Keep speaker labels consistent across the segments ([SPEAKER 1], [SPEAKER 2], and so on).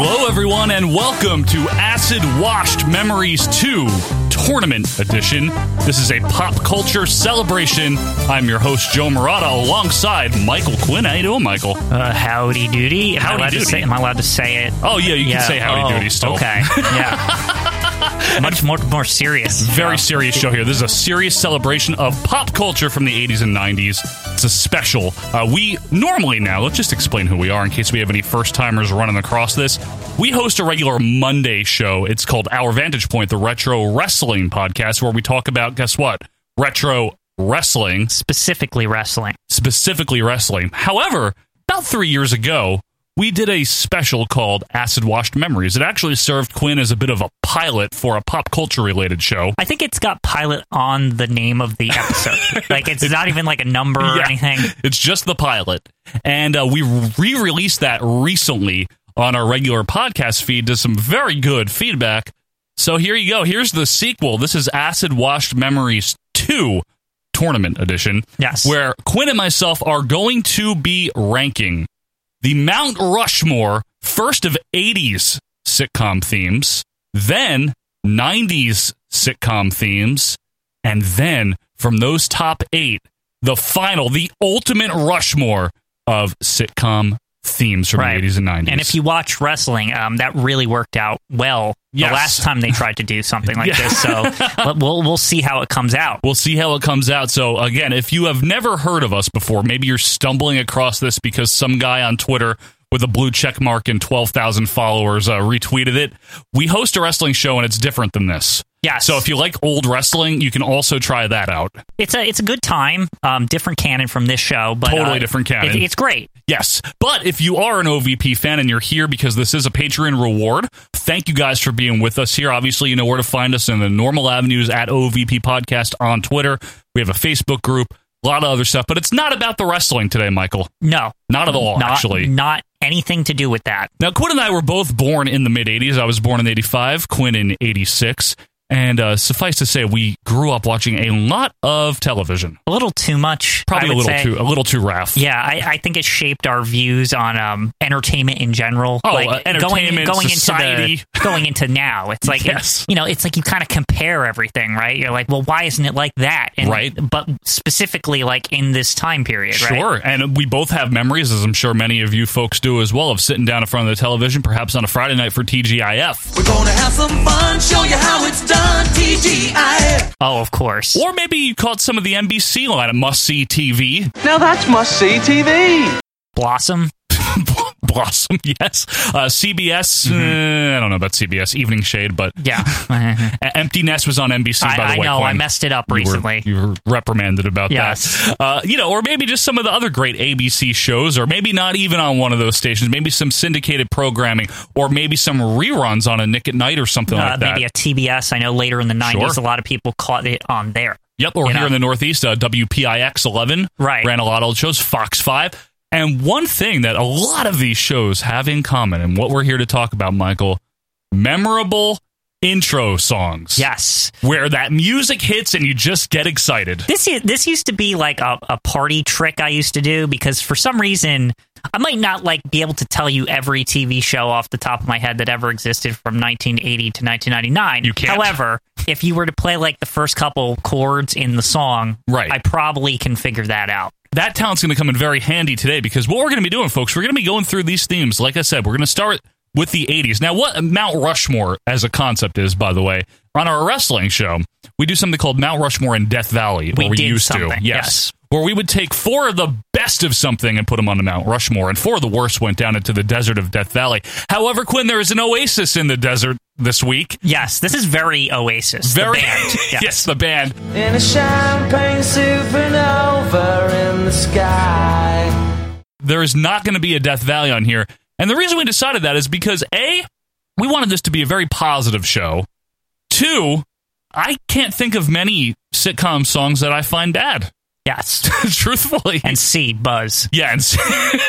[SPEAKER 1] everyone, and welcome to Acid Washed Memories 2 Tournament Edition. This is a pop culture celebration. I'm your host, Joe Morata, alongside Michael Quinn. How you doing, Michael?
[SPEAKER 2] Uh, howdy doody. Am I
[SPEAKER 1] Howdy
[SPEAKER 2] allowed
[SPEAKER 1] doody.
[SPEAKER 2] To say, am I allowed to say it?
[SPEAKER 1] Oh, yeah, you
[SPEAKER 2] yeah.
[SPEAKER 1] can say howdy
[SPEAKER 2] oh,
[SPEAKER 1] doody still.
[SPEAKER 2] Okay. Yeah. Much more, more serious.
[SPEAKER 1] Very
[SPEAKER 2] Yeah.
[SPEAKER 1] serious show here. This is a serious celebration of pop culture from the 80s and 90s. It's a special. Uh, we normally now, let's just explain who we are in case we have any first timers running across this. We host a regular Monday show. It's called Our Vantage Point, the Retro Wrestling Podcast, where we talk about, guess what? Retro wrestling,
[SPEAKER 2] Specifically wrestling.
[SPEAKER 1] specifically wrestling. However, about three years ago, we did a special called Acid Washed Memories. It actually served Quinn as a bit of a pilot for a pop culture related show.
[SPEAKER 2] I think it's got pilot on the name of the episode. like it's not even like a number or
[SPEAKER 1] Yeah.
[SPEAKER 2] anything.
[SPEAKER 1] It's just the pilot. And uh, we re released that recently on our regular podcast feed to some very good feedback. So here you go. Here's the sequel. This is Acid Washed Memories 2 Tournament Edition.
[SPEAKER 2] Yes.
[SPEAKER 1] Where Quinn and myself are going to be ranking the Mount Rushmore first of 80s sitcom themes, then 90s sitcom themes, and then from those top eight, the final, the ultimate Rushmore of sitcom themes from
[SPEAKER 2] Right.
[SPEAKER 1] the 80s and 90s.
[SPEAKER 2] And if you watch wrestling, um, that really worked out well
[SPEAKER 1] Yes.
[SPEAKER 2] the last time they tried to do something like
[SPEAKER 1] Yeah.
[SPEAKER 2] this. So but we'll we'll see how it comes out.
[SPEAKER 1] We'll see how it comes out. So, again, if you have never heard of us before, maybe you're stumbling across this because some guy on Twitter with a blue check mark and 12,000 followers uh, retweeted it. We host a wrestling show and it's different than this.
[SPEAKER 2] Yes.
[SPEAKER 1] So, if you like old wrestling, you can also try that out.
[SPEAKER 2] it's a it's a good time. Um, different canon from this show, but uh,
[SPEAKER 1] Totally different canon.
[SPEAKER 2] it- it's great.
[SPEAKER 1] Yes. But if you are an OVP fan and you're here because this is a Patreon reward, thank you guys for being with us here. Obviously, you know where to find us in the normal avenues at OVP Podcast on Twitter. We have a Facebook group, a lot of other stuff, but it's not about the wrestling today, Michael.
[SPEAKER 2] No,
[SPEAKER 1] Not at all,
[SPEAKER 2] not,
[SPEAKER 1] actually.
[SPEAKER 2] not anything to do with that.
[SPEAKER 1] Now, Quinn and I were both born in the mid 80s. I was born in 85, Quinn in 86. And uh, suffice to say, we grew up watching a lot of television.
[SPEAKER 2] A little too much.
[SPEAKER 1] Probably
[SPEAKER 2] I
[SPEAKER 1] a
[SPEAKER 2] would
[SPEAKER 1] little
[SPEAKER 2] say.
[SPEAKER 1] too, a little too raff.
[SPEAKER 2] Yeah, I, I think it shaped our views on um, entertainment in general.
[SPEAKER 1] Oh,
[SPEAKER 2] like
[SPEAKER 1] uh, entertainment, society.
[SPEAKER 2] into the, going into now. It's like
[SPEAKER 1] Yes.
[SPEAKER 2] you know, it's like you kind of compare everything, right? You're like, well, why isn't it like that? And,
[SPEAKER 1] Right.
[SPEAKER 2] But specifically, like in this time period, right?
[SPEAKER 1] Sure. And we both have memories, as I'm sure many of you folks do as well, of sitting down in front of the television, perhaps on a Friday night for TGIF.
[SPEAKER 3] We're gonna have some fun, show you how it's done, TGI.
[SPEAKER 2] Oh, of course.
[SPEAKER 1] Or maybe you caught some of the NBC line at Must See TV.
[SPEAKER 3] Now that's must see TV.
[SPEAKER 2] Blossom.
[SPEAKER 1] Blossom, yes. Uh, CBS, uh, I don't know about CBS, Evening Shade, but
[SPEAKER 2] Mm-hmm. Yeah. I,
[SPEAKER 1] Uh, Empty Nest was on NBC, by the
[SPEAKER 2] I
[SPEAKER 1] way.
[SPEAKER 2] know. I
[SPEAKER 1] Quinn.
[SPEAKER 2] messed it up
[SPEAKER 1] You were-
[SPEAKER 2] recently.
[SPEAKER 1] You were, reprimanded about
[SPEAKER 2] Yes.
[SPEAKER 1] that. Uh, you know, or maybe just some of the other great ABC shows, or maybe not even on one of those stations, maybe some syndicated programming, or maybe some reruns on a Nick at Night or something
[SPEAKER 2] uh,
[SPEAKER 1] like that.
[SPEAKER 2] maybe a TBS. I know later in the 90s,
[SPEAKER 1] Sure.
[SPEAKER 2] a lot of people caught it on there.
[SPEAKER 1] Yep, or
[SPEAKER 2] You
[SPEAKER 1] here
[SPEAKER 2] know?
[SPEAKER 1] in the Northeast, uh, WPIX 11
[SPEAKER 2] Right.
[SPEAKER 1] ran a lot of old shows, Fox 5. And one thing that a lot of these shows have in common, and what we're here to talk about, Michael, memorable intro songs.
[SPEAKER 2] Yes.
[SPEAKER 1] Where that music hits and you just get excited.
[SPEAKER 2] This u- this used to be like a, a party trick I used to do because for some reason I might not like be able to tell you every TV show off the top of my head that ever existed from 1980 to 1999.
[SPEAKER 1] You can't.
[SPEAKER 2] However, if you were to play like the first couple chords in the song,
[SPEAKER 1] Right.
[SPEAKER 2] I probably can figure that out.
[SPEAKER 1] that talent's going to come in very handy today because what we're going to be doing, folks, we're going to be going through these themes. Like I said, we're going to start with the 80s. Now, what Mount Rushmore as a concept is, by the way, on our wrestling show, we do something called Mount Rushmore and Death Valley.
[SPEAKER 2] We
[SPEAKER 1] or we
[SPEAKER 2] did
[SPEAKER 1] used to.
[SPEAKER 2] something,
[SPEAKER 1] Yes.
[SPEAKER 2] yes.
[SPEAKER 1] Where we would take four of the best of something and put them on the Mount Rushmore, and four of the worst went down into the desert of Death Valley. However, Quinn, there is an oasis in the desert this week.
[SPEAKER 2] Yes, this is very Oasis. the
[SPEAKER 1] Very
[SPEAKER 2] band. Yes.
[SPEAKER 1] yes, the band.
[SPEAKER 3] In a champagne supernova in the sky.
[SPEAKER 1] there is not going to be a Death Valley on here. And the reason we decided that is because A, we wanted this to be a very positive show. Two, I can't think of many sitcom songs that I find bad,
[SPEAKER 2] Yes.
[SPEAKER 1] truthfully.
[SPEAKER 2] And C Buzz.
[SPEAKER 1] yeah, and s-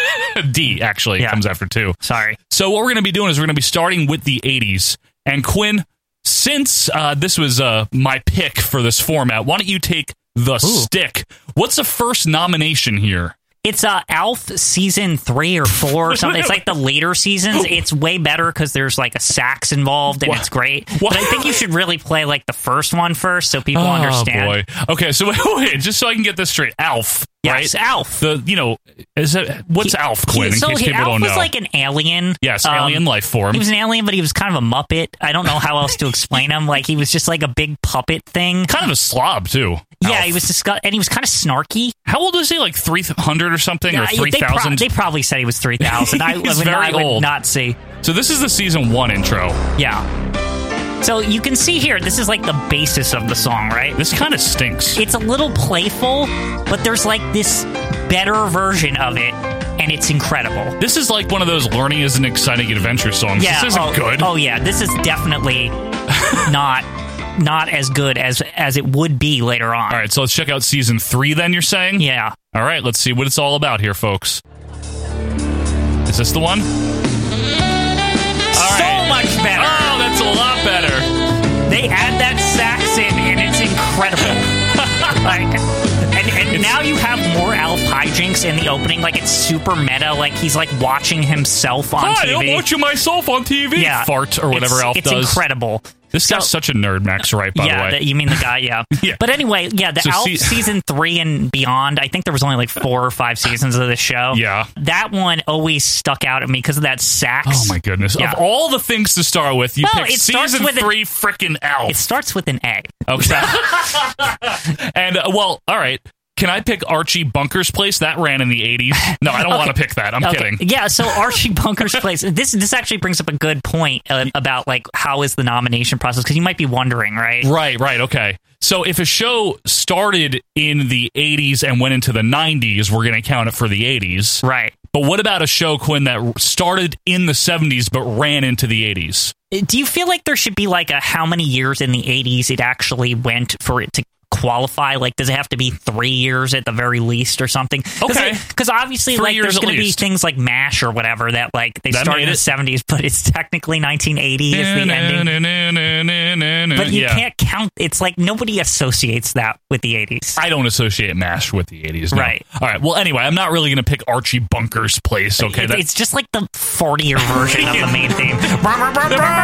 [SPEAKER 1] D actually
[SPEAKER 2] Yeah.
[SPEAKER 1] comes after two.
[SPEAKER 2] Sorry.
[SPEAKER 1] So what we're going to be doing is we're going to be starting with the 80s. And Quinn, since uh, this was uh, my pick for this format, why don't you take the stick? What's the first nomination here?
[SPEAKER 2] It's uh, Alf season three or four or something. It's like the later seasons. It's way better because there's like a sax involved and
[SPEAKER 1] Wha-
[SPEAKER 2] it's great.
[SPEAKER 1] Wha-
[SPEAKER 2] But I think you should really play like the first one first so people understand.
[SPEAKER 1] Oh, boy. Okay, so wait, just so I can get this straight, Alf.
[SPEAKER 2] Yes,
[SPEAKER 1] right?
[SPEAKER 2] Alf.
[SPEAKER 1] The you know is it what's
[SPEAKER 2] He-
[SPEAKER 1] Alf Quinn?
[SPEAKER 2] he- so
[SPEAKER 1] in case
[SPEAKER 2] he-
[SPEAKER 1] people
[SPEAKER 2] Alf
[SPEAKER 1] don't know.
[SPEAKER 2] was like an alien.
[SPEAKER 1] yes,
[SPEAKER 2] Um,
[SPEAKER 1] alien life form.
[SPEAKER 2] He was an alien, but he was kind of a muppet. I don't know how else to explain him. Like he was just like a big puppet thing.
[SPEAKER 1] kind of a slob too.
[SPEAKER 2] Yeah,
[SPEAKER 1] Alf.
[SPEAKER 2] he was disgust- and he was kind of snarky.
[SPEAKER 1] How old is he? Like three hundred or something, or
[SPEAKER 2] Yeah,
[SPEAKER 1] three
[SPEAKER 2] they, pro-
[SPEAKER 1] thousand.
[SPEAKER 2] they probably said he was three thousand. I, I
[SPEAKER 1] He's
[SPEAKER 2] would,
[SPEAKER 1] very
[SPEAKER 2] I would
[SPEAKER 1] old.
[SPEAKER 2] not see.
[SPEAKER 1] so this is the season one intro.
[SPEAKER 2] Yeah. So you can see here, this is like the basis of the song, right?
[SPEAKER 1] This kind of stinks.
[SPEAKER 2] It's a little playful, but there's like this better version of it, and it's incredible.
[SPEAKER 1] this is like one of those learning is an exciting adventure songs.
[SPEAKER 2] Yeah,
[SPEAKER 1] this isn't
[SPEAKER 2] oh,
[SPEAKER 1] good.
[SPEAKER 2] Oh yeah, this is definitely not not as good as as it would be later on.
[SPEAKER 1] All right, so let's check out season three. Then you're saying,
[SPEAKER 2] Yeah.
[SPEAKER 1] All right, let's see what it's all about here, folks. Is this the one?
[SPEAKER 2] So much better.
[SPEAKER 1] Oh, that's a lot better.
[SPEAKER 2] They add that sax in, and it's incredible. like, and, and now you have more Alf hijinks in the opening. Like it's super meta. Like he's like watching himself on
[SPEAKER 1] Hi,
[SPEAKER 2] TV.
[SPEAKER 1] I'm watching myself on TV.
[SPEAKER 2] yeah,
[SPEAKER 1] Fart or whatever
[SPEAKER 2] it's,
[SPEAKER 1] Alf
[SPEAKER 2] it's
[SPEAKER 1] does.
[SPEAKER 2] incredible.
[SPEAKER 1] This
[SPEAKER 2] So-
[SPEAKER 1] guy's such a nerd, Max Wright, by
[SPEAKER 2] yeah,
[SPEAKER 1] the way.
[SPEAKER 2] you mean the guy? Yeah.
[SPEAKER 1] Yeah.
[SPEAKER 2] But anyway, yeah, the
[SPEAKER 1] So
[SPEAKER 2] Alf
[SPEAKER 1] see-
[SPEAKER 2] season three and beyond. I think there was only like four or five seasons of this show.
[SPEAKER 1] Yeah.
[SPEAKER 2] that one always stuck out at me because of that sax.
[SPEAKER 1] Oh my goodness!
[SPEAKER 2] Yeah.
[SPEAKER 1] Of all the things to start with, you
[SPEAKER 2] Well,
[SPEAKER 1] picked
[SPEAKER 2] it starts
[SPEAKER 1] season
[SPEAKER 2] with a-
[SPEAKER 1] three, frickin' Alf.
[SPEAKER 2] It starts with an A.
[SPEAKER 1] Okay. and uh, well, all right. Can I pick Archie Bunker's place? That ran in the 80s. No, I don't want to pick that. I'm
[SPEAKER 2] Okay.
[SPEAKER 1] kidding.
[SPEAKER 2] Yeah, so Archie Bunker's place. This this actually brings up a good point uh, about like how is the nomination process because you might be wondering, right?
[SPEAKER 1] Right, right. Okay. So if a show started in the 80s and went into the 90s, we're going to count it for the 80s.
[SPEAKER 2] Right.
[SPEAKER 1] But what about a show, Quinn, that started in the 70s but ran into the 80s?
[SPEAKER 2] Do you feel like there should be like a how many years in the 80s it actually went for it to qualify? Like does it have to be 3 years at the very least or something?
[SPEAKER 1] Okay.
[SPEAKER 2] Cuz obviously
[SPEAKER 1] Three
[SPEAKER 2] like
[SPEAKER 1] years
[SPEAKER 2] there's
[SPEAKER 1] at
[SPEAKER 2] going to be
[SPEAKER 1] least.
[SPEAKER 2] things like MASH or whatever that like they
[SPEAKER 1] That
[SPEAKER 2] started
[SPEAKER 1] made
[SPEAKER 2] in the
[SPEAKER 1] it.
[SPEAKER 2] 70s but it's technically 1980 is the ending. But you
[SPEAKER 1] yeah.
[SPEAKER 2] can't count it's like nobody associates that with the 80s.
[SPEAKER 1] I don't associate MASH with the 80s. no.
[SPEAKER 2] Right.
[SPEAKER 1] All right. Well, anyway, I'm not really going to pick Archie Bunker's place. Okay.
[SPEAKER 2] It-
[SPEAKER 1] that-
[SPEAKER 2] it's just like the 40 year version of the main theme.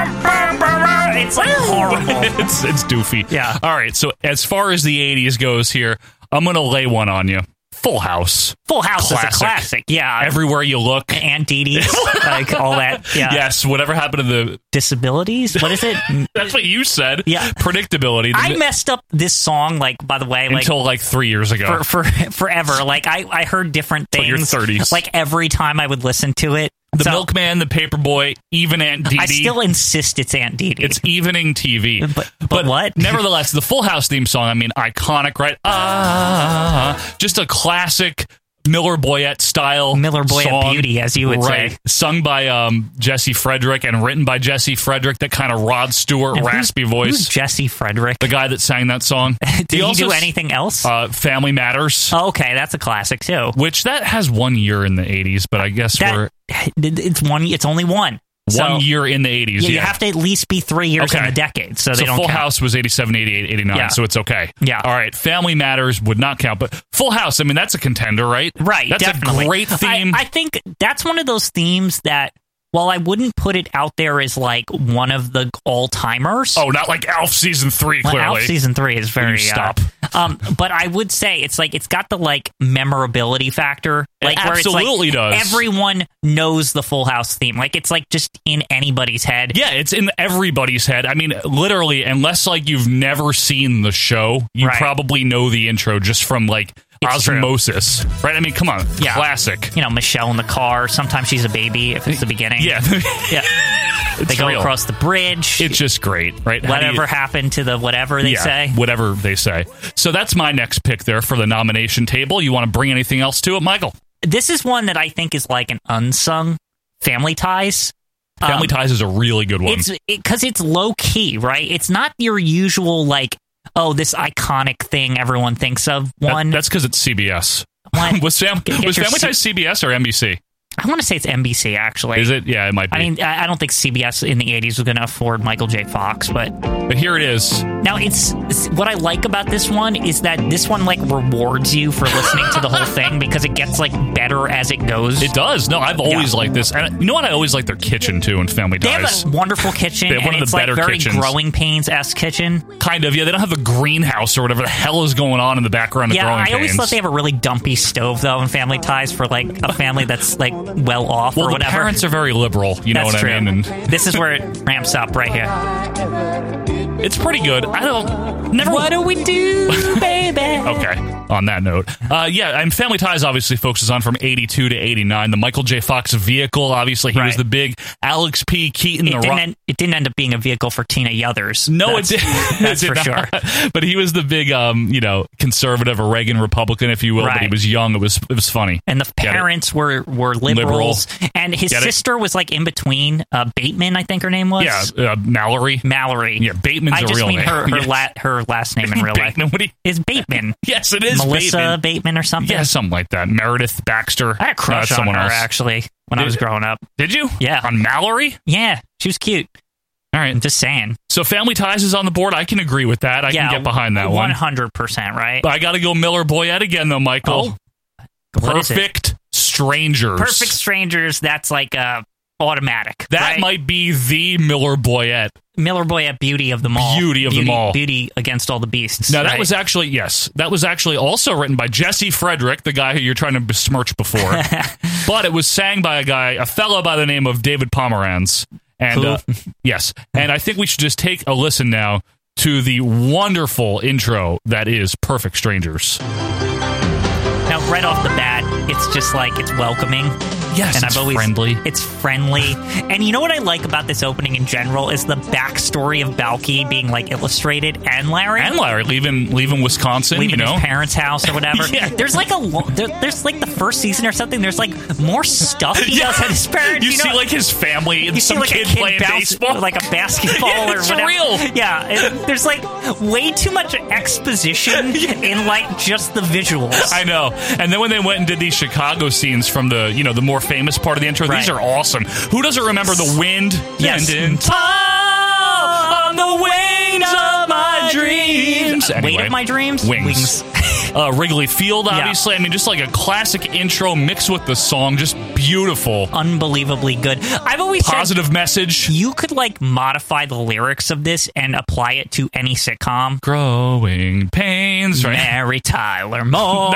[SPEAKER 2] it's like horrible.
[SPEAKER 1] it's it's doofy.
[SPEAKER 2] Yeah.
[SPEAKER 1] All right. So as far as the '80s goes, here I'm gonna lay one on you. Full House.
[SPEAKER 2] Full House
[SPEAKER 1] Classic.
[SPEAKER 2] is a classic. Yeah.
[SPEAKER 1] Everywhere you look.
[SPEAKER 2] and Dee Dee's, like all that. Yeah.
[SPEAKER 1] Yes. Whatever happened to the?
[SPEAKER 2] Disabilities? What is it?
[SPEAKER 1] That's what you said.
[SPEAKER 2] Yeah.
[SPEAKER 1] Predictability.
[SPEAKER 2] I messed up this song, like, by the way, like.
[SPEAKER 1] until like three years ago.
[SPEAKER 2] for, for forever, like I, I heard different
[SPEAKER 1] Till
[SPEAKER 2] things.
[SPEAKER 1] your 30s.
[SPEAKER 2] Like every time I would listen to it,
[SPEAKER 1] the
[SPEAKER 2] So,
[SPEAKER 1] Milkman, the Paperboy, even Aunt Dee.
[SPEAKER 2] I
[SPEAKER 1] Dee.
[SPEAKER 2] still insist it's Aunt Dee Dee.
[SPEAKER 1] It's evening TV.
[SPEAKER 2] But- but what?
[SPEAKER 1] nevertheless, the Full House theme song, I mean, iconic, right? Ah, just a classic Miller Boyette style.
[SPEAKER 2] Miller Boyette
[SPEAKER 1] song.
[SPEAKER 2] beauty, as you would
[SPEAKER 1] right.
[SPEAKER 2] say.
[SPEAKER 1] Sung by um, Jesse Frederick and written by Jesse Frederick, that kind of Rod Stewart,
[SPEAKER 2] And who's-
[SPEAKER 1] raspy
[SPEAKER 2] Who's
[SPEAKER 1] voice.
[SPEAKER 2] Jesse Frederick?
[SPEAKER 1] The guy that sang that song.
[SPEAKER 2] Did he,
[SPEAKER 1] also
[SPEAKER 2] do
[SPEAKER 1] s-
[SPEAKER 2] anything else?
[SPEAKER 1] Uh, Family Matters,
[SPEAKER 2] oh, okay, that's a classic too.
[SPEAKER 1] which that has one year in the 80s, but I guess we're
[SPEAKER 2] that, it's one. It's only one.
[SPEAKER 1] one
[SPEAKER 2] So,
[SPEAKER 1] year in the 80s.
[SPEAKER 2] Yeah, you have to at least be three years
[SPEAKER 1] Okay.
[SPEAKER 2] in the decade, so they
[SPEAKER 1] so
[SPEAKER 2] don't
[SPEAKER 1] Full
[SPEAKER 2] count.
[SPEAKER 1] House was 87, 88, 89,
[SPEAKER 2] Yeah.
[SPEAKER 1] so it's okay.
[SPEAKER 2] Yeah.
[SPEAKER 1] All right. Family Matters would not count, but Full House, I mean, that's a contender, right?
[SPEAKER 2] Right,
[SPEAKER 1] That's
[SPEAKER 2] definitely.
[SPEAKER 1] a great theme.
[SPEAKER 2] I, I think that's one of those themes that, while I wouldn't put it out there as like one of the all timers.
[SPEAKER 1] oh, not like Alf season three,
[SPEAKER 2] Well,
[SPEAKER 1] clearly.
[SPEAKER 2] Alf season three is very
[SPEAKER 1] You stop.
[SPEAKER 2] Uh, um, but I would say it's like it's got the like memorability factor. Like where
[SPEAKER 1] absolutely
[SPEAKER 2] it's like
[SPEAKER 1] does.
[SPEAKER 2] everyone knows the Full House theme. Like it's like just in anybody's head.
[SPEAKER 1] yeah, it's in everybody's head. I mean, literally, unless like you've never seen the show, you
[SPEAKER 2] Right.
[SPEAKER 1] probably know the intro just from like
[SPEAKER 2] It's true.
[SPEAKER 1] osmosis, right? I mean, come on,
[SPEAKER 2] Yeah.
[SPEAKER 1] classic.
[SPEAKER 2] You know, Michelle in the car. Sometimes she's a baby if it's the beginning.
[SPEAKER 1] Yeah,
[SPEAKER 2] Yeah. they go
[SPEAKER 1] real.
[SPEAKER 2] across the bridge.
[SPEAKER 1] it's just great, right? How do you-
[SPEAKER 2] whatever happened to the whatever they say.
[SPEAKER 1] whatever they say. So that's my next pick there for the nomination table. You want to bring anything else to it, Michael?
[SPEAKER 2] This is one that I think is like an unsung family ties. Um,
[SPEAKER 1] Family Ties is a really good one.
[SPEAKER 2] It's because it's low key, right? It's not your usual like, oh, this iconic thing everyone thinks of.
[SPEAKER 1] That-
[SPEAKER 2] One,
[SPEAKER 1] that's because it's CBS.
[SPEAKER 2] one.
[SPEAKER 1] was Sam,
[SPEAKER 2] Get- get
[SPEAKER 1] was
[SPEAKER 2] your
[SPEAKER 1] Family
[SPEAKER 2] C-
[SPEAKER 1] Ties CBS or NBC?
[SPEAKER 2] I want to say it's NBC actually.
[SPEAKER 1] Is it? Yeah, it might be.
[SPEAKER 2] I mean, I I don't think CBS in the '80s was going to afford Michael J. Fox, but
[SPEAKER 1] but here it is.
[SPEAKER 2] Now it's, it's- what I like about this one is that this one like rewards you for listening to the whole thing because it gets like better as it goes.
[SPEAKER 1] It does. No, I've always
[SPEAKER 2] Yeah.
[SPEAKER 1] liked this. And you know what? I always like their kitchen too. And Family
[SPEAKER 2] they
[SPEAKER 1] Dies,
[SPEAKER 2] have a wonderful kitchen.
[SPEAKER 1] They have one
[SPEAKER 2] and
[SPEAKER 1] of the
[SPEAKER 2] it's
[SPEAKER 1] better
[SPEAKER 2] like very
[SPEAKER 1] kitchens.
[SPEAKER 2] growing pains esque kitchen.
[SPEAKER 1] kind of. Yeah, they don't have the greenhouse or whatever the hell is going on in the background. of
[SPEAKER 2] Yeah,
[SPEAKER 1] growing
[SPEAKER 2] I always
[SPEAKER 1] pains.
[SPEAKER 2] thought they have a really dumpy stove though in Family Ties for like a family that's like well off
[SPEAKER 1] well,
[SPEAKER 2] or
[SPEAKER 1] the
[SPEAKER 2] whatever.
[SPEAKER 1] parents are very liberal. You know
[SPEAKER 2] That's
[SPEAKER 1] what
[SPEAKER 2] true.
[SPEAKER 1] I mean? And
[SPEAKER 2] this is where it ramps up right here.
[SPEAKER 1] it's pretty good. I don't never.
[SPEAKER 2] What do we do, baby?
[SPEAKER 1] Okay. On that note, uh, yeah, and Family Ties obviously focuses on from '82 to '89. The Michael J. Fox vehicle, obviously, he was
[SPEAKER 2] Right.
[SPEAKER 1] the big Alex P. Keaton,
[SPEAKER 2] It
[SPEAKER 1] the
[SPEAKER 2] didn't,
[SPEAKER 1] rock.
[SPEAKER 2] end, it didn't end up being a vehicle for Tina Yothers.
[SPEAKER 1] No,
[SPEAKER 2] that's,
[SPEAKER 1] it didn't.
[SPEAKER 2] That's
[SPEAKER 1] It
[SPEAKER 2] for
[SPEAKER 1] did
[SPEAKER 2] sure.
[SPEAKER 1] not. But he was the big, um, you know, conservative or Reagan Republican, if you will. But he
[SPEAKER 2] Right.
[SPEAKER 1] was young. It was it was funny.
[SPEAKER 2] and the
[SPEAKER 1] Get it.
[SPEAKER 2] parents were were liberals, and his
[SPEAKER 1] Get it.
[SPEAKER 2] sister was like in between. Uh, Bateman, I think her name was.
[SPEAKER 1] Yeah, uh, Mallory.
[SPEAKER 2] Mallory.
[SPEAKER 1] Yeah, Bateman's
[SPEAKER 2] I
[SPEAKER 1] a
[SPEAKER 2] just
[SPEAKER 1] real
[SPEAKER 2] mean
[SPEAKER 1] name.
[SPEAKER 2] her her,
[SPEAKER 1] Yes.
[SPEAKER 2] la- her last name in real life
[SPEAKER 1] Bateman, what do you-
[SPEAKER 2] is Bateman.
[SPEAKER 1] yes, it is
[SPEAKER 2] Melissa
[SPEAKER 1] Bateman.
[SPEAKER 2] Bateman. or something.
[SPEAKER 1] Yeah, something like that. Meredith Baxter.
[SPEAKER 2] I had a
[SPEAKER 1] No,
[SPEAKER 2] crush
[SPEAKER 1] that's
[SPEAKER 2] on
[SPEAKER 1] someone
[SPEAKER 2] her
[SPEAKER 1] else.
[SPEAKER 2] actually when I
[SPEAKER 1] Did-
[SPEAKER 2] was growing up.
[SPEAKER 1] Did you?
[SPEAKER 2] Yeah.
[SPEAKER 1] On Mallory.
[SPEAKER 2] Yeah, she was cute.
[SPEAKER 1] All right.
[SPEAKER 2] I'm just saying.
[SPEAKER 1] So Family Ties is on the board. I can agree with that. I
[SPEAKER 2] yeah,
[SPEAKER 1] can get behind that
[SPEAKER 2] One
[SPEAKER 1] one.
[SPEAKER 2] hundred percent. Right.
[SPEAKER 1] But I got to go Miller Boyette again, though,
[SPEAKER 2] Oh,
[SPEAKER 1] Michael.
[SPEAKER 2] What is it?
[SPEAKER 1] Perfect strangers.
[SPEAKER 2] Perfect strangers. That's like uh, automatic.
[SPEAKER 1] That
[SPEAKER 2] right?
[SPEAKER 1] might be the Miller Boyette.
[SPEAKER 2] Miller Boy at Beauty of the Mall.
[SPEAKER 1] Beauty of the Mall.
[SPEAKER 2] Beauty against all the beasts.
[SPEAKER 1] Now that
[SPEAKER 2] right?
[SPEAKER 1] was actually yes, that was actually also written by Jesse Frederick, the guy who you're trying to besmirch before, but it was sang by a guy, a fellow by the name of David Pomeranz. And
[SPEAKER 2] Who?
[SPEAKER 1] uh, yes, and I think we should just take a listen now to the wonderful intro that is Perfect Strangers.
[SPEAKER 2] Now, right off the bat, it's just like it's welcoming.
[SPEAKER 1] Yes,
[SPEAKER 2] and
[SPEAKER 1] it's
[SPEAKER 2] I've always
[SPEAKER 1] friendly.
[SPEAKER 2] It's friendly, and you know what I like about this opening in general is the backstory of Balky being like illustrated and Larry.
[SPEAKER 1] And Larry leaving leaving Wisconsin,
[SPEAKER 2] Leaving
[SPEAKER 1] you know,
[SPEAKER 2] his parents' house or whatever.
[SPEAKER 1] Yeah.
[SPEAKER 2] There's like a lo- there, there's like the first season or something. There's like more stuff he
[SPEAKER 1] Yeah.
[SPEAKER 2] does at his parents.
[SPEAKER 1] You,
[SPEAKER 2] You, know,
[SPEAKER 1] see, like his family and
[SPEAKER 2] you see
[SPEAKER 1] some
[SPEAKER 2] like
[SPEAKER 1] kid,
[SPEAKER 2] a kid
[SPEAKER 1] playing
[SPEAKER 2] bounce-
[SPEAKER 1] baseball.
[SPEAKER 2] like a basketball
[SPEAKER 1] Yeah,
[SPEAKER 2] or
[SPEAKER 1] it's
[SPEAKER 2] whatever.
[SPEAKER 1] real.
[SPEAKER 2] Yeah, it- there's like way too much exposition in like just the visuals.
[SPEAKER 1] I know. And then when they went and did these Chicago scenes from the, you know, the more famous part of the intro, these
[SPEAKER 2] Right.
[SPEAKER 1] are awesome. Who doesn't remember the wind?
[SPEAKER 2] Yes.
[SPEAKER 1] And in time on the wings of my dreams. Anyway,
[SPEAKER 2] Weight of my dreams.
[SPEAKER 1] Wings. Uh, Wrigley Field,
[SPEAKER 2] Yeah.
[SPEAKER 1] obviously. I mean, just like a classic intro mixed with the song. Just beautiful.
[SPEAKER 2] Unbelievably good. I've always
[SPEAKER 1] Positive message.
[SPEAKER 2] said you could like modify the lyrics of this and apply it to any sitcom.
[SPEAKER 1] Growing pains. Right?
[SPEAKER 2] Mary Tyler Moore.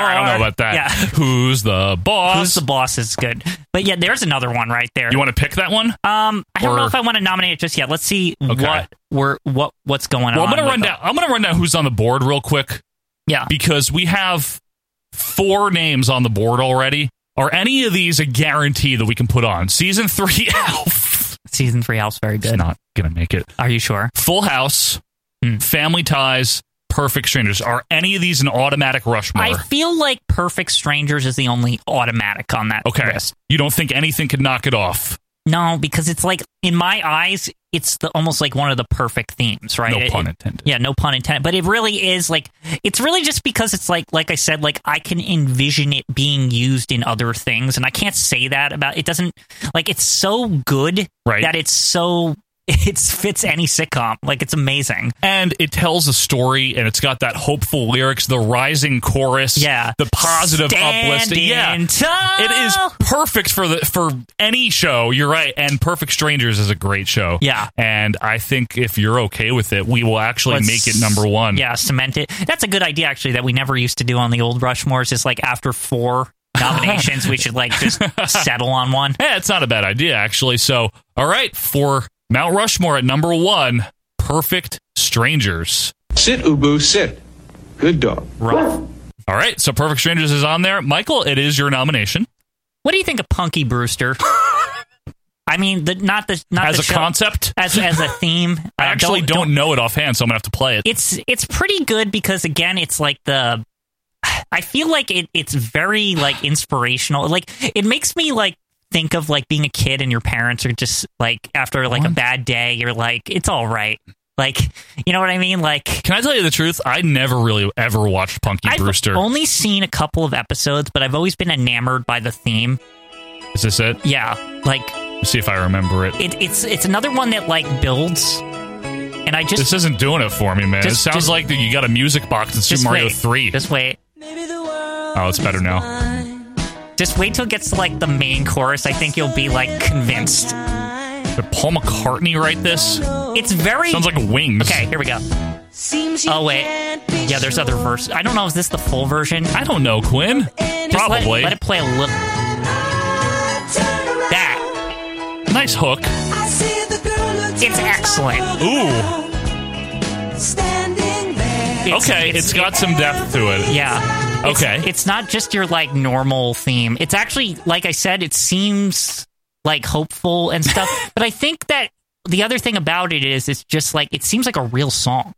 [SPEAKER 1] I don't know about that.
[SPEAKER 2] Yeah.
[SPEAKER 1] Who's the boss?
[SPEAKER 2] Who's the boss is good. But yeah, there's another one right there.
[SPEAKER 1] you want to pick that one?
[SPEAKER 2] um, I don't know
[SPEAKER 1] or-
[SPEAKER 2] if I want to nominate it just yet. Let's see
[SPEAKER 1] Okay.
[SPEAKER 2] what we're what what's going
[SPEAKER 1] Well,
[SPEAKER 2] on.
[SPEAKER 1] I'm gonna
[SPEAKER 2] with
[SPEAKER 1] run
[SPEAKER 2] the-
[SPEAKER 1] down. I'm gonna run down who's on the board real quick
[SPEAKER 2] Yeah.
[SPEAKER 1] because we have four names on the board already. Are any of these a guarantee that we can put on season three? Alf
[SPEAKER 2] Season three house very
[SPEAKER 1] is
[SPEAKER 2] good.
[SPEAKER 1] not gonna make it.
[SPEAKER 2] Are you sure?
[SPEAKER 1] Full House,
[SPEAKER 2] Hmm.
[SPEAKER 1] Family Ties, Perfect Strangers. Are any of these an automatic Rushmore?
[SPEAKER 2] I feel like Perfect Strangers is the only automatic on that
[SPEAKER 1] okay,
[SPEAKER 2] list.
[SPEAKER 1] you don't think anything could knock it off?
[SPEAKER 2] No, because it's like in my eyes, it's the almost like one of the perfect themes, right?
[SPEAKER 1] No
[SPEAKER 2] It-
[SPEAKER 1] pun
[SPEAKER 2] it-
[SPEAKER 1] intended.
[SPEAKER 2] yeah, no pun intended. But it really is like it's really just because it's like like I said, like I can envision it being used in other things, and I can't say that about it. Doesn't like it's so good
[SPEAKER 1] Right.
[SPEAKER 2] that it's so it fits any sitcom. Like it's amazing.
[SPEAKER 1] And it tells a story, and it's got that hopeful lyrics, the rising chorus,
[SPEAKER 2] Yeah,
[SPEAKER 1] the positive
[SPEAKER 2] Stand
[SPEAKER 1] uplisting. Yeah,
[SPEAKER 2] in tall.
[SPEAKER 1] It is perfect for the for any show. You're right, and Perfect Strangers is a great show.
[SPEAKER 2] Yeah.
[SPEAKER 1] and I think if you're okay with it, we will actually
[SPEAKER 2] Let's-
[SPEAKER 1] make it number one.
[SPEAKER 2] Yeah, cement it. That's a good idea actually that we never used to do on the old Rushmores. Is like after four nominations, we should like just settle on one.
[SPEAKER 1] yeah, it's not a bad idea actually. So, all right, for Mount Rushmore at number one, Perfect Strangers.
[SPEAKER 4] Sit, Ubu, sit. Good dog.
[SPEAKER 2] Rough.
[SPEAKER 1] All right, so Perfect Strangers is on there. Michael, it is your nomination
[SPEAKER 2] What do you think of Punky Brewster? I mean, the, not the not
[SPEAKER 1] as
[SPEAKER 2] the
[SPEAKER 1] a
[SPEAKER 2] show-
[SPEAKER 1] concept.
[SPEAKER 2] as as a theme.
[SPEAKER 1] I
[SPEAKER 2] Uh,
[SPEAKER 1] actually don't, know it offhand, so I'm gonna have to play it.
[SPEAKER 2] It's it's pretty good because again, it's like the. I feel like it, it's very like inspirational. Like it makes me like think of like being a kid and your parents are just like after like a bad day, you're like it's all right. Like you know what I mean? Like
[SPEAKER 1] Can I tell you the truth? I never really ever watched Punky
[SPEAKER 2] I've
[SPEAKER 1] Brewster.
[SPEAKER 2] only seen a couple of episodes, but I've always been enamored by the theme.
[SPEAKER 1] is this it?
[SPEAKER 2] Yeah, like
[SPEAKER 1] Let's see if I remember it.
[SPEAKER 2] it, it's it's another one that like builds And I just
[SPEAKER 1] This isn't doing it for me, man. it
[SPEAKER 2] Just-
[SPEAKER 1] sounds
[SPEAKER 2] just-
[SPEAKER 1] like that you got a music box in Super
[SPEAKER 2] just
[SPEAKER 1] Mario
[SPEAKER 2] wait.
[SPEAKER 1] 3.
[SPEAKER 2] Just wait.
[SPEAKER 1] oh, it's better now.
[SPEAKER 2] Just wait till it gets to like the main chorus. I think you'll be like convinced.
[SPEAKER 1] Did Paul McCartney write this?
[SPEAKER 2] It's very
[SPEAKER 1] Sounds like Wings.
[SPEAKER 2] Okay, here we go. Oh wait. Yeah, there's other verse. I don't know. Is this the full version?
[SPEAKER 1] I don't know, Quinn.
[SPEAKER 2] Just let-
[SPEAKER 1] Probably.
[SPEAKER 2] Let, it play a little. That.
[SPEAKER 1] nice hook.
[SPEAKER 2] It's excellent.
[SPEAKER 1] Ooh.
[SPEAKER 2] It's-
[SPEAKER 1] okay, it's got some depth to it.
[SPEAKER 2] Yeah. It's-
[SPEAKER 1] Okay.
[SPEAKER 2] It's not just your like normal theme. It's actually like I said. It seems like hopeful and stuff. but I think that the other thing about it is it's just like it seems like a real song.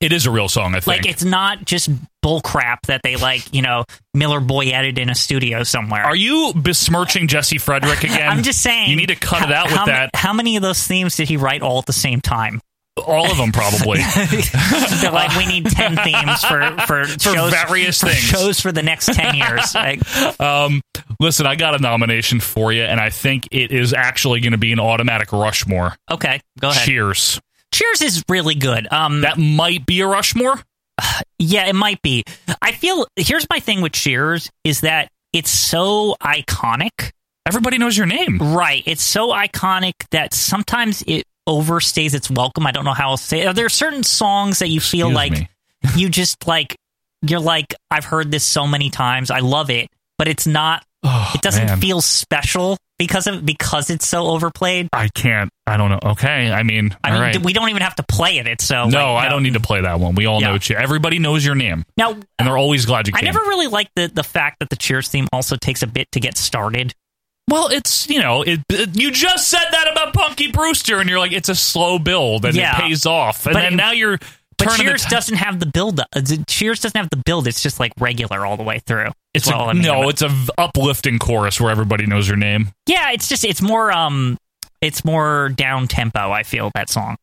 [SPEAKER 1] It is a real song, I think.
[SPEAKER 2] Like it's not just bull crap that they like you know Miller Boy edited in a studio somewhere.
[SPEAKER 1] Are you besmirching Jesse Frederick again?
[SPEAKER 2] I'm just saying.
[SPEAKER 1] You need to cut it
[SPEAKER 2] how-
[SPEAKER 1] out with
[SPEAKER 2] how ma-
[SPEAKER 1] that.
[SPEAKER 2] How many of those themes did he write all at the same time?
[SPEAKER 1] All of them, probably.
[SPEAKER 2] They're like, we need ten themes for for, shows,
[SPEAKER 1] various
[SPEAKER 2] for
[SPEAKER 1] things.
[SPEAKER 2] shows for the next ten years. Like,
[SPEAKER 1] Um, listen, I got a nomination for you, and I think it is actually going to be an automatic Rushmore.
[SPEAKER 2] okay, go ahead.
[SPEAKER 1] Cheers.
[SPEAKER 2] Cheers is really good. Um,
[SPEAKER 1] That might be a Rushmore.
[SPEAKER 2] yeah, it might be. I feel here's my thing with Cheers is that it's so iconic.
[SPEAKER 1] Everybody knows your name.
[SPEAKER 2] Right. It's so iconic that sometimes it overstays its welcome. I don't know how else to say it. Are there certain songs that you feel
[SPEAKER 1] Excuse
[SPEAKER 2] like
[SPEAKER 1] me.
[SPEAKER 2] you just like you're like, I've heard this so many times, I love it, but it's not
[SPEAKER 1] Oh,
[SPEAKER 2] it doesn't
[SPEAKER 1] man.
[SPEAKER 2] feel special because of because it's so overplayed.
[SPEAKER 1] I can't. I don't know. Okay. I mean,
[SPEAKER 2] I
[SPEAKER 1] all
[SPEAKER 2] mean,
[SPEAKER 1] right.
[SPEAKER 2] we don't even have to play it. It's so
[SPEAKER 1] no,
[SPEAKER 2] like,
[SPEAKER 1] I don't need to play that one. We all
[SPEAKER 2] Yeah.
[SPEAKER 1] know you. Everybody knows your name,
[SPEAKER 2] Now,
[SPEAKER 1] and they're always glad you
[SPEAKER 2] I
[SPEAKER 1] came.
[SPEAKER 2] never really liked the the fact that the Cheers theme also takes a bit to get started.
[SPEAKER 1] Well, it's you know, it, it- you just said that about Punky Brewster, and you're like, it's a slow build, and
[SPEAKER 2] Yeah.
[SPEAKER 1] it pays off, and
[SPEAKER 2] But
[SPEAKER 1] then
[SPEAKER 2] it-
[SPEAKER 1] now you're
[SPEAKER 2] But
[SPEAKER 1] turning
[SPEAKER 2] Cheers
[SPEAKER 1] the t-
[SPEAKER 2] doesn't have the build. Up. Cheers doesn't have the build. It's just like regular all the way through.
[SPEAKER 1] It's
[SPEAKER 2] Well,
[SPEAKER 1] a,
[SPEAKER 2] I mean,
[SPEAKER 1] no,
[SPEAKER 2] I'm-
[SPEAKER 1] it's a v- uplifting chorus where everybody knows your name.
[SPEAKER 2] Yeah, it's just it's more um it's more down tempo. I feel that song.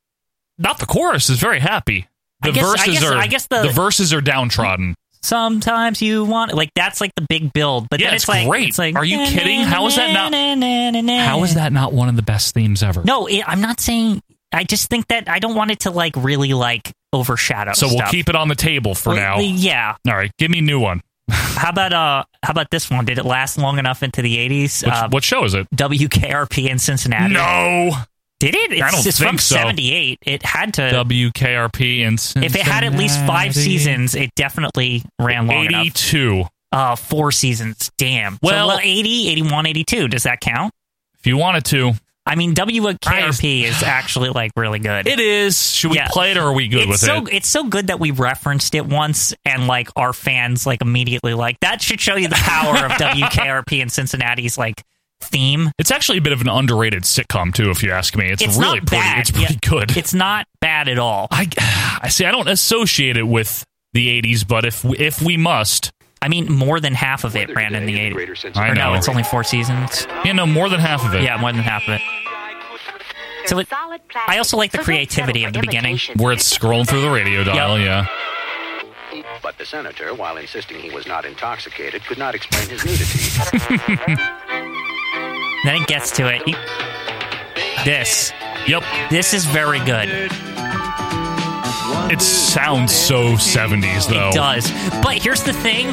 [SPEAKER 1] Not the chorus is very happy.
[SPEAKER 2] I
[SPEAKER 1] The
[SPEAKER 2] guess- I
[SPEAKER 1] verses
[SPEAKER 2] guess-
[SPEAKER 1] are
[SPEAKER 2] I guess the-
[SPEAKER 1] verses are downtrodden.
[SPEAKER 2] Sometimes you want like that's like the big build, but
[SPEAKER 1] Yeah,
[SPEAKER 2] then
[SPEAKER 1] it's
[SPEAKER 2] it's, like
[SPEAKER 1] great.
[SPEAKER 2] It's like,
[SPEAKER 1] Are you kidding? How is that not- How is that not one of the best themes ever?
[SPEAKER 2] No, it, I'm not saying. I just think that I don't want it to like really like overshadow.
[SPEAKER 1] so we'll
[SPEAKER 2] stuff.
[SPEAKER 1] keep it on the table for
[SPEAKER 2] Well,
[SPEAKER 1] now.
[SPEAKER 2] Yeah.
[SPEAKER 1] All right, give me a new one.
[SPEAKER 2] How about uh? How about this one? Did it last long enough into the 80s?
[SPEAKER 1] Which,
[SPEAKER 2] uh,
[SPEAKER 1] what show is it?
[SPEAKER 2] WKRP in Cincinnati.
[SPEAKER 1] No,
[SPEAKER 2] Did it? It's,
[SPEAKER 1] don't
[SPEAKER 2] it's from
[SPEAKER 1] think so.
[SPEAKER 2] 78. It had to.
[SPEAKER 1] WKRP and
[SPEAKER 2] if it had at least five
[SPEAKER 1] Cincinnati.
[SPEAKER 2] seasons, it definitely ran long enough.
[SPEAKER 1] Eighty-two.
[SPEAKER 2] Uh, four seasons. Damn.
[SPEAKER 1] Well-
[SPEAKER 2] so, well, 80, 81, 82. Does that count?
[SPEAKER 1] If you wanted to,
[SPEAKER 2] I mean, WKRP is actually like really good.
[SPEAKER 1] it is. Should we
[SPEAKER 2] Yeah.
[SPEAKER 1] play it or are we good
[SPEAKER 2] it's
[SPEAKER 1] with
[SPEAKER 2] so
[SPEAKER 1] it?
[SPEAKER 2] it's so good that we referenced it once and like our fans like immediately like that should show you the power of WKRP and Cincinnati's like theme.
[SPEAKER 1] It's actually a bit of an underrated sitcom too, if you ask me. It's,
[SPEAKER 2] It's
[SPEAKER 1] really
[SPEAKER 2] not
[SPEAKER 1] pretty.
[SPEAKER 2] bad.
[SPEAKER 1] It's pretty
[SPEAKER 2] Yeah.
[SPEAKER 1] good.
[SPEAKER 2] It's not bad at all.
[SPEAKER 1] I, I see. I don't associate it with the '80s, but if we, if we must,
[SPEAKER 2] I mean, more than half of it ran in the 80s.
[SPEAKER 1] I
[SPEAKER 2] Or
[SPEAKER 1] know.
[SPEAKER 2] no, it's only four seasons.
[SPEAKER 1] you know, more than half of it.
[SPEAKER 2] Yeah, more than half of it. So it, I also like the creativity of the beginning.
[SPEAKER 1] where it's scrolling through the radio dial. Yeah,
[SPEAKER 5] But the senator, while insisting he was not intoxicated, could not explain his nudity.
[SPEAKER 2] Then it gets to it. This.
[SPEAKER 1] yep.
[SPEAKER 2] This is very good.
[SPEAKER 1] It sounds so '70s though.
[SPEAKER 2] It does. But here's the thing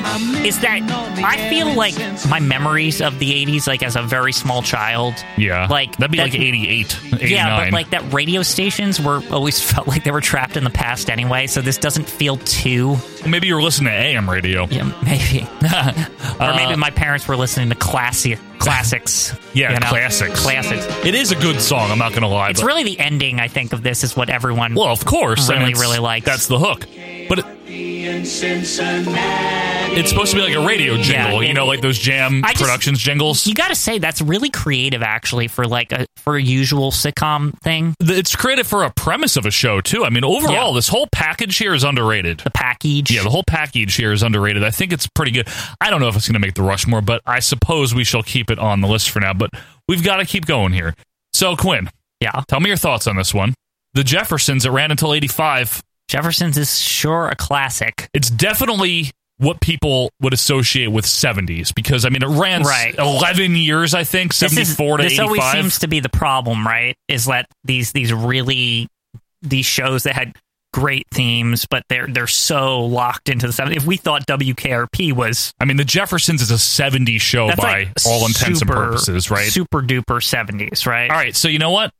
[SPEAKER 2] is that I feel like my memories of the 80s, like as a very small child,
[SPEAKER 1] Yeah,
[SPEAKER 2] Like,
[SPEAKER 1] that'd be
[SPEAKER 2] that-
[SPEAKER 1] like '88, '89.
[SPEAKER 2] Yeah, but like that radio stations were always felt like they were trapped in the past anyway, so this doesn't feel too
[SPEAKER 1] maybe you're listening to AM radio.
[SPEAKER 2] yeah, maybe.
[SPEAKER 1] Uh,
[SPEAKER 2] or maybe my parents were listening to classy classics.
[SPEAKER 1] Yeah, classics.
[SPEAKER 2] Classics.
[SPEAKER 1] It is a good song. I'm not gonna lie.
[SPEAKER 2] It's
[SPEAKER 1] but-
[SPEAKER 2] really the ending, I think, of this is what everyone
[SPEAKER 1] Well, of course, and
[SPEAKER 2] Really,
[SPEAKER 1] it's-
[SPEAKER 2] really likes.
[SPEAKER 1] That's the hook. But it, it's supposed to be like a radio jingle,
[SPEAKER 2] Yeah,
[SPEAKER 1] you know,
[SPEAKER 2] it-
[SPEAKER 1] like those jam
[SPEAKER 2] I just-
[SPEAKER 1] productions jingles.
[SPEAKER 2] you gotta say that's really creative actually for like a for a usual sitcom thing.
[SPEAKER 1] The- it's created for a premise of a show too. I mean, overall,
[SPEAKER 2] Yeah.
[SPEAKER 1] this whole package here is underrated.
[SPEAKER 2] The package.
[SPEAKER 1] Yeah, the whole package here is underrated. I think it's pretty good. I don't know if it's going to make the Rushmore, but I suppose we shall keep it on the list for now. But we've got to keep going here. So, Quinn,
[SPEAKER 2] yeah.
[SPEAKER 1] tell me your thoughts on this one. The Jeffersons, it ran until 85.
[SPEAKER 2] Jefferson's is sure a classic.
[SPEAKER 1] it's definitely what people would associate with 70s because I mean it ran s-
[SPEAKER 2] Right.
[SPEAKER 1] 11 years I think 74
[SPEAKER 2] this
[SPEAKER 1] to
[SPEAKER 2] is, this always
[SPEAKER 1] 85
[SPEAKER 2] seems to be the problem, right? Is that these these really these shows that had great themes, but they're they're so locked into the 70s. If we thought WKRP was
[SPEAKER 1] I mean, The Jeffersons is a 70s show
[SPEAKER 2] that's
[SPEAKER 1] Oh, by
[SPEAKER 2] like
[SPEAKER 1] all intents and
[SPEAKER 2] super-
[SPEAKER 1] purposes, right?
[SPEAKER 2] Super duper 70s, right?
[SPEAKER 1] All right, so you know what?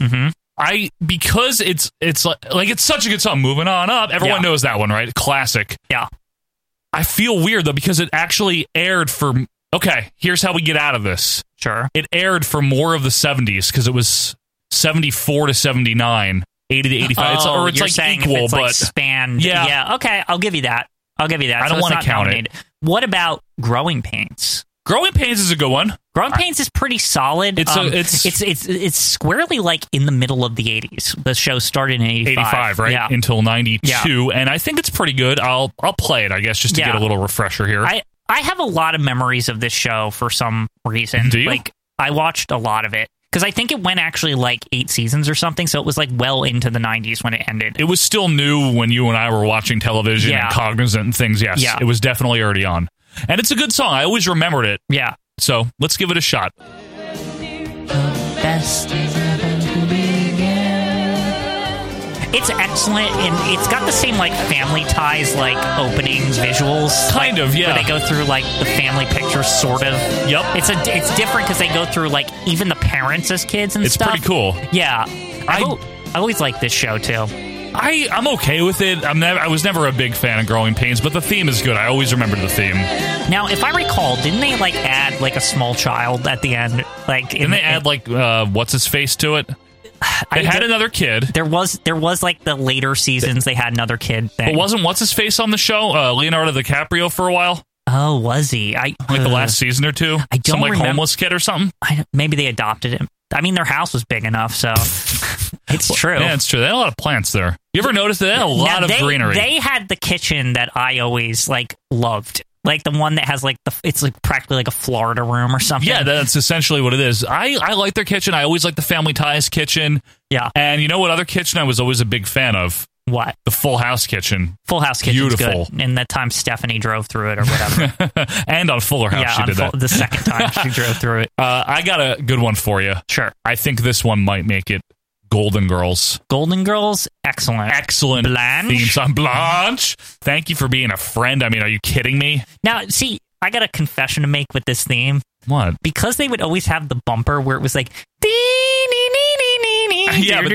[SPEAKER 2] Mm-hmm.
[SPEAKER 1] I because it's it's like, like it's such a good song. Moving on up, everyone
[SPEAKER 2] Yeah.
[SPEAKER 1] knows that one, right? Classic.
[SPEAKER 2] Yeah.
[SPEAKER 1] I feel weird though because it actually aired for. Okay, here's how we get out of this.
[SPEAKER 2] Sure.
[SPEAKER 1] It aired for more of the 70s because it was 74 to 79, 80 to 85. it's,
[SPEAKER 2] Oh,
[SPEAKER 1] or it's
[SPEAKER 2] you're
[SPEAKER 1] like
[SPEAKER 2] saying if
[SPEAKER 1] equal,
[SPEAKER 2] it's,
[SPEAKER 1] but
[SPEAKER 2] like, spanned.
[SPEAKER 1] Yeah.
[SPEAKER 2] Okay, I'll give you that. I'll give you that.
[SPEAKER 1] I don't wanna
[SPEAKER 2] want to
[SPEAKER 1] count it.
[SPEAKER 2] What about growing pains?
[SPEAKER 1] Growing Pains is a good one.
[SPEAKER 2] Growing Pains is pretty solid.
[SPEAKER 1] It's a-
[SPEAKER 2] Um,
[SPEAKER 1] it's-
[SPEAKER 2] it's it's it's squarely like in the middle of the '80s. The show started in '85,
[SPEAKER 1] 85, right?
[SPEAKER 2] Yeah.
[SPEAKER 1] Until 92, and I think it's pretty good. I'll I'll play it, I guess, just to
[SPEAKER 2] Yeah.
[SPEAKER 1] get a little refresher here.
[SPEAKER 2] I I have a lot of memories of this show for some reason.
[SPEAKER 1] Do you?
[SPEAKER 2] Like I watched a lot of it because I think it went actually like eight seasons or something. So it was like well into the '90s when it ended.
[SPEAKER 1] it was still new when you and I were watching television
[SPEAKER 2] Yeah.
[SPEAKER 1] and cognizant and things. Yes,
[SPEAKER 2] Yeah.
[SPEAKER 1] it was definitely already on, and it's a good song. I always remembered it,
[SPEAKER 2] yeah.
[SPEAKER 1] so let's give it a shot.
[SPEAKER 2] It's excellent, and it's got the same like family ties, like opening visuals,
[SPEAKER 1] Kind
[SPEAKER 2] like,
[SPEAKER 1] of, yeah.
[SPEAKER 2] Where they go through like the family pictures, sort of.
[SPEAKER 1] Yep.
[SPEAKER 2] It's a it's different because they go through like even the parents as kids and
[SPEAKER 1] It's
[SPEAKER 2] stuff.
[SPEAKER 1] pretty cool.
[SPEAKER 2] Yeah,
[SPEAKER 1] I-
[SPEAKER 2] I I always like this show too.
[SPEAKER 1] I I'm okay with it. I'm never I was never a big fan of Growing Pains, but the theme is good. I always remembered the theme.
[SPEAKER 2] Now, if I recall, didn't they like add like a small child at the end? Like,
[SPEAKER 1] Didn't they add like uh, what's his face to it? They had another kid.
[SPEAKER 2] There was there was like the later seasons they had another kid thing.
[SPEAKER 1] But wasn't what's his face on the show? Uh, Leonardo DiCaprio for a while,
[SPEAKER 2] oh, was he? I
[SPEAKER 1] like the last season or two.
[SPEAKER 2] Uh, I don't
[SPEAKER 1] Some like
[SPEAKER 2] remem-
[SPEAKER 1] homeless kid or something.
[SPEAKER 2] I, maybe they adopted him. I mean, their house was big enough, so it's true.
[SPEAKER 1] Yeah, it's true. They had a lot of plants there. You ever notice that? They had a
[SPEAKER 2] Now,
[SPEAKER 1] lot of
[SPEAKER 2] they,
[SPEAKER 1] greenery.
[SPEAKER 2] They had the kitchen that I always like loved, like the one that has like the it's like practically like a Florida room or something.
[SPEAKER 1] Yeah, that's essentially what it is. I, I like their kitchen. I always like the Family Ties kitchen.
[SPEAKER 2] yeah.
[SPEAKER 1] And you know what other kitchen I was always a big fan of?
[SPEAKER 2] What
[SPEAKER 1] The Full House kitchen.
[SPEAKER 2] Full House kitchen?
[SPEAKER 1] Beautiful.
[SPEAKER 2] Good. And that time Stephanie drove through it or whatever.
[SPEAKER 1] and on Fuller House,
[SPEAKER 2] yeah,
[SPEAKER 1] she
[SPEAKER 2] on
[SPEAKER 1] did
[SPEAKER 2] Full-
[SPEAKER 1] that.
[SPEAKER 2] the second time she drove through it.
[SPEAKER 1] uh, I got a good one for you.
[SPEAKER 2] Sure.
[SPEAKER 1] I think this one might make it Golden Girls.
[SPEAKER 2] Golden Girls, excellent.
[SPEAKER 1] Excellent
[SPEAKER 2] Blanche?
[SPEAKER 1] theme song. Blanche, thank you for being a friend. I mean, are you kidding me?
[SPEAKER 2] now, see, I got a confession to make with this theme.
[SPEAKER 1] What?
[SPEAKER 2] because they would always have the bumper where it was like yeah,
[SPEAKER 1] Yeah, but-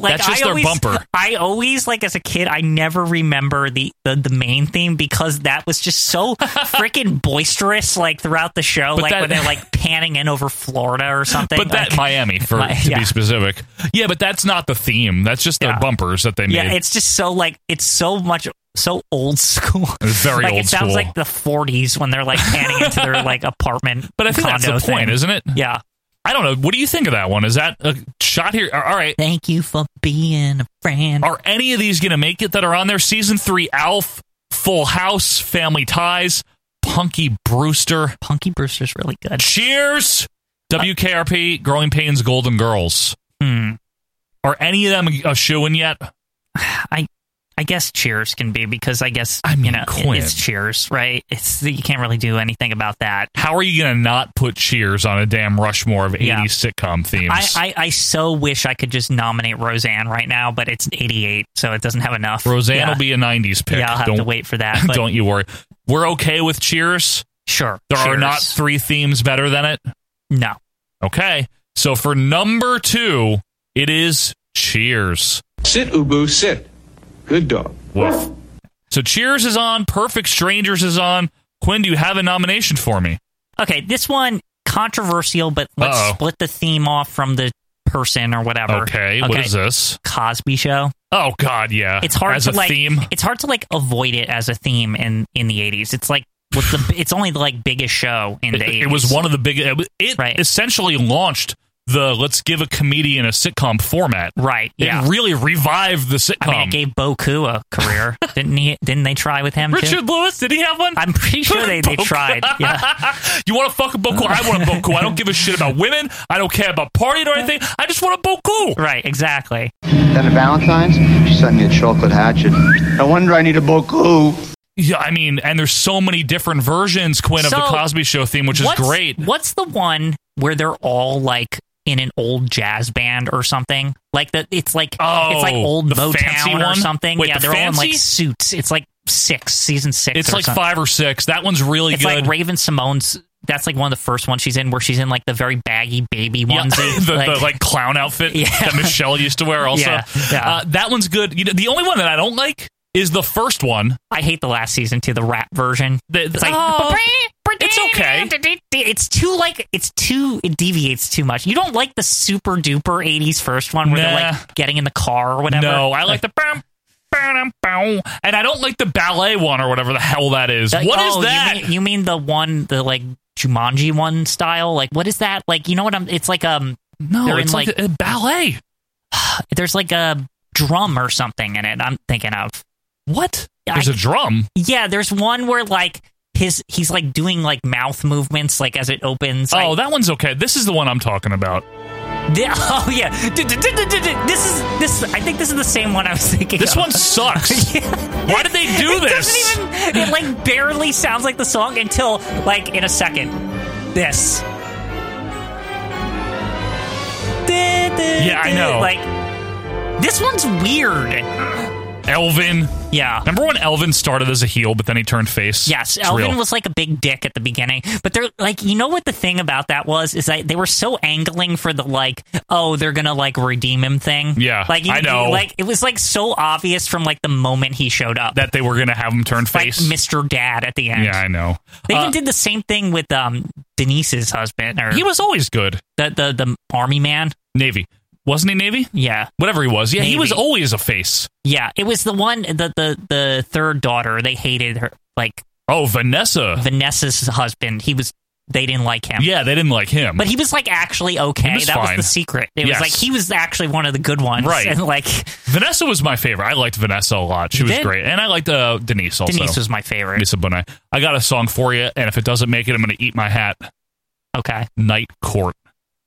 [SPEAKER 2] like
[SPEAKER 1] That's just
[SPEAKER 2] I
[SPEAKER 1] their
[SPEAKER 2] always,
[SPEAKER 1] bumper.
[SPEAKER 2] I always like as a kid, I never remember the the, the main theme because that was just so freaking boisterous, like throughout the show,
[SPEAKER 1] But
[SPEAKER 2] like
[SPEAKER 1] that-
[SPEAKER 2] when they're like panning in over Florida or something.
[SPEAKER 1] But that
[SPEAKER 2] like-
[SPEAKER 1] Miami, for
[SPEAKER 2] My-
[SPEAKER 1] to
[SPEAKER 2] yeah.
[SPEAKER 1] be specific. Yeah, but that's not the theme. That's just their
[SPEAKER 2] Yeah.
[SPEAKER 1] bumpers that they made.
[SPEAKER 2] yeah, it's just so like it's so much so old school.
[SPEAKER 1] It's very
[SPEAKER 2] like,
[SPEAKER 1] old
[SPEAKER 2] it sounds
[SPEAKER 1] school.
[SPEAKER 2] like the 40s when they're like panning into their like apartment.
[SPEAKER 1] but I think that's the
[SPEAKER 2] condo
[SPEAKER 1] point,
[SPEAKER 2] thing.
[SPEAKER 1] isn't it?
[SPEAKER 2] Yeah.
[SPEAKER 1] I don't know. What do you think of that one? Is that a shot here? All right.
[SPEAKER 2] Thank you for being a friend.
[SPEAKER 1] Are any of these going to make it that are on there? Season three, Alf, Full House, Family Ties, Punky Brewster.
[SPEAKER 2] Punky Brewster's really good.
[SPEAKER 1] Cheers! WKRP, Growing Pains, Golden Girls. Hmm. Are any of them a shoe in yet?
[SPEAKER 2] I I guess Cheers can be because I guess
[SPEAKER 1] I
[SPEAKER 2] you
[SPEAKER 1] mean,
[SPEAKER 2] know it-
[SPEAKER 1] Quinn.
[SPEAKER 2] it's Cheers, right? It's you can't really do anything about that.
[SPEAKER 1] How are you going to not put Cheers on a damn Rushmore of 80s
[SPEAKER 2] Yeah.
[SPEAKER 1] sitcom themes?
[SPEAKER 2] I, I, I so wish I could just nominate Roseanne right now, but it's 88, so it doesn't have enough.
[SPEAKER 1] Roseanne
[SPEAKER 2] yeah.
[SPEAKER 1] will be a 90s pick.
[SPEAKER 2] Yeah, I'll have
[SPEAKER 1] don't,
[SPEAKER 2] to wait for that. But
[SPEAKER 1] don't you worry. We're okay with Cheers.
[SPEAKER 2] Sure.
[SPEAKER 1] There are
[SPEAKER 2] Cheers.
[SPEAKER 1] not three themes better than it.
[SPEAKER 2] No.
[SPEAKER 1] Okay. So for number two, it is Cheers.
[SPEAKER 4] Sit, Ubu, sit. Good dog.
[SPEAKER 1] Woof. So Cheers is on. Perfect Strangers is on. Quinn, do you have a nomination for me?
[SPEAKER 2] Okay, this one controversial, but let's
[SPEAKER 1] Uh-oh.
[SPEAKER 2] split the theme off from the person or whatever.
[SPEAKER 1] Okay. What is this?
[SPEAKER 2] Cosby Show.
[SPEAKER 1] Oh God, yeah.
[SPEAKER 2] it's hard
[SPEAKER 1] as
[SPEAKER 2] to
[SPEAKER 1] a
[SPEAKER 2] like
[SPEAKER 1] theme.
[SPEAKER 2] it's hard to like avoid it as a theme in in the 80s it's like what's the it's only the like biggest show in the
[SPEAKER 1] It,
[SPEAKER 2] 80s
[SPEAKER 1] it was one of the big. It, was- it
[SPEAKER 2] Right.
[SPEAKER 1] essentially launched the let's give a comedian a sitcom format.
[SPEAKER 2] right
[SPEAKER 1] It
[SPEAKER 2] yeah
[SPEAKER 1] really revived the sitcom.
[SPEAKER 2] i mean it gave boku a career didn't he didn't they try with him too?
[SPEAKER 1] Richard Lewis, did he have one?
[SPEAKER 2] i'm pretty sure they, they
[SPEAKER 1] Boku.
[SPEAKER 2] tried yeah
[SPEAKER 1] you want to fuck a boku? I want a boku. I don't give a shit about women. I don't care about partying or anything. I just want a boku.
[SPEAKER 2] right exactly
[SPEAKER 6] Then at Valentine's, she sent me a chocolate hatchet. No wonder I need a boku.
[SPEAKER 1] Yeah, I mean, and there's so many different versions, Quinn, of
[SPEAKER 2] So,
[SPEAKER 1] the Cosby Show theme, which is
[SPEAKER 2] what's,
[SPEAKER 1] great.
[SPEAKER 2] what's the one where they're all like in an old jazz band or something. Like that, it's like
[SPEAKER 1] Oh,
[SPEAKER 2] it's like old
[SPEAKER 1] the fancy
[SPEAKER 2] Motown or
[SPEAKER 1] one?
[SPEAKER 2] something.
[SPEAKER 1] Wait,
[SPEAKER 2] yeah,
[SPEAKER 1] the
[SPEAKER 2] they're all in like
[SPEAKER 1] fancy?
[SPEAKER 2] suits. It's like six, season six.
[SPEAKER 1] It's
[SPEAKER 2] or
[SPEAKER 1] like
[SPEAKER 2] something.
[SPEAKER 1] five or six. That one's really
[SPEAKER 2] It's
[SPEAKER 1] good.
[SPEAKER 2] like Raven Simone's. That's like one of the first ones she's in, where she's in like the very baggy baby
[SPEAKER 1] Yeah,
[SPEAKER 2] onesie,
[SPEAKER 1] the, like, the like clown outfit
[SPEAKER 2] Yeah.
[SPEAKER 1] that Michelle used to wear. Also,
[SPEAKER 2] Yeah, yeah.
[SPEAKER 1] Uh, that one's good. You know, the only one that I don't like is the first one.
[SPEAKER 2] I hate the last season too, the rap version.
[SPEAKER 1] The-
[SPEAKER 2] it's like
[SPEAKER 1] oh, it's okay.
[SPEAKER 2] It's too like it's too it deviates too much. You don't like the super duper eighties first one where they're
[SPEAKER 1] Nah.
[SPEAKER 2] like getting in the car or whatever.
[SPEAKER 1] No, I like the bam, bam, bam, and I don't like the ballet one or whatever the hell that is. What is
[SPEAKER 2] oh, you
[SPEAKER 1] that?
[SPEAKER 2] mean- You mean, the one the like Jumanji one style? Like what is that? Like you know what I'm it's like um
[SPEAKER 1] no,
[SPEAKER 2] they're
[SPEAKER 1] it's
[SPEAKER 2] in,
[SPEAKER 1] like,
[SPEAKER 2] like-
[SPEAKER 1] a, a ballet.
[SPEAKER 2] there's like a drum or something in it I'm thinking of.
[SPEAKER 1] What?
[SPEAKER 2] I-
[SPEAKER 1] There's a drum.
[SPEAKER 2] Yeah, there's one where like his he's like doing like mouth movements like as it opens. I-
[SPEAKER 1] Oh, that one's okay. This is the one I'm talking about.
[SPEAKER 2] Thi- oh yeah, Du- du- du- du- du- du- this is this. I think this is the same one I was thinking.
[SPEAKER 1] This
[SPEAKER 2] of.
[SPEAKER 1] one sucks. Why did they do
[SPEAKER 2] it
[SPEAKER 1] this?
[SPEAKER 2] Doesn't even, it like barely sounds like the song until like in a second. This. Yeah,
[SPEAKER 1] I know.
[SPEAKER 2] Like this one's weird.
[SPEAKER 1] Elvin.
[SPEAKER 2] Yeah.
[SPEAKER 1] Remember when Elvin started as a heel, but then he turned face?
[SPEAKER 2] Yes,
[SPEAKER 1] It's
[SPEAKER 2] Elvin
[SPEAKER 1] real.
[SPEAKER 2] was like a big dick at the beginning, but they're like, you know what the thing about that was is that they were so angling for the like, oh, they're gonna like redeem him thing.
[SPEAKER 1] Yeah,
[SPEAKER 2] like you,
[SPEAKER 1] I know.
[SPEAKER 2] like it was like so obvious from like the moment he showed up,
[SPEAKER 1] that they were going to have him turn
[SPEAKER 2] like
[SPEAKER 1] face.
[SPEAKER 2] Mr. Dad at the end.
[SPEAKER 1] yeah, I know.
[SPEAKER 2] they
[SPEAKER 1] Uh,
[SPEAKER 2] even did the same thing with um Denise's husband or
[SPEAKER 1] he was always good.
[SPEAKER 2] the, the the army man.
[SPEAKER 1] Navy. Wasn't he Navy?
[SPEAKER 2] Yeah,
[SPEAKER 1] Whatever he was. Yeah, he
[SPEAKER 2] Navy.
[SPEAKER 1] was always a face.
[SPEAKER 2] yeah, it was the one the the the third daughter. They hated her, like
[SPEAKER 1] Oh, Vanessa.
[SPEAKER 2] Vanessa's husband. He was they didn't like him.
[SPEAKER 1] yeah, they didn't like him.
[SPEAKER 2] But he was like actually okay.
[SPEAKER 1] He was
[SPEAKER 2] that
[SPEAKER 1] fine.
[SPEAKER 2] was the secret. It
[SPEAKER 1] Yes.
[SPEAKER 2] was like he was actually one of the good ones.
[SPEAKER 1] Right.
[SPEAKER 2] And like
[SPEAKER 1] Vanessa was my favorite. I liked Vanessa a lot. She
[SPEAKER 2] You
[SPEAKER 1] was
[SPEAKER 2] did?
[SPEAKER 1] great. And I liked uh, Denise also.
[SPEAKER 2] Denise was my favorite.
[SPEAKER 1] Denise Bonet. I got a song for you, and if it doesn't make it, I'm going to eat my hat.
[SPEAKER 2] Okay.
[SPEAKER 1] Night Court.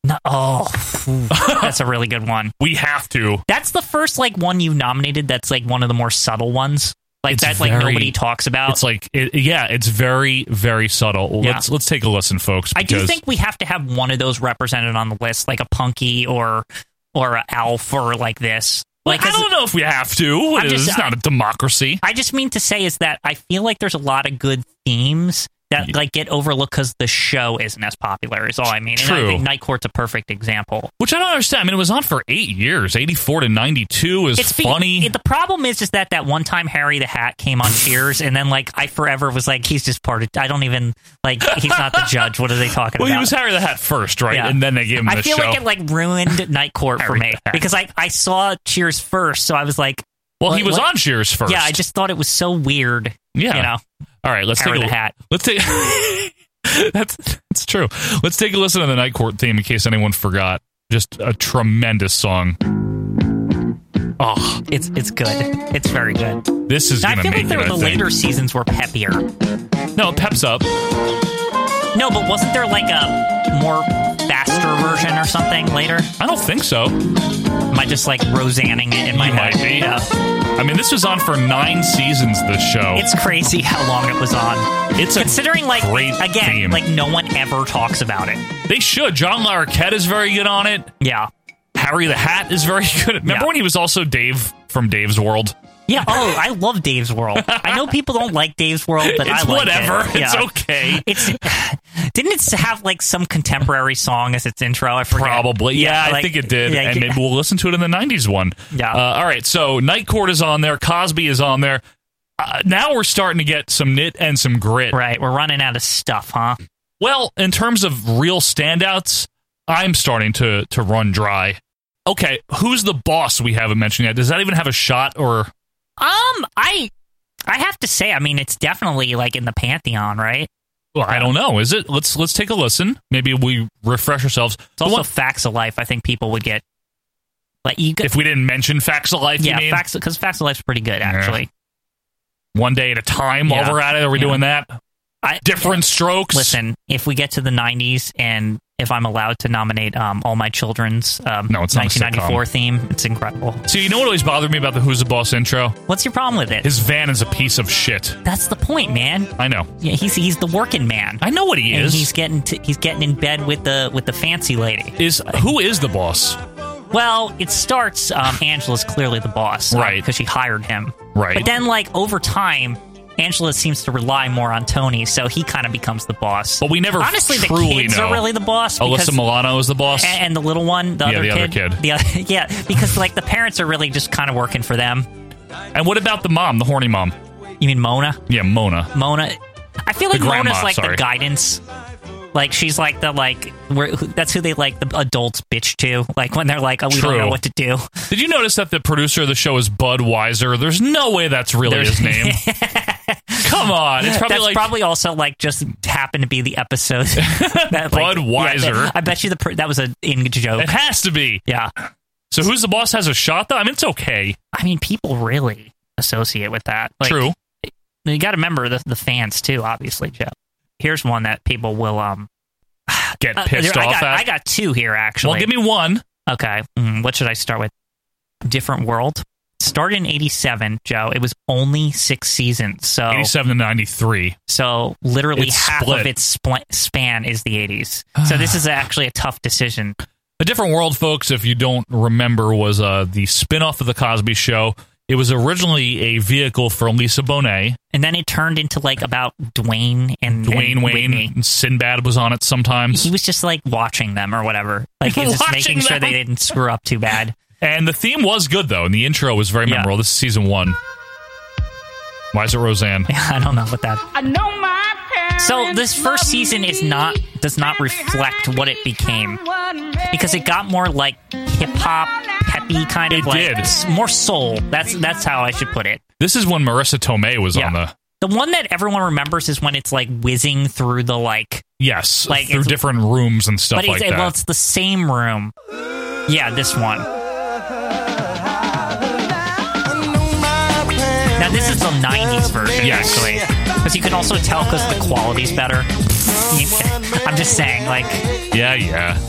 [SPEAKER 2] No, oh, phew. that's a really good one.
[SPEAKER 1] We have to.
[SPEAKER 2] That's the first like one you nominated. That's like one of the more subtle ones. Like
[SPEAKER 1] It's
[SPEAKER 2] that like
[SPEAKER 1] very-
[SPEAKER 2] nobody talks about.
[SPEAKER 1] It's like, it, yeah, it's very, very subtle.
[SPEAKER 2] Yeah.
[SPEAKER 1] Let's let's take a listen, folks.
[SPEAKER 2] I do
[SPEAKER 1] because-
[SPEAKER 2] think we have to have one of those represented on the list, like a punky or or a alf or like this. Like
[SPEAKER 1] I
[SPEAKER 2] 'cause
[SPEAKER 1] don't know if we have to. It
[SPEAKER 2] I'm
[SPEAKER 1] is-
[SPEAKER 2] just-
[SPEAKER 1] it's not a democracy.
[SPEAKER 2] I just mean to say is that I feel like there's a lot of good themes that like get overlooked because the show isn't as popular. Is all I mean. And
[SPEAKER 1] True.
[SPEAKER 2] I think Night Court's a perfect example.
[SPEAKER 1] Which I don't understand. I mean, it was on for eight years. Eighty-four to ninety-two is
[SPEAKER 2] be-
[SPEAKER 1] funny.
[SPEAKER 2] it- the problem is, is that that one time Harry the Hat came on Cheers, and then like I forever was like, he's just part of. I don't even like. He's not the judge. What are they talking
[SPEAKER 1] well,
[SPEAKER 2] about?
[SPEAKER 1] he was Harry the Hat first, right?
[SPEAKER 2] Yeah.
[SPEAKER 1] And then they gave him
[SPEAKER 2] I
[SPEAKER 1] the
[SPEAKER 2] feel
[SPEAKER 1] show.
[SPEAKER 2] like it like ruined Night Court for
[SPEAKER 1] Harry
[SPEAKER 2] me
[SPEAKER 1] the Hat.
[SPEAKER 2] because I I saw Cheers first, so I was like,
[SPEAKER 1] well, he
[SPEAKER 2] What-
[SPEAKER 1] was
[SPEAKER 2] what-
[SPEAKER 1] on Cheers first.
[SPEAKER 2] yeah, I just thought it was so weird.
[SPEAKER 1] Yeah.
[SPEAKER 2] you know,
[SPEAKER 1] All right, let's
[SPEAKER 2] Harry
[SPEAKER 1] take a
[SPEAKER 2] the Hat.
[SPEAKER 1] Let's take. that's that's true. Let's take a listen to the Night Court theme in case anyone forgot. Just a tremendous song. Oh,
[SPEAKER 2] It's it's good. It's very good.
[SPEAKER 1] this is
[SPEAKER 2] I
[SPEAKER 1] gonna
[SPEAKER 2] feel
[SPEAKER 1] make
[SPEAKER 2] like there
[SPEAKER 1] it.
[SPEAKER 2] were
[SPEAKER 1] I
[SPEAKER 2] the
[SPEAKER 1] think.
[SPEAKER 2] later seasons were peppier.
[SPEAKER 1] No, it peps up.
[SPEAKER 2] No, but wasn't there like a more faster version or something later?
[SPEAKER 1] I don't think so.
[SPEAKER 2] Am I just like Rosanning it in my
[SPEAKER 1] You
[SPEAKER 2] head?
[SPEAKER 1] might be.
[SPEAKER 2] Yeah.
[SPEAKER 1] I mean, this was on for nine seasons. This show.
[SPEAKER 2] It's crazy how long it was on.
[SPEAKER 1] It's a
[SPEAKER 2] Considering like
[SPEAKER 1] great
[SPEAKER 2] again,
[SPEAKER 1] theme.
[SPEAKER 2] like no one ever talks about it.
[SPEAKER 1] They should. John Larroquette is very good on it.
[SPEAKER 2] Yeah.
[SPEAKER 1] Harry the Hat is very good. Remember
[SPEAKER 2] Yeah.
[SPEAKER 1] when he was also Dave from Dave's World?
[SPEAKER 2] Yeah. Oh, I love Dave's World. I know people don't like Dave's World, but
[SPEAKER 1] it's
[SPEAKER 2] I like
[SPEAKER 1] whatever.
[SPEAKER 2] It.
[SPEAKER 1] It's
[SPEAKER 2] Yeah.
[SPEAKER 1] okay.
[SPEAKER 2] It's didn't it have like some contemporary song as its intro? I forget.
[SPEAKER 1] Probably. Yeah, I
[SPEAKER 2] like-
[SPEAKER 1] think it did.
[SPEAKER 2] yeah,
[SPEAKER 1] and maybe we'll listen to it in the 90s one.
[SPEAKER 2] Yeah.
[SPEAKER 1] Uh, all right. So Night Court is on there. Cosby is on there. Uh, now we're starting to get some knit and some grit.
[SPEAKER 2] Right. We're running out of stuff, huh?
[SPEAKER 1] Well, in terms of real standouts, I'm starting to, to run dry. Okay. Who's the boss we haven't mentioned yet? Does that even have a shot or.
[SPEAKER 2] Um, I I have to say, I mean, it's definitely like in the pantheon, right?
[SPEAKER 1] Well, I don't know. Is it? Let's let's take a listen. Maybe we refresh ourselves.
[SPEAKER 2] It's also facts of life. I think people would get like you. Could,
[SPEAKER 1] if we didn't mention facts of life,
[SPEAKER 2] yeah,
[SPEAKER 1] you mean?
[SPEAKER 2] facts because facts of life's pretty good actually.
[SPEAKER 1] one day at a time
[SPEAKER 2] Yeah.
[SPEAKER 1] while we're at it. Are we
[SPEAKER 2] Yeah.
[SPEAKER 1] doing that?
[SPEAKER 2] I,
[SPEAKER 1] Different strokes.
[SPEAKER 2] Listen, if we get to the 90s and if I'm allowed to nominate um, all my children's um,
[SPEAKER 1] No, it's not a
[SPEAKER 2] 1994 theme, it's incredible.
[SPEAKER 1] See, you know what always bothered me about the Who's the Boss intro?
[SPEAKER 2] What's your problem with it?
[SPEAKER 1] His van is a piece of shit.
[SPEAKER 2] That's the point, man.
[SPEAKER 1] I know.
[SPEAKER 2] Yeah, he's he's the working man.
[SPEAKER 1] I know what he
[SPEAKER 2] and
[SPEAKER 1] is.
[SPEAKER 2] he's getting to, he's getting in bed with the with the fancy lady.
[SPEAKER 1] is who is the boss?
[SPEAKER 2] Well, it starts. Um, Angela's clearly the boss,
[SPEAKER 1] Right.
[SPEAKER 2] Because she hired him,
[SPEAKER 1] Right.
[SPEAKER 2] But then, like over time, Angela seems to rely more on Tony, so he kind of becomes the boss.
[SPEAKER 1] But we never
[SPEAKER 2] honestly, the
[SPEAKER 1] truly
[SPEAKER 2] kids
[SPEAKER 1] know.
[SPEAKER 2] are really the boss. because-
[SPEAKER 1] Alyssa Milano is the boss.
[SPEAKER 2] a- and, the little one, the
[SPEAKER 1] Yeah,
[SPEAKER 2] other
[SPEAKER 1] the other
[SPEAKER 2] kid,
[SPEAKER 1] kid.
[SPEAKER 2] the other, yeah, because like the parents are really just kind of working for them.
[SPEAKER 1] And what about the mom, the horny mom?
[SPEAKER 2] You mean Mona?
[SPEAKER 1] Yeah, Mona.
[SPEAKER 2] Mona. I feel like
[SPEAKER 1] grandma,
[SPEAKER 2] Mona's like
[SPEAKER 1] sorry.
[SPEAKER 2] the guidance. Like she's like the like where who- that's who they like the adults bitch to. Like when they're like, oh, we
[SPEAKER 1] True.
[SPEAKER 2] don't know what to do.
[SPEAKER 1] Did you notice that the producer of the show is Bud Weiser? There's no way that's really
[SPEAKER 2] There's-
[SPEAKER 1] his name. Come on, it's probably
[SPEAKER 2] that's
[SPEAKER 1] like
[SPEAKER 2] probably also like just happened to be the episode. that, like,
[SPEAKER 1] Budweiser.
[SPEAKER 2] yeah, I bet you the pr- that was an in joke.
[SPEAKER 1] it has to be.
[SPEAKER 2] yeah,
[SPEAKER 1] So who's the boss has a shot though? I mean, it's okay.
[SPEAKER 2] I mean, people really associate with that. Like,
[SPEAKER 1] True.
[SPEAKER 2] you got to remember the, the fans too, obviously, Joe. Here's one that people will um
[SPEAKER 1] Get
[SPEAKER 2] uh,
[SPEAKER 1] pissed
[SPEAKER 2] there- I
[SPEAKER 1] off
[SPEAKER 2] got,
[SPEAKER 1] at.
[SPEAKER 2] I got two here actually.
[SPEAKER 1] well, give me one.
[SPEAKER 2] okay. Mm, what should I start with? Different World started in '87, Joe. It was only six seasons, so
[SPEAKER 1] 87 to 93.
[SPEAKER 2] so literally
[SPEAKER 1] It's
[SPEAKER 2] half
[SPEAKER 1] split. Ah.
[SPEAKER 2] of its spl- span is the '80s. so this is actually a tough decision.
[SPEAKER 1] A Different World, folks, if you don't remember, was uh, the spin-off of The Cosby Show. It was originally a vehicle for Lisa Bonet.
[SPEAKER 2] And then it turned into like about Dwayne and
[SPEAKER 1] Dwayne Wayne
[SPEAKER 2] and Whitney.
[SPEAKER 1] and Sinbad was on it sometimes.
[SPEAKER 2] He was just like watching them or whatever, like he was just
[SPEAKER 1] Watching
[SPEAKER 2] making sure they
[SPEAKER 1] them.
[SPEAKER 2] didn't screw up too bad.
[SPEAKER 1] And the theme was good, though, and the intro was very
[SPEAKER 2] Yeah.
[SPEAKER 1] memorable. This is season one. Why is it Roseanne?
[SPEAKER 2] I don't know what that.
[SPEAKER 7] I know my parents.
[SPEAKER 2] So this first season is not does not reflect what it became because it got more like hip hop, peppy kind of
[SPEAKER 1] It
[SPEAKER 2] like
[SPEAKER 1] did.
[SPEAKER 2] s- more soul. That's that's how I should put it.
[SPEAKER 1] This is when Marissa Tomei was on the.
[SPEAKER 2] The one that everyone remembers is when it's like whizzing through the like,
[SPEAKER 1] Yes,
[SPEAKER 2] Like,
[SPEAKER 1] through
[SPEAKER 2] it's-
[SPEAKER 1] different rooms and stuff
[SPEAKER 2] but it's
[SPEAKER 1] like that.
[SPEAKER 2] well, it's the same room. Yeah, this one. Now this is the '90s version,
[SPEAKER 1] Yes.
[SPEAKER 2] actually, because you can also tell because the quality's better. I'm just saying, like.
[SPEAKER 1] yeah, yeah.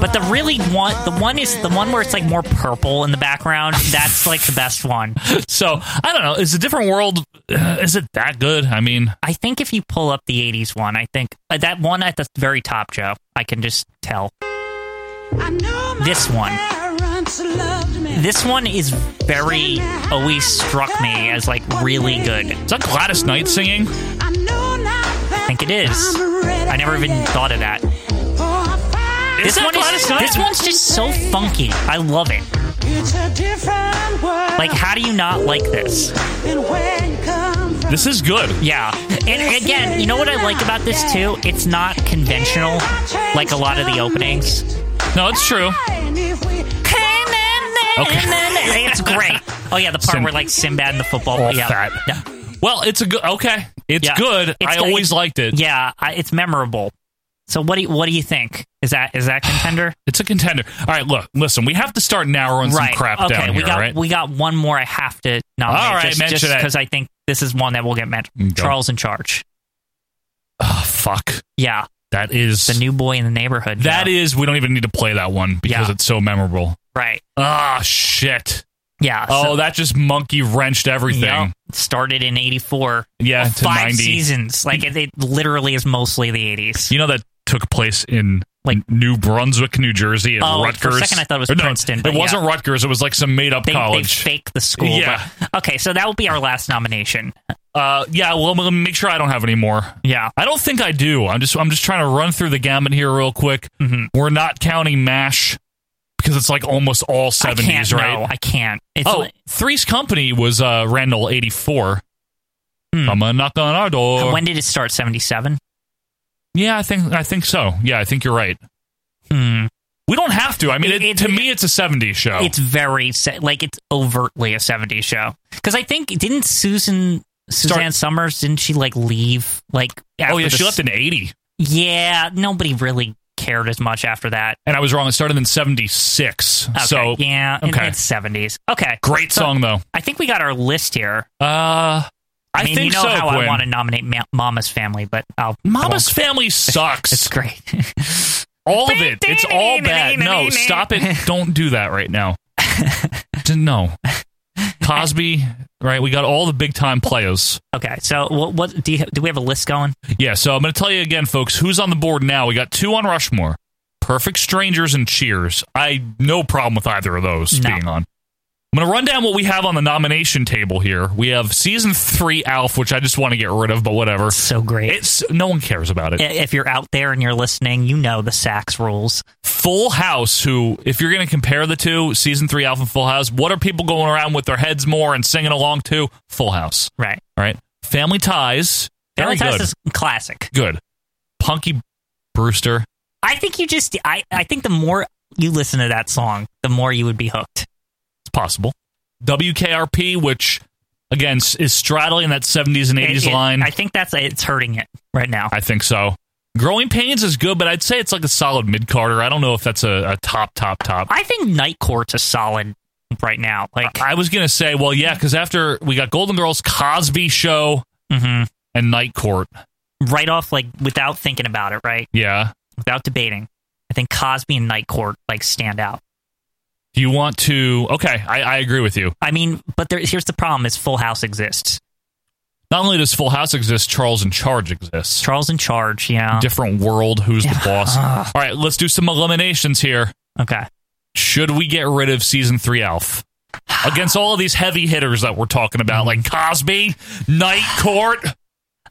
[SPEAKER 2] But the really one, the one is the one where it's like more purple in the background. That's like the best one.
[SPEAKER 1] So I don't know. Is a different world? Uh, is it that good? I mean,
[SPEAKER 2] I think if you pull up the '80s one, I think uh, that one at the very top, Joe. I can just tell this one. This one is very always struck me as like really good.
[SPEAKER 1] is that Gladys Knight singing?
[SPEAKER 2] I think it is. I never even thought of that.
[SPEAKER 1] Is
[SPEAKER 2] This
[SPEAKER 1] that
[SPEAKER 2] one is,
[SPEAKER 1] Gladys Knight?
[SPEAKER 2] this one's just so funky. I love it. Like, how do you not like this?
[SPEAKER 1] This is good.
[SPEAKER 2] Yeah. And again, you know what I like about this too? It's not conventional like a lot of the openings.
[SPEAKER 1] No, it's true. Okay.
[SPEAKER 2] It's great. Oh yeah, the part
[SPEAKER 1] Sim-
[SPEAKER 2] where like Sinbad and the football.
[SPEAKER 1] All
[SPEAKER 2] yeah.
[SPEAKER 1] fat.
[SPEAKER 2] Yeah.
[SPEAKER 1] Well, it's a good. Okay, it's
[SPEAKER 2] Yeah.
[SPEAKER 1] good.
[SPEAKER 2] It's
[SPEAKER 1] I
[SPEAKER 2] good.
[SPEAKER 1] always liked it.
[SPEAKER 2] Yeah, I, it's memorable. So what do you, what do you think? Is that is that contender?
[SPEAKER 1] It's a contender. All right, look, listen. We have to start narrowing some
[SPEAKER 2] right.
[SPEAKER 1] crap
[SPEAKER 2] okay,
[SPEAKER 1] down
[SPEAKER 2] we
[SPEAKER 1] here,
[SPEAKER 2] got
[SPEAKER 1] right?
[SPEAKER 2] we got one more I have to nominate
[SPEAKER 1] All right,
[SPEAKER 2] just,
[SPEAKER 1] mention it.
[SPEAKER 2] because I think this is one that will get
[SPEAKER 1] Mm,
[SPEAKER 2] mentioned.
[SPEAKER 1] go.
[SPEAKER 2] Charles in charge.
[SPEAKER 1] oh, fuck.
[SPEAKER 2] Yeah.
[SPEAKER 1] That is
[SPEAKER 2] The new boy in the neighborhood.
[SPEAKER 1] That
[SPEAKER 2] yeah.
[SPEAKER 1] is, we don't even need to play that one because
[SPEAKER 2] Yeah.
[SPEAKER 1] it's so memorable.
[SPEAKER 2] right.
[SPEAKER 1] Ah, shit.
[SPEAKER 2] Yeah.
[SPEAKER 1] Oh,
[SPEAKER 2] so-
[SPEAKER 1] that just monkey wrenched everything.
[SPEAKER 2] Yep. started in '84.
[SPEAKER 1] Yeah, to
[SPEAKER 2] five
[SPEAKER 1] 90.
[SPEAKER 2] seasons. Like it, it literally is mostly the '80s.
[SPEAKER 1] You know that took place in like
[SPEAKER 2] Like-
[SPEAKER 1] New Brunswick, New Jersey, and
[SPEAKER 2] Oh,
[SPEAKER 1] Rutgers.
[SPEAKER 2] for a second I thought it was
[SPEAKER 1] Or no,
[SPEAKER 2] Princeton, but
[SPEAKER 1] it wasn't
[SPEAKER 2] yeah.
[SPEAKER 1] Rutgers. It was like some made up
[SPEAKER 2] They, they
[SPEAKER 1] college.
[SPEAKER 2] fake the school.
[SPEAKER 1] Yeah.
[SPEAKER 2] but- okay, so that will be our last nomination.
[SPEAKER 1] uh, yeah. Well, we'll make sure I don't have any more.
[SPEAKER 2] Yeah.
[SPEAKER 1] I don't think I do. I'm just I'm just trying to run through the gamut here real quick.
[SPEAKER 2] Mhm.
[SPEAKER 1] We're not counting Mash because it's like almost all 70s,
[SPEAKER 2] I can't,
[SPEAKER 1] right?
[SPEAKER 2] No, I can't. It's
[SPEAKER 1] Oh,
[SPEAKER 2] like-
[SPEAKER 1] Three's Company was uh, Randall eighty four.
[SPEAKER 2] Hmm.
[SPEAKER 1] I'm a knock on our door.
[SPEAKER 2] when did it start? Seventy-seven.
[SPEAKER 1] yeah, I think I think so. Yeah, I think you're right.
[SPEAKER 2] Hmm.
[SPEAKER 1] We don't have to. I mean, it,
[SPEAKER 2] It- it-
[SPEAKER 1] to me, it's a '70s show.
[SPEAKER 2] It's very se- like it's overtly a '70s show. Because I think didn't Susan Suzanne Summers didn't she like leave like? After
[SPEAKER 1] oh yeah,
[SPEAKER 2] the
[SPEAKER 1] she
[SPEAKER 2] s-
[SPEAKER 1] left in '80,
[SPEAKER 2] Yeah, nobody really cared as much after that.
[SPEAKER 1] and I was wrong. It started in '76.
[SPEAKER 2] Okay,
[SPEAKER 1] So
[SPEAKER 2] yeah, it-
[SPEAKER 1] okay.
[SPEAKER 2] it's seventies. Okay,
[SPEAKER 1] great
[SPEAKER 2] So
[SPEAKER 1] song though.
[SPEAKER 2] I think we got our list here.
[SPEAKER 1] Uh, I I,
[SPEAKER 2] I mean,
[SPEAKER 1] think
[SPEAKER 2] you know
[SPEAKER 1] so,
[SPEAKER 2] how
[SPEAKER 1] Quinn.
[SPEAKER 2] I want to nominate Ma- Mama's Family, but I'll I
[SPEAKER 1] Mama's
[SPEAKER 2] won't.
[SPEAKER 1] family
[SPEAKER 2] It's
[SPEAKER 1] sucks.
[SPEAKER 2] great.
[SPEAKER 1] all of it. It's all bad. No, stop it. Don't do that right now. no. Cosby, right? We got all the big time players.
[SPEAKER 2] okay, so what, what do you do? We have a list going.
[SPEAKER 1] Yeah, so I'm going to tell you again, folks, who's on the board now? We got two on Rushmore Perfect Strangers and Cheers. I no problem with either of those
[SPEAKER 2] No.
[SPEAKER 1] being on. I'm going to run down what we have on the nomination table here. We have season three Alf, which I just want to get rid of, but whatever.
[SPEAKER 2] So great.
[SPEAKER 1] It's no one cares about it.
[SPEAKER 2] I- if you're out there and you're listening, you know the Sax rules.
[SPEAKER 1] Full House, who, if you're going to compare the two, season three Alpha Full House, what are people going around with their heads more and singing along to? Full House.
[SPEAKER 2] Right.
[SPEAKER 1] All right. Family Ties. Very
[SPEAKER 2] Family Ties
[SPEAKER 1] good.
[SPEAKER 2] is classic.
[SPEAKER 1] good. Punky Brewster.
[SPEAKER 2] I think you just I, I think the more you listen to that song, the more you would be hooked.
[SPEAKER 1] It's possible. WKRP, which, again, s- is straddling that 70s and 80s
[SPEAKER 2] It- it-
[SPEAKER 1] line.
[SPEAKER 2] I think that's it's hurting it right now.
[SPEAKER 1] I think so. Growing Pains is good, but I'd say it's like a solid mid Carter. I don't know if that's a, a top, top, top.
[SPEAKER 2] I think Night Court's a solid right now. Like
[SPEAKER 1] I was going to say, well, yeah, because after we got Golden Girls, Cosby Show, Mm-hmm.
[SPEAKER 2] mhm.
[SPEAKER 1] and Night Court.
[SPEAKER 2] right off, like without thinking about it, right?
[SPEAKER 1] Yeah.
[SPEAKER 2] Without debating. I think Cosby and Night Court like stand out.
[SPEAKER 1] Do you want to? Okay, I, I agree with you.
[SPEAKER 2] I mean, but there, here's the problem: is Full House exists.
[SPEAKER 1] Not only does Full House exist, Charles in Charge exists.
[SPEAKER 2] Charles in charge, yeah.
[SPEAKER 1] Different world. Who's the
[SPEAKER 2] Yeah.
[SPEAKER 1] boss? All right, let's do some eliminations here.
[SPEAKER 2] okay.
[SPEAKER 1] Should we get rid of season three Alf against all of these heavy hitters that we're talking about, like Cosby, Night Court?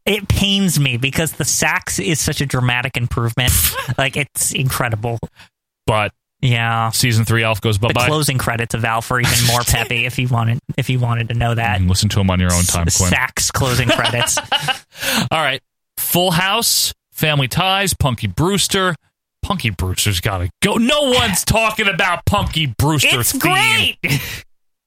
[SPEAKER 2] It pains me because the sax is such a dramatic improvement. like it's incredible.
[SPEAKER 1] But
[SPEAKER 2] Yeah.
[SPEAKER 1] season three Alf goes bye
[SPEAKER 2] The
[SPEAKER 1] bye.
[SPEAKER 2] closing credits of Alf are even more peppy if you wanted if you wanted to know that.
[SPEAKER 1] Listen to him on your own time, Quinn.
[SPEAKER 2] Sax closing credits.
[SPEAKER 1] All right, Full House, Family Ties, Punky Brewster. Punky Brewster's got to go. No one's talking about Punky Brewster.
[SPEAKER 2] it's
[SPEAKER 1] theme.
[SPEAKER 2] great.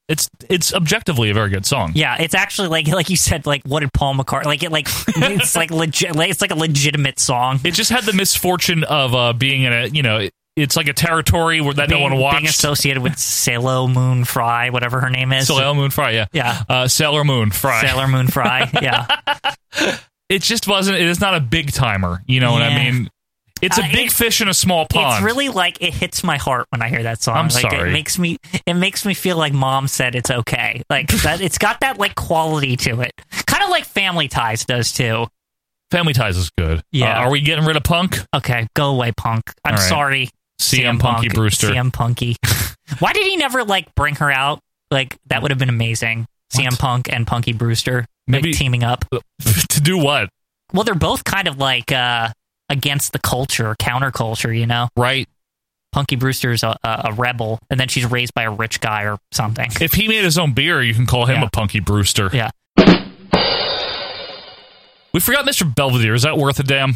[SPEAKER 1] It's it's objectively a very good song.
[SPEAKER 2] Yeah, it's actually like like you said, like what did Paul McCartney like it like it's like legit like, it's like a legitimate song.
[SPEAKER 1] It just had the misfortune of uh, being in a you know it- it's like a territory where that
[SPEAKER 2] being,
[SPEAKER 1] no one
[SPEAKER 2] being
[SPEAKER 1] watched.
[SPEAKER 2] associated with Sailor Moon Fry, whatever her name is.
[SPEAKER 1] Sailor Moon Fry, yeah,
[SPEAKER 2] Yeah.
[SPEAKER 1] uh, Sailor Moon Fry.
[SPEAKER 2] Sailor Moon Fry. Yeah.
[SPEAKER 1] It just wasn't. It's not a big timer. You know what I
[SPEAKER 2] Yeah.
[SPEAKER 1] mean? It's a
[SPEAKER 2] Uh,
[SPEAKER 1] big
[SPEAKER 2] it-
[SPEAKER 1] fish in a small pond.
[SPEAKER 2] It's really like it hits my heart when I hear that song.
[SPEAKER 1] I'm
[SPEAKER 2] like
[SPEAKER 1] sorry.
[SPEAKER 2] it makes me it makes me feel like mom said it's okay. Like that it's got that like quality to it. Kind of like Family Ties does too.
[SPEAKER 1] Family Ties is good.
[SPEAKER 2] Yeah.
[SPEAKER 1] Uh, are we getting rid of Punk?
[SPEAKER 2] Okay, go away punk. I'm
[SPEAKER 1] All right.
[SPEAKER 2] sorry.
[SPEAKER 1] CM Punky
[SPEAKER 2] Punk,
[SPEAKER 1] Brewster.
[SPEAKER 2] CM Punky. Why did he never like bring her out? Like that would have been amazing. CM Punk and Punky Brewster like,
[SPEAKER 1] Maybe-
[SPEAKER 2] teaming up.
[SPEAKER 1] to do what?
[SPEAKER 2] Well, they're both kind of like uh against the culture, counterculture, you know.
[SPEAKER 1] Right.
[SPEAKER 2] Punky Brewster's a, a, a rebel, and then she's raised by a rich guy or something.
[SPEAKER 1] If he made his own beer, you can call him
[SPEAKER 2] Yeah.
[SPEAKER 1] a Punky Brewster.
[SPEAKER 2] Yeah.
[SPEAKER 1] We forgot Mr. Belvedere. Is that worth a damn?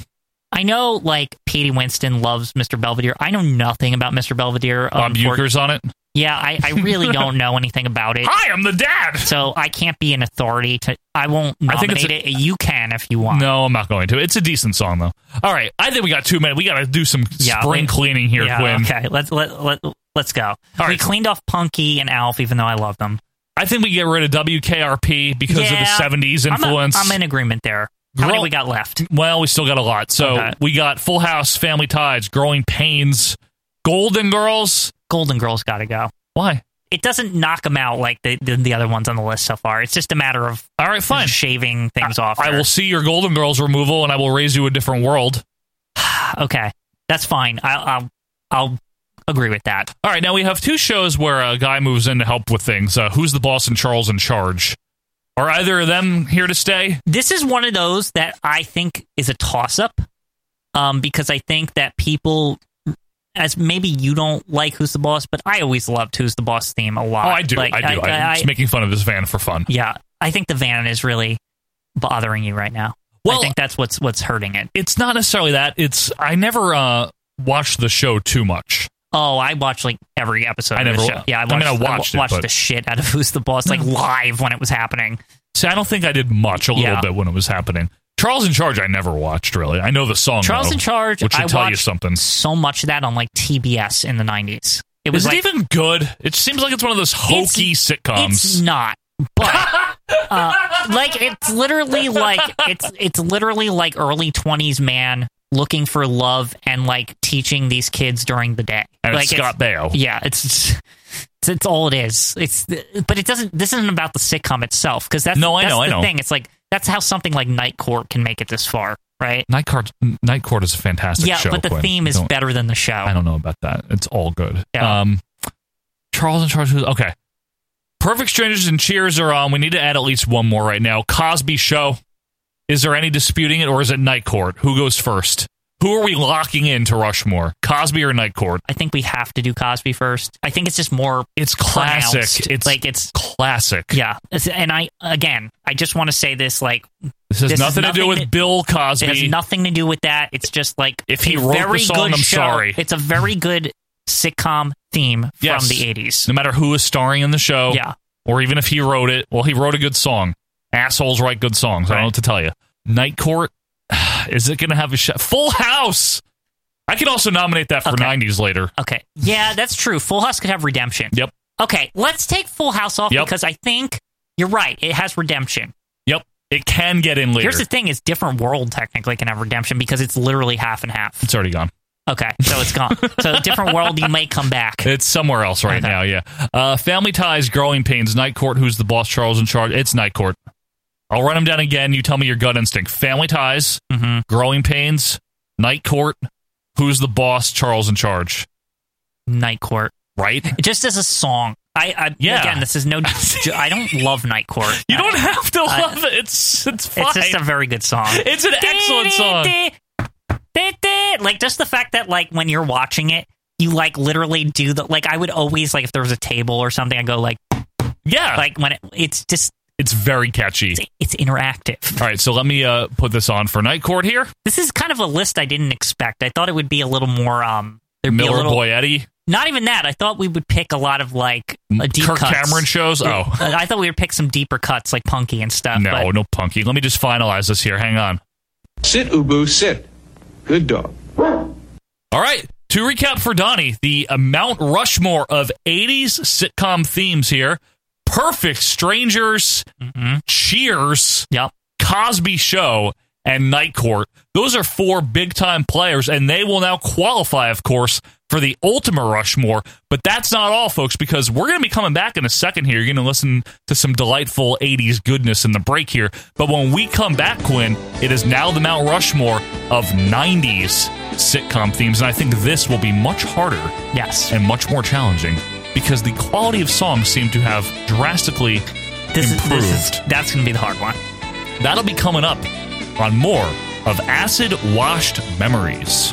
[SPEAKER 2] I know, like, Petey Winston loves Mr. Belvedere. I know nothing about Mr. Belvedere.
[SPEAKER 1] Bob
[SPEAKER 2] unfor-
[SPEAKER 1] Euchre's on it.
[SPEAKER 2] Yeah, I, I really don't know anything about it.
[SPEAKER 1] Hi, I'm the dad.
[SPEAKER 2] So I can't be an authority to. I won't
[SPEAKER 1] I think
[SPEAKER 2] nominate
[SPEAKER 1] it's
[SPEAKER 2] it. You can if you want.
[SPEAKER 1] No, I'm not going to. It's a decent song though. All right, I think we got two minutes. We got to do some
[SPEAKER 2] Yeah,
[SPEAKER 1] spring
[SPEAKER 2] we-
[SPEAKER 1] cleaning here,
[SPEAKER 2] yeah,
[SPEAKER 1] Quinn.
[SPEAKER 2] okay. Let's let let let's go. we
[SPEAKER 1] right.
[SPEAKER 2] cleaned off Punky and Alf, even though I love them
[SPEAKER 1] I think we get rid of WKRP because
[SPEAKER 2] Yeah,
[SPEAKER 1] of the '70s
[SPEAKER 2] I'm a-
[SPEAKER 1] influence.
[SPEAKER 2] I'm, in agreement there. How many
[SPEAKER 1] Grow-
[SPEAKER 2] we got left?
[SPEAKER 1] well, we still got a lot. So
[SPEAKER 2] Okay.
[SPEAKER 1] we got Full House, Family Ties, Growing Pains, Golden Girls.
[SPEAKER 2] Golden Girls got to go.
[SPEAKER 1] Why?
[SPEAKER 2] It doesn't knock them out like the, the the other ones on the list so far. It's just a matter of
[SPEAKER 1] All right, fine.
[SPEAKER 2] shaving things off.
[SPEAKER 1] Mm-hmm. I
[SPEAKER 2] there.
[SPEAKER 1] will see your Golden Girls removal, and I will raise you a different world.
[SPEAKER 2] Okay, that's fine. I'll I'll, I'll agree with that.
[SPEAKER 1] All right, now we have two shows where a guy moves in to help with things. Uh, Who's the boss and Charles in charge? Are either of them here to stay?
[SPEAKER 2] This is one of those that I think is a toss up, um, because I think that people, as maybe you don't like Who's the Boss, but I always loved Who's the Boss theme a lot.
[SPEAKER 1] Oh, I do.
[SPEAKER 2] Like,
[SPEAKER 1] I do. I, am
[SPEAKER 2] I-
[SPEAKER 1] just making fun of this van for fun.
[SPEAKER 2] yeah, I think the van is really bothering you right now.
[SPEAKER 1] Well-
[SPEAKER 2] I think that's what's what's hurting it.
[SPEAKER 1] It's not necessarily that. It's I never uh, watched the show too much.
[SPEAKER 2] Oh, I watched like every episode.
[SPEAKER 1] I
[SPEAKER 2] of the
[SPEAKER 1] never-
[SPEAKER 2] show. Yeah, I
[SPEAKER 1] I mean,
[SPEAKER 2] watched.
[SPEAKER 1] I
[SPEAKER 2] wa-
[SPEAKER 1] watched it, but-
[SPEAKER 2] the shit out of Who's the Boss like live when it was happening.
[SPEAKER 1] See, I don't think I did much. A little
[SPEAKER 2] Yeah.
[SPEAKER 1] bit when it was happening. Charles in Charge, I never watched really. I know the song.
[SPEAKER 2] Charles
[SPEAKER 1] though,
[SPEAKER 2] in Charge.
[SPEAKER 1] which should
[SPEAKER 2] I
[SPEAKER 1] tell you
[SPEAKER 2] watched
[SPEAKER 1] something.
[SPEAKER 2] so much of that on like TBS in the nineties. It was
[SPEAKER 1] Is
[SPEAKER 2] like,
[SPEAKER 1] it even good? It seems like it's one of those hokey
[SPEAKER 2] It's
[SPEAKER 1] sitcoms.
[SPEAKER 2] it's not, but uh, like it's literally like it's it's literally like early 20s man looking for love and like teaching these kids during the day
[SPEAKER 1] And
[SPEAKER 2] like
[SPEAKER 1] it's Scott Baio.
[SPEAKER 2] yeah it's it's, it's all it is it's but it doesn't this isn't about the sitcom itself because that's
[SPEAKER 1] No, I
[SPEAKER 2] that's
[SPEAKER 1] know, I
[SPEAKER 2] the
[SPEAKER 1] know.
[SPEAKER 2] thing it's like that's how something like night court can make it this far right
[SPEAKER 1] Night Court, Night Court is a fantastic
[SPEAKER 2] yeah
[SPEAKER 1] show.
[SPEAKER 2] but the
[SPEAKER 1] Quinn.
[SPEAKER 2] theme
[SPEAKER 1] I
[SPEAKER 2] is
[SPEAKER 1] don't-
[SPEAKER 2] better than the show
[SPEAKER 1] I don't know about that. It's all good.
[SPEAKER 2] Yeah.
[SPEAKER 1] Um, Charles and Charles. Okay. Perfect Strangers and Cheers are on. We need to add at least one more right now. Cosby Show. Is there any disputing it, or is it Night Court? Who goes first? Who are we locking in to Rushmore? Cosby or Night Court?
[SPEAKER 2] I think we have to do Cosby first. I think it's just more
[SPEAKER 1] It's classic.
[SPEAKER 2] pronounced.
[SPEAKER 1] It's
[SPEAKER 2] like it's
[SPEAKER 1] classic.
[SPEAKER 2] yeah. It's- And I again, I just want to say this like
[SPEAKER 1] This has
[SPEAKER 2] This is
[SPEAKER 1] nothing to do
[SPEAKER 2] nothing
[SPEAKER 1] with
[SPEAKER 2] to-
[SPEAKER 1] Bill Cosby.
[SPEAKER 2] it has nothing to do with that. It's just like
[SPEAKER 1] If he
[SPEAKER 2] a
[SPEAKER 1] wrote the song, I'm
[SPEAKER 2] show.
[SPEAKER 1] sorry.
[SPEAKER 2] It's a very good sitcom theme
[SPEAKER 1] Yes.
[SPEAKER 2] from the eighties.
[SPEAKER 1] no matter who is starring in the show,
[SPEAKER 2] Yeah.
[SPEAKER 1] or even if he wrote it. Well, he wrote a good song. Assholes write good songs. I don't know what to tell you. Night Court is it going to have a sh- Full House? I can also nominate that for
[SPEAKER 2] Okay.
[SPEAKER 1] '90s later.
[SPEAKER 2] Okay. Yeah, that's true. Full House could have redemption.
[SPEAKER 1] Yep.
[SPEAKER 2] Okay, let's take Full House off
[SPEAKER 1] Yep.
[SPEAKER 2] because I think you're right. It has redemption.
[SPEAKER 1] Yep, it can get in later.
[SPEAKER 2] Here's the thing: is different world technically can have redemption because it's literally half and half.
[SPEAKER 1] it's already gone.
[SPEAKER 2] Okay, so it's gone. so different world, you may come back.
[SPEAKER 1] It's somewhere else right
[SPEAKER 2] Okay.
[SPEAKER 1] now. Yeah. Uh, family ties, growing pains, Night Court. Who's the boss? Charles in charge. It's Night Court. I'll run them down again. You tell me your gut instinct. Family ties,
[SPEAKER 2] Mhm.
[SPEAKER 1] growing pains, Night Court. Who's the boss? Charles in charge.
[SPEAKER 2] Night Court.
[SPEAKER 1] Right.
[SPEAKER 2] just as a song. I, I
[SPEAKER 1] Yeah.
[SPEAKER 2] again, this is no. ju- I don't love Night Court.
[SPEAKER 1] You don't have to
[SPEAKER 2] I-
[SPEAKER 1] love it. It's it's fine.
[SPEAKER 2] It's just a very good song.
[SPEAKER 1] It's an excellent song.
[SPEAKER 2] Like just the fact that like when you're watching it, you like literally do the like. I would always like if there was a table or something, I go like
[SPEAKER 1] Yeah,
[SPEAKER 2] like when it, it's just
[SPEAKER 1] it's very catchy.
[SPEAKER 2] it's, it's interactive.
[SPEAKER 1] All right, so let me uh, put this on for night court here.
[SPEAKER 2] This is kind of a list I didn't expect. I thought it would be a little more um. there'd be a
[SPEAKER 1] Miller
[SPEAKER 2] little-
[SPEAKER 1] Boyetti,
[SPEAKER 2] Not even that. I thought we would pick a lot of like a deep
[SPEAKER 1] Kirk
[SPEAKER 2] cuts.
[SPEAKER 1] Cameron shows. Oh
[SPEAKER 2] Uh, I thought we would pick some deeper cuts like Punky and stuff.
[SPEAKER 1] no,
[SPEAKER 2] but-
[SPEAKER 1] no punky. Let me just finalize this here. Hang on.
[SPEAKER 4] Sit, Ubu, sit. Good dog.
[SPEAKER 1] All right. To recap for Donnie, the uh, Mount Rushmore of 80s sitcom themes here Perfect Strangers, Cheers,
[SPEAKER 2] Yep.
[SPEAKER 1] Cosby Show, and Night Court. Those are four big time players, and they will now qualify, of course, for the Ultima Rushmore. But that's not all, folks, because we're going to be coming back in a second here. You're going to listen to some delightful 80s goodness in the break here. But when we come back, Quinn, it is now the Mount Rushmore of 90s sitcom themes, and I think this will be much harder
[SPEAKER 2] Yes.
[SPEAKER 1] and much more challenging because the quality of songs seem to have drastically
[SPEAKER 2] this is,
[SPEAKER 1] improved.
[SPEAKER 2] this is that's going to be the hard one.
[SPEAKER 1] That'll be coming up on more of Acid Washed Memories.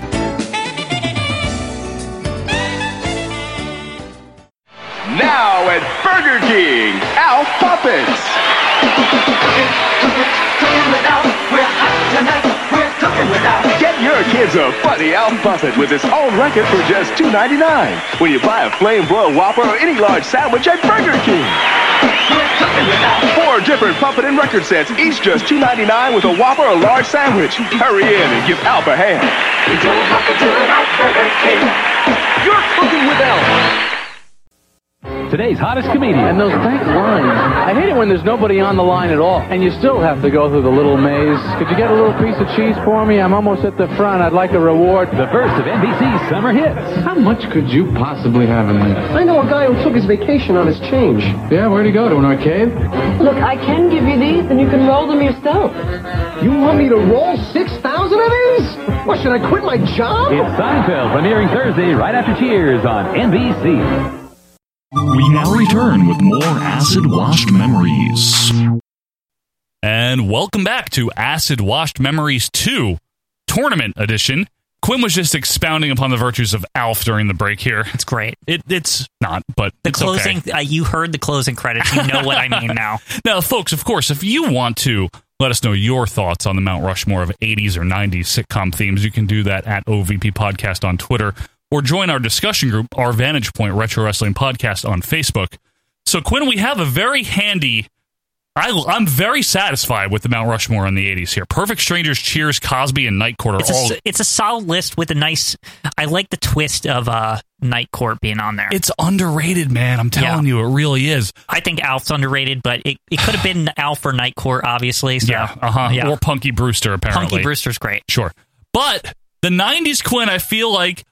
[SPEAKER 8] Now at Burger King, Al Puppets. Get your kids a funny Al Puppet with his own record for just $2.99 when you buy a flame broiled Whopper or any large sandwich at Burger King. Four different puppet and record sets, each just $2.99 with a Whopper or large sandwich. Hurry in and give Alp a hand. You're cooking with Alp.
[SPEAKER 9] Today's hottest comedian. And those bank lines. I hate it when there's nobody on the line at all. And you still have to go through the little maze. Could you get a little piece of cheese for me? I'm almost at the front. I'd like a reward. The first of NBC's summer hits. How much could you possibly have in there? I know a guy who took his vacation on his change. Yeah, where'd he go? To an arcade?
[SPEAKER 10] Look, I can give you these, and you can roll them yourself.
[SPEAKER 9] You want me to roll 6,000 of these? What, should I quit my job? It's Seinfeld, premiering Thursday right after Cheers on NBC.
[SPEAKER 1] We now return with more Acid Washed Memories. And welcome back to Acid Washed Memories 2 Tournament Edition. Quinn was just expounding upon the virtues of Alf during the break here.
[SPEAKER 2] It's great.
[SPEAKER 1] It, it's not, but
[SPEAKER 2] The
[SPEAKER 1] it's
[SPEAKER 2] closing,
[SPEAKER 1] okay.
[SPEAKER 2] uh, you heard the closing credits. You know what I mean now.
[SPEAKER 1] Now, folks, of course, if you want to let us know your thoughts on the Mount Rushmore of 80s or 90s sitcom themes, you can do that at OVP Podcast on Twitter or join our discussion group, Our Vantage Point Retro Wrestling Podcast on Facebook. So, Quinn, we have a very handy I, I'm very satisfied with the Mount Rushmore in the 80s here. Perfect Strangers, Cheers, Cosby, and Night Court are
[SPEAKER 2] It's a,
[SPEAKER 1] all.
[SPEAKER 2] s- it's a solid list with a nice. I like the twist of uh, Night Court being on there.
[SPEAKER 1] It's underrated, man. I'm telling you, it really is.
[SPEAKER 2] I think Alf's underrated, but it, it could have been Alf or Night Court, obviously. So,
[SPEAKER 1] Yeah. Uh huh.
[SPEAKER 2] Yeah.
[SPEAKER 1] Or Punky Brewster, apparently.
[SPEAKER 2] Punky Brewster's great.
[SPEAKER 1] Sure. But the 90s Quinn, I feel like,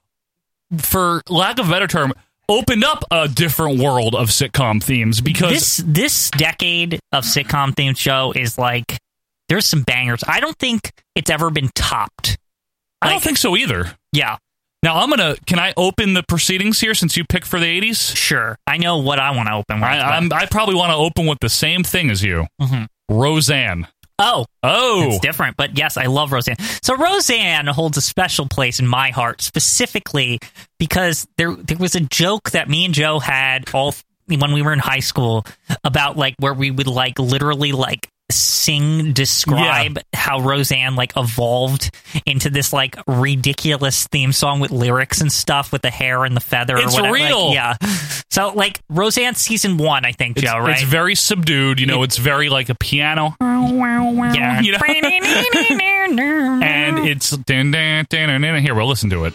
[SPEAKER 1] for lack of a better term, opened up a different world of sitcom themes because.
[SPEAKER 2] This this decade of sitcom themed show is like there's some bangers. I don't think it's ever been topped.
[SPEAKER 1] I don't
[SPEAKER 2] like-
[SPEAKER 1] think so either.
[SPEAKER 2] Yeah,
[SPEAKER 1] Now, I'm going to. Can I open the proceedings here since you picked for the 80s?
[SPEAKER 2] sure. I know what I want to open with.
[SPEAKER 1] I,
[SPEAKER 2] but-
[SPEAKER 1] I'm, I probably want to open with the same thing as you
[SPEAKER 2] Mhm.
[SPEAKER 1] Roseanne.
[SPEAKER 2] oh,
[SPEAKER 1] Oh.
[SPEAKER 2] It's different, but yes, I love Roseanne. So Roseanne holds a special place in my heart, specifically because there there was a joke that me and Joe had all when we were in high school about like where we would like literally like sing describe how Roseanne like evolved into this like ridiculous theme song with lyrics and stuff with the hair and the feather.
[SPEAKER 1] It's
[SPEAKER 2] or whatever. Like,
[SPEAKER 1] real.
[SPEAKER 2] yeah. So like Roseanne season one, I think
[SPEAKER 1] It's,
[SPEAKER 2] Joe right.
[SPEAKER 1] it's very subdued. You know, it's very like a piano.
[SPEAKER 2] yeah.
[SPEAKER 1] you know?
[SPEAKER 2] Mm-hmm.
[SPEAKER 1] and it's. Dun, dun, dun, dun, dun. Here, we'll listen to it.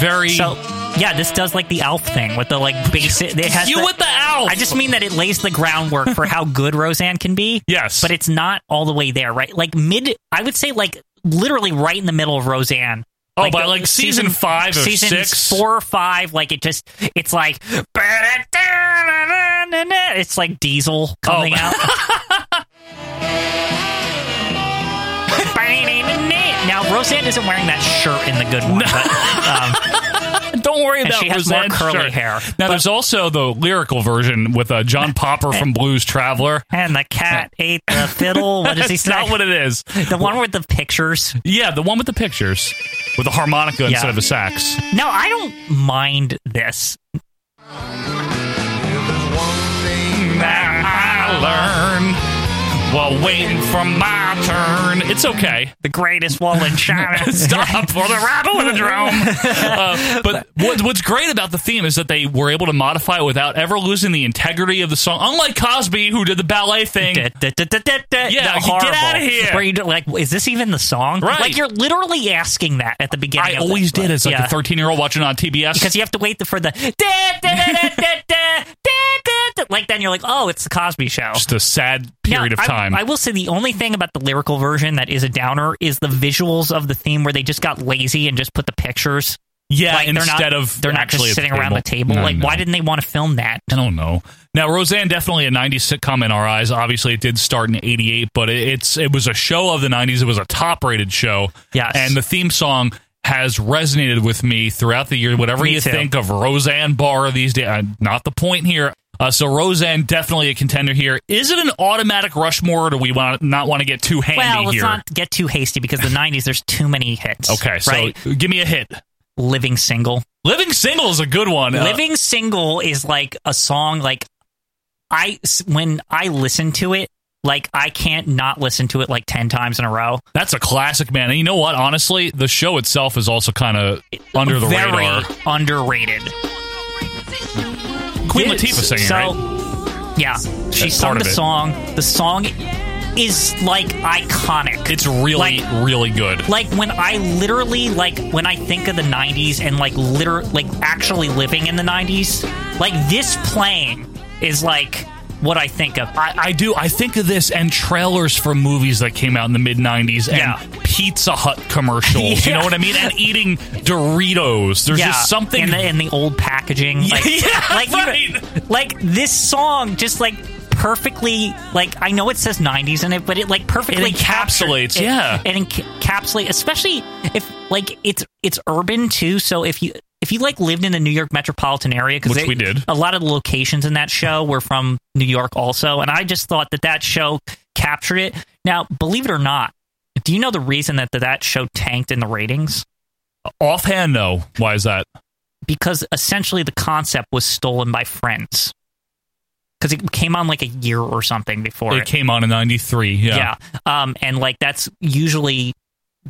[SPEAKER 1] Very.
[SPEAKER 2] So yeah, this does like the Alf thing with the like basic. It has
[SPEAKER 1] you
[SPEAKER 2] the,
[SPEAKER 1] with the owl.
[SPEAKER 2] I just mean that it lays the groundwork for how good Roseanne can be.
[SPEAKER 1] Yes.
[SPEAKER 2] but it's not all the way there, right? Like mid, I would say like literally right in the middle of Roseanne.
[SPEAKER 1] Oh, by, like, season five or
[SPEAKER 2] season
[SPEAKER 1] six?
[SPEAKER 2] four or five, like it just, it's like, it's like Diesel coming
[SPEAKER 1] Oh.
[SPEAKER 2] out. Now Roseanne isn't wearing that shirt in the good one, but, um,
[SPEAKER 1] Don't worry
[SPEAKER 2] And
[SPEAKER 1] about
[SPEAKER 2] she has more
[SPEAKER 1] Roseanne's
[SPEAKER 2] curly
[SPEAKER 1] shirt.
[SPEAKER 2] hair.
[SPEAKER 1] Now, there's also the lyrical version with uh, John Popper from Blues Traveler.
[SPEAKER 2] And the cat ate the fiddle. What does he
[SPEAKER 1] That's
[SPEAKER 2] say?
[SPEAKER 1] not what it is.
[SPEAKER 2] the one with the pictures.
[SPEAKER 1] Yeah, the one with the pictures, with the harmonica instead
[SPEAKER 2] Yeah.
[SPEAKER 1] of the sax.
[SPEAKER 2] No, I don't mind this.
[SPEAKER 1] I learn while waiting for my turn. It's okay.
[SPEAKER 2] The greatest wall in China.
[SPEAKER 1] Stop for the ribodrome. Uh, but what, what's great about the theme is that they were able to modify it without ever losing the integrity of the song. Unlike Cosby, who did the ballet thing.
[SPEAKER 2] Da, da, da, da, da, da.
[SPEAKER 1] Yeah,
[SPEAKER 2] The
[SPEAKER 1] get
[SPEAKER 2] horrible-
[SPEAKER 1] outta here.
[SPEAKER 2] Where you do, like, is this even the song?
[SPEAKER 1] Right.
[SPEAKER 2] Like you're literally asking that at the beginning.
[SPEAKER 1] I
[SPEAKER 2] of the-
[SPEAKER 1] always did as like
[SPEAKER 2] Yeah.
[SPEAKER 1] a 13 year old watching on TBS.
[SPEAKER 2] because you have to wait for the da, da, da, da, da, da, da, da. like then you're like, oh, it's the Cosby Show.
[SPEAKER 1] just a sad
[SPEAKER 2] Now,
[SPEAKER 1] period
[SPEAKER 2] I-
[SPEAKER 1] of time.
[SPEAKER 2] I, will say the only thing about the lyrical version that is a downer is the visuals of the theme where they just got lazy and just put the pictures.
[SPEAKER 1] yeah,
[SPEAKER 2] like,
[SPEAKER 1] Uh, instead
[SPEAKER 2] they're not,
[SPEAKER 1] of
[SPEAKER 2] they're not
[SPEAKER 1] actually
[SPEAKER 2] just
[SPEAKER 1] at
[SPEAKER 2] sitting around the table.
[SPEAKER 1] No,
[SPEAKER 2] like,
[SPEAKER 1] no.
[SPEAKER 2] why didn't they want to film that?
[SPEAKER 1] I don't know. Now, Roseanne definitely a '90s sitcom in our eyes. Obviously, it did start in '88, but it, it's it was a show of the '90s. It was a top-rated show.
[SPEAKER 2] Yes.
[SPEAKER 1] and the theme song has resonated with me throughout the year. Whatever
[SPEAKER 2] Me
[SPEAKER 1] you
[SPEAKER 2] too.
[SPEAKER 1] think of Roseanne Barr these days, uh, not the point here. Uh, so Roseanne definitely a contender here. Is it an automatic Rushmore? Or do we want not want to get too handy
[SPEAKER 2] well, let's
[SPEAKER 1] here?
[SPEAKER 2] not get too hasty because the '90s there's too many hits.
[SPEAKER 1] okay, so
[SPEAKER 2] right?
[SPEAKER 1] give me a hit.
[SPEAKER 2] Living Single.
[SPEAKER 1] Living Single is a good one. Uh,
[SPEAKER 2] Living Single is like a song like I s- when I listen to it, like I can't not listen to it like ten times in a row.
[SPEAKER 1] That's a classic, man. And you know what? Honestly, the show itself is also kind of under the
[SPEAKER 2] Very
[SPEAKER 1] radar.
[SPEAKER 2] underrated.
[SPEAKER 1] Queen
[SPEAKER 2] It-
[SPEAKER 1] Latifah singing,
[SPEAKER 2] so,
[SPEAKER 1] right?
[SPEAKER 2] Yeah, she
[SPEAKER 1] That's
[SPEAKER 2] sung
[SPEAKER 1] part
[SPEAKER 2] the
[SPEAKER 1] of it.
[SPEAKER 2] song. The song is like iconic.
[SPEAKER 1] It's really,
[SPEAKER 2] like-
[SPEAKER 1] really good.
[SPEAKER 2] like when I literally like when I think of the '90s and like liter like actually living in the '90s, like this playing is like what I think of.
[SPEAKER 1] I, I do. I think of this and trailers for movies that came out in the mid '90s and
[SPEAKER 2] Yeah.
[SPEAKER 1] Pizza Hut commercials. You
[SPEAKER 2] Yeah.
[SPEAKER 1] know what I mean? And eating Doritos. There's just something.
[SPEAKER 2] in the, in the old packaging. Like,
[SPEAKER 1] Yeah,
[SPEAKER 2] like, you-
[SPEAKER 1] right.
[SPEAKER 2] like this song just like perfectly like I know it says 90s in it, but it like perfectly
[SPEAKER 1] It
[SPEAKER 2] captured-
[SPEAKER 1] encapsulates,
[SPEAKER 2] it-
[SPEAKER 1] yeah.
[SPEAKER 2] it encapsulates, especially if like it's it's urban too. So if you if you like lived in the New York metropolitan area, 'cause
[SPEAKER 1] Which
[SPEAKER 2] they-
[SPEAKER 1] we did.
[SPEAKER 2] a lot of the locations in that show were from New York also, and I just thought that that show captured it. Now, believe it or not. Do you know the reason that that show tanked in the ratings?
[SPEAKER 1] offhand, no. Why is that?
[SPEAKER 2] because essentially the concept was stolen by friends because it came on like a year or something before
[SPEAKER 1] It came on in '93. Yeah.
[SPEAKER 2] yeah. um and like that's usually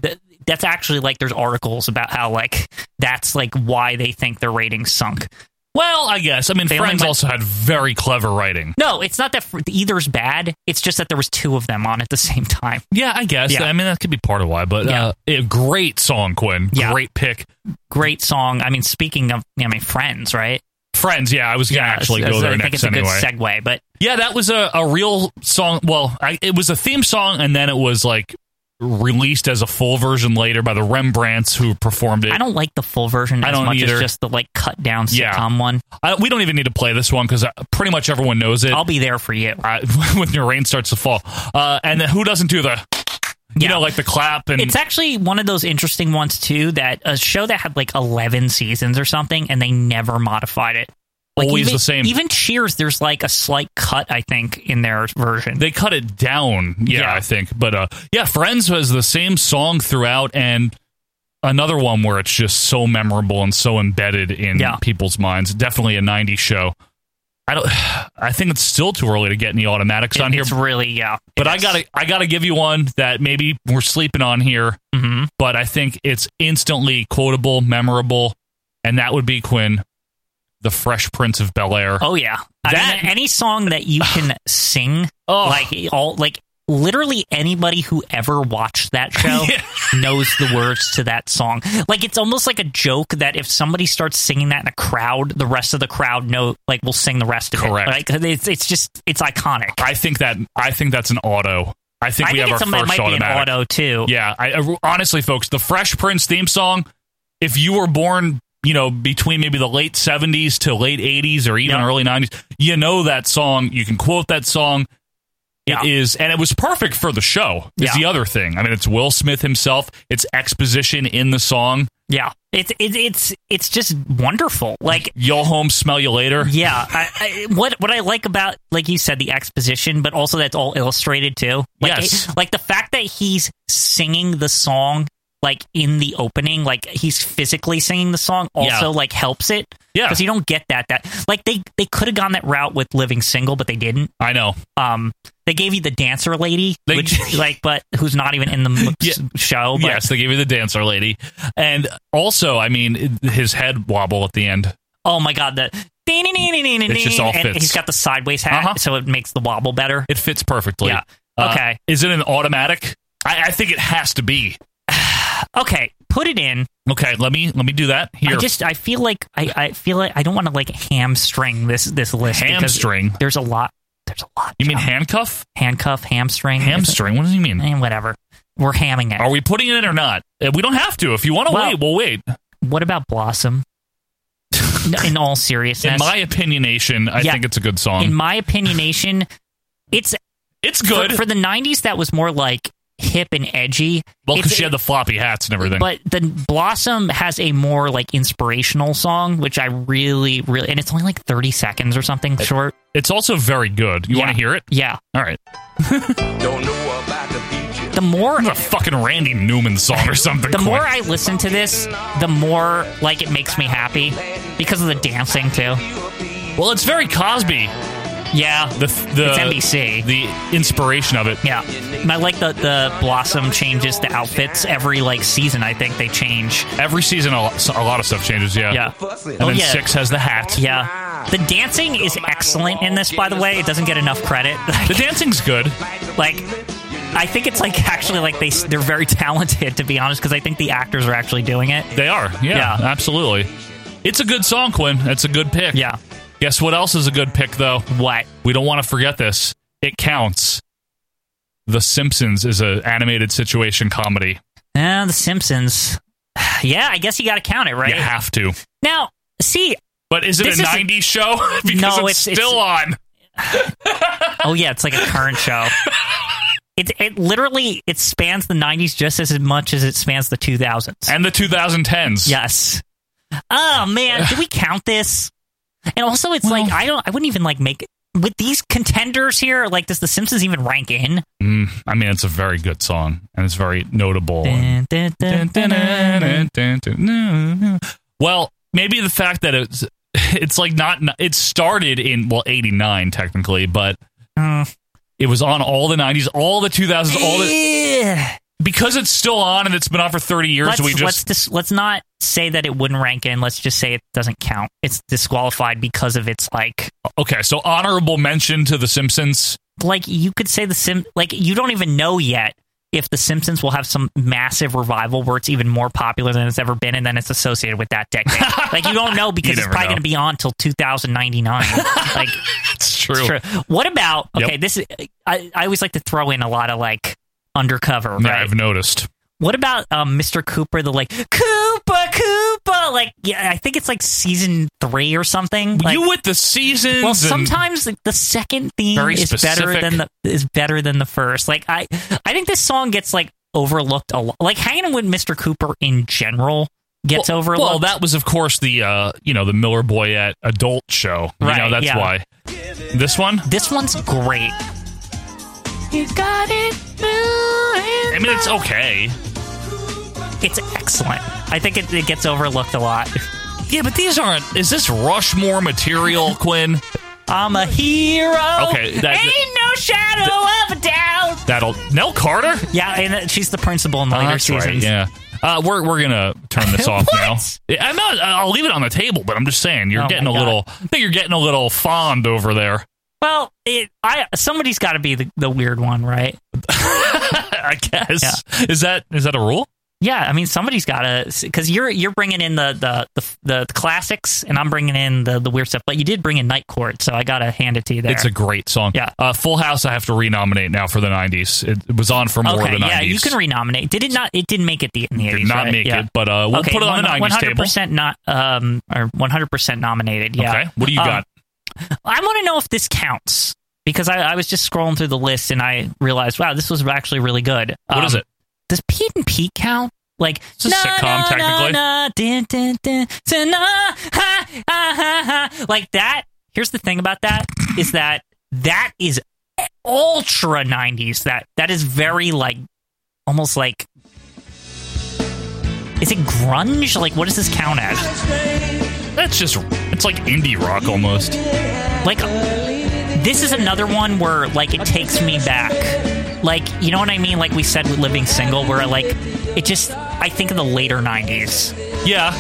[SPEAKER 2] th- that's actually like there's articles about how like that's like why they think their ratings sunk
[SPEAKER 1] Well, I guess. I mean,
[SPEAKER 2] They only
[SPEAKER 1] Friends
[SPEAKER 2] went-
[SPEAKER 1] also had very clever writing.
[SPEAKER 2] No, it's not that fr- either's bad. It's just that there was two of them on at the same time.
[SPEAKER 1] Yeah, I guess.
[SPEAKER 2] Yeah.
[SPEAKER 1] I mean, that could be part of why. But uh, a great song, Quinn.
[SPEAKER 2] Yeah.
[SPEAKER 1] Great pick.
[SPEAKER 2] Great song. I mean, speaking of, I mean, Friends, right?
[SPEAKER 1] Friends. Yeah, I was gonna actually
[SPEAKER 2] it's-
[SPEAKER 1] go
[SPEAKER 2] it's-
[SPEAKER 1] there
[SPEAKER 2] I think
[SPEAKER 1] next
[SPEAKER 2] it's a
[SPEAKER 1] anyway.
[SPEAKER 2] good segue, but
[SPEAKER 1] yeah, that was a, a real song. Well, I, it was a theme song, and then it was like released as a full version later by the Rembrandts, who performed it.
[SPEAKER 2] I don't like the full version
[SPEAKER 1] I
[SPEAKER 2] as
[SPEAKER 1] don't
[SPEAKER 2] much
[SPEAKER 1] either.
[SPEAKER 2] as just the like cut down sitcom
[SPEAKER 1] Yeah.
[SPEAKER 2] one.
[SPEAKER 1] I- we don't even need to play this one because pretty much everyone knows it.
[SPEAKER 2] I'll be there for you.
[SPEAKER 1] uh, when your rain starts to fall, uh, and then who doesn't do the, you
[SPEAKER 2] Yeah.
[SPEAKER 1] know, like the clap and
[SPEAKER 2] It's actually one of those interesting ones too. That a show that had like eleven seasons or something, and they never modified it. Like
[SPEAKER 1] Always
[SPEAKER 2] even-
[SPEAKER 1] the same.
[SPEAKER 2] Even Cheers, there's like a slight cut, I think, in their version.
[SPEAKER 1] they cut it down. Yeah,
[SPEAKER 2] Yeah.
[SPEAKER 1] I think. But uh, yeah, Friends was the same song throughout, and another one where it's just so memorable and so embedded in
[SPEAKER 2] Yeah.
[SPEAKER 1] people's minds. Definitely a '90s show. I don't. I think it's still too early to get any automatics on
[SPEAKER 2] It-
[SPEAKER 1] here,
[SPEAKER 2] it's really yeah.
[SPEAKER 1] but I gotta, I gotta give you one that maybe we're sleeping on here,
[SPEAKER 2] hmm
[SPEAKER 1] but I think it's instantly quotable, memorable, and that would be Quinn, the Fresh Prince of Bel Air.
[SPEAKER 2] Oh yeah. I
[SPEAKER 1] That-
[SPEAKER 2] mean, any song that you can sing,
[SPEAKER 1] Oh.
[SPEAKER 2] like all like literally anybody who ever watched that show
[SPEAKER 1] Yeah.
[SPEAKER 2] knows the words to that song. Like it's almost like a joke that if somebody starts singing that in a crowd, the rest of the crowd know like will sing the rest of
[SPEAKER 1] Correct.
[SPEAKER 2] it. Like it's it's just it's iconic.
[SPEAKER 1] I think that I think that's an auto. I think we have
[SPEAKER 2] it's
[SPEAKER 1] our
[SPEAKER 2] something that
[SPEAKER 1] first
[SPEAKER 2] might be an
[SPEAKER 1] automatic.
[SPEAKER 2] auto too.
[SPEAKER 1] Yeah, I, I- honestly, folks, the Fresh Prince theme song. If you were born, you know, between maybe the late seventies to late eighties, or even
[SPEAKER 2] Yeah.
[SPEAKER 1] early nineties, you know that song. You can quote that song. It
[SPEAKER 2] Yeah.
[SPEAKER 1] is, and it was perfect for the show. Is
[SPEAKER 2] Yeah.
[SPEAKER 1] the other thing? I mean, it's Will Smith himself. It's exposition in the song.
[SPEAKER 2] Yeah. It's it's it's it's just wonderful. Like
[SPEAKER 1] Yo home, smell you later.
[SPEAKER 2] Yeah, I, I, what what I like about like you said the exposition, but also that's all illustrated too. Like,
[SPEAKER 1] Yes.
[SPEAKER 2] it- like the fact that he's singing the song like in the opening, like he's physically singing the song, also
[SPEAKER 1] Yeah.
[SPEAKER 2] like helps it.
[SPEAKER 1] Yeah.
[SPEAKER 2] because you don't get that. That like they they could have gone that route with Living Single, but they didn't.
[SPEAKER 1] I know.
[SPEAKER 2] Um, they gave you the dancer lady,
[SPEAKER 1] They-
[SPEAKER 2] which like, but who's not even in the m-
[SPEAKER 1] Yeah.
[SPEAKER 2] show. But
[SPEAKER 1] yes, they gave you the dancer lady, and also, I mean, his head wobble at the end.
[SPEAKER 2] oh my god, the. It
[SPEAKER 1] just all
[SPEAKER 2] And
[SPEAKER 1] fits.
[SPEAKER 2] he's got the sideways hat,
[SPEAKER 1] Uh-huh.
[SPEAKER 2] so it makes the wobble better.
[SPEAKER 1] It fits perfectly. Uh,
[SPEAKER 2] Yeah. Okay.
[SPEAKER 1] Is it an automatic? I, I think it has to be.
[SPEAKER 2] Okay, put it in.
[SPEAKER 1] Okay, let me let me do that here.
[SPEAKER 2] I just I feel like I, I feel like I don't want to like hamstring this this list. because
[SPEAKER 1] Hamstring?
[SPEAKER 2] There's a lot. There's a lot.
[SPEAKER 1] you mean
[SPEAKER 2] John.
[SPEAKER 1] handcuff?
[SPEAKER 2] handcuff, hamstring,
[SPEAKER 1] Hamstring? What does he mean?
[SPEAKER 2] and whatever. We're hamming it.
[SPEAKER 1] Are we putting it in or not? Uh, We don't have to. If you want to
[SPEAKER 2] Well,
[SPEAKER 1] wait, we'll wait.
[SPEAKER 2] what about Blossom? In- in all seriousness,
[SPEAKER 1] In my opinionation, I
[SPEAKER 2] Yeah.
[SPEAKER 1] think it's a good song.
[SPEAKER 2] in my opinionation, it's
[SPEAKER 1] it's good.
[SPEAKER 2] for, for the '90s. That was more like hip and edgy.
[SPEAKER 1] well, because
[SPEAKER 2] It's-
[SPEAKER 1] she had the floppy hats and everything.
[SPEAKER 2] But the Blossom has a more like inspirational song, which I really, really, and it's only like 30 seconds or something short.
[SPEAKER 1] it's also very good. You
[SPEAKER 2] Yeah.
[SPEAKER 1] want to hear it?
[SPEAKER 2] Yeah.
[SPEAKER 1] All right.
[SPEAKER 2] The more
[SPEAKER 1] It's a fucking Randy Newman song or something.
[SPEAKER 2] the more
[SPEAKER 1] Quinn.
[SPEAKER 2] I listen to this, the more like it makes me happy because of the dancing too.
[SPEAKER 1] well, it's very Cosby.
[SPEAKER 2] Yeah,
[SPEAKER 1] The the
[SPEAKER 2] it's NBC.
[SPEAKER 1] the inspiration of it.
[SPEAKER 2] yeah, and I like that the Blossom changes the outfits every like season. I think they change.
[SPEAKER 1] Every season, a lot, a lot of stuff changes. Yeah.
[SPEAKER 2] Yeah,
[SPEAKER 1] And
[SPEAKER 2] Oh,
[SPEAKER 1] then
[SPEAKER 2] yeah.
[SPEAKER 1] six has the hat.
[SPEAKER 2] yeah. The dancing is excellent in this, by the way. It doesn't get enough credit.
[SPEAKER 1] The dancing's good.
[SPEAKER 2] like, I think it's like actually like they they're very talented to be honest because I think the actors are actually doing it.
[SPEAKER 1] They are. Yeah,
[SPEAKER 2] Yeah.
[SPEAKER 1] absolutely. It's a good song, Quinn. It's a good pick.
[SPEAKER 2] Yeah.
[SPEAKER 1] Guess what else is a good pick, though?
[SPEAKER 2] What?
[SPEAKER 1] We don't want to forget this. It counts. The Simpsons is an animated situation comedy.
[SPEAKER 2] Uh, the Simpsons. Yeah, I guess you got to count it, right?
[SPEAKER 1] You have to.
[SPEAKER 2] Now, see,
[SPEAKER 1] But is it
[SPEAKER 2] This
[SPEAKER 1] a
[SPEAKER 2] is-
[SPEAKER 1] 90s show? because
[SPEAKER 2] No,
[SPEAKER 1] it's,
[SPEAKER 2] it's-
[SPEAKER 1] still on.
[SPEAKER 2] Oh yeah, it's like a current show. It it literally it spans the '90s just as much as it spans the 2000s.
[SPEAKER 1] And the 2010s.
[SPEAKER 2] yes. Oh man, do we count this? And also, it's like I don't. I wouldn't even like make with these contenders here. Like, does The Simpsons even rank in?
[SPEAKER 1] Mm, I mean, it's a very good song, and it's very notable.
[SPEAKER 2] Dun, dun, dun, dun, dun.
[SPEAKER 1] Well, maybe the fact that it's it's like not it started in well 89 technically, but uh,
[SPEAKER 2] Mm.
[SPEAKER 1] it was on all the 90s, all the 2000s, all the
[SPEAKER 2] Yeah.
[SPEAKER 1] because it's still on and it's been on for 30 years,
[SPEAKER 2] Let's
[SPEAKER 1] we
[SPEAKER 2] let's
[SPEAKER 1] just
[SPEAKER 2] dis- let's not say that it wouldn't rank in. Let's just say it doesn't count. It's disqualified because of its like
[SPEAKER 1] Okay, so honorable mention to The Simpsons.
[SPEAKER 2] like you could say the sim like you don't even know yet if the Simpsons will have some massive revival where it's even more popular than it's ever been, and then it's associated with that decade. like you don't know because it's
[SPEAKER 1] never
[SPEAKER 2] probably
[SPEAKER 1] know.
[SPEAKER 2] going to be on till 2099. like
[SPEAKER 1] It's true.
[SPEAKER 2] It's true. What about
[SPEAKER 1] Yep.
[SPEAKER 2] okay? This is I, I always like to throw in a lot of like undercover.
[SPEAKER 1] Yeah,
[SPEAKER 2] right?
[SPEAKER 1] I've noticed.
[SPEAKER 2] What about um, Mr. Cooper? The like Cooper, Cooper. Like yeah, I think it's like season three or something. Like,
[SPEAKER 1] you with the seasons.
[SPEAKER 2] well,
[SPEAKER 1] and-
[SPEAKER 2] sometimes like, the second theme
[SPEAKER 1] Very
[SPEAKER 2] is better
[SPEAKER 1] specific.
[SPEAKER 2] than the is better than the first. Like I, I think this song gets like overlooked a lot. Like hanging with Mr. Cooper in general gets
[SPEAKER 1] well,
[SPEAKER 2] overlooked.
[SPEAKER 1] Well, that was of course the uh, you know the Miller Boyette adult show. You
[SPEAKER 2] Right,
[SPEAKER 1] know that's
[SPEAKER 2] yeah.
[SPEAKER 1] why. This one.
[SPEAKER 2] this one's great. You got it.
[SPEAKER 1] I mean, it's okay.
[SPEAKER 2] It's excellent. I think it, it gets overlooked a lot.
[SPEAKER 1] Yeah, but these aren't. Is this Rushmore material, Quinn?
[SPEAKER 2] I'm a hero.
[SPEAKER 1] Okay, that-
[SPEAKER 2] ain't no shadow of a doubt.
[SPEAKER 1] That'll Nell Carter.
[SPEAKER 2] Yeah, and that- she's the principal in
[SPEAKER 1] Oh,
[SPEAKER 2] later
[SPEAKER 1] that's
[SPEAKER 2] seasons.
[SPEAKER 1] right. Yeah. Uh, we're we're gonna turn this off
[SPEAKER 2] What?
[SPEAKER 1] now. Yeah, I'm not. I'll leave it on the table, but I'm just saying you're
[SPEAKER 2] Oh,
[SPEAKER 1] getting
[SPEAKER 2] my
[SPEAKER 1] a
[SPEAKER 2] God.
[SPEAKER 1] little. I think you're getting a little fond over there.
[SPEAKER 2] Well, it, I somebody's got to be the, the weird one, right?
[SPEAKER 1] I guess is that is that a rule?
[SPEAKER 2] Yeah, I mean somebody's got to because you're you're bringing in the the, the the classics, and I'm bringing in the the weird stuff. But you did bring in Night Court, so I got to hand it to you there.
[SPEAKER 1] It's a great song.
[SPEAKER 2] Yeah.
[SPEAKER 1] Uh, Full House. I have to renominate now for the '90s. It, it was on for more
[SPEAKER 2] okay,
[SPEAKER 1] than '90s.
[SPEAKER 2] yeah, you can renominate. Did it not? It didn't make it the in the
[SPEAKER 1] Did
[SPEAKER 2] eighties.
[SPEAKER 1] not
[SPEAKER 2] right?
[SPEAKER 1] make
[SPEAKER 2] yeah.
[SPEAKER 1] it, but uh, we'll
[SPEAKER 2] okay,
[SPEAKER 1] put it on the '90s table.
[SPEAKER 2] percent not um or one hundred percent nominated. Yeah.
[SPEAKER 1] Okay. What do you
[SPEAKER 2] Um,
[SPEAKER 1] got?
[SPEAKER 2] I want to know if this counts because I, I was just scrolling through the list and I realized, wow, this was actually really good. Um,
[SPEAKER 1] What is it?
[SPEAKER 2] Does Pete and Pete count? Like
[SPEAKER 1] It's a sitcom, technically.
[SPEAKER 2] na, dun, dun, dun, dun, na, ha, ha, ha, ha. like that. Here's the thing about that is that that is ultra '90s. That that is very like almost like is it grunge? Like what does this count as?
[SPEAKER 1] That's just. It's like indie rock almost.
[SPEAKER 2] like this is another one where like it takes me back like you know what i mean like we said with living single where like it just i think of the later 90s
[SPEAKER 1] Yeah.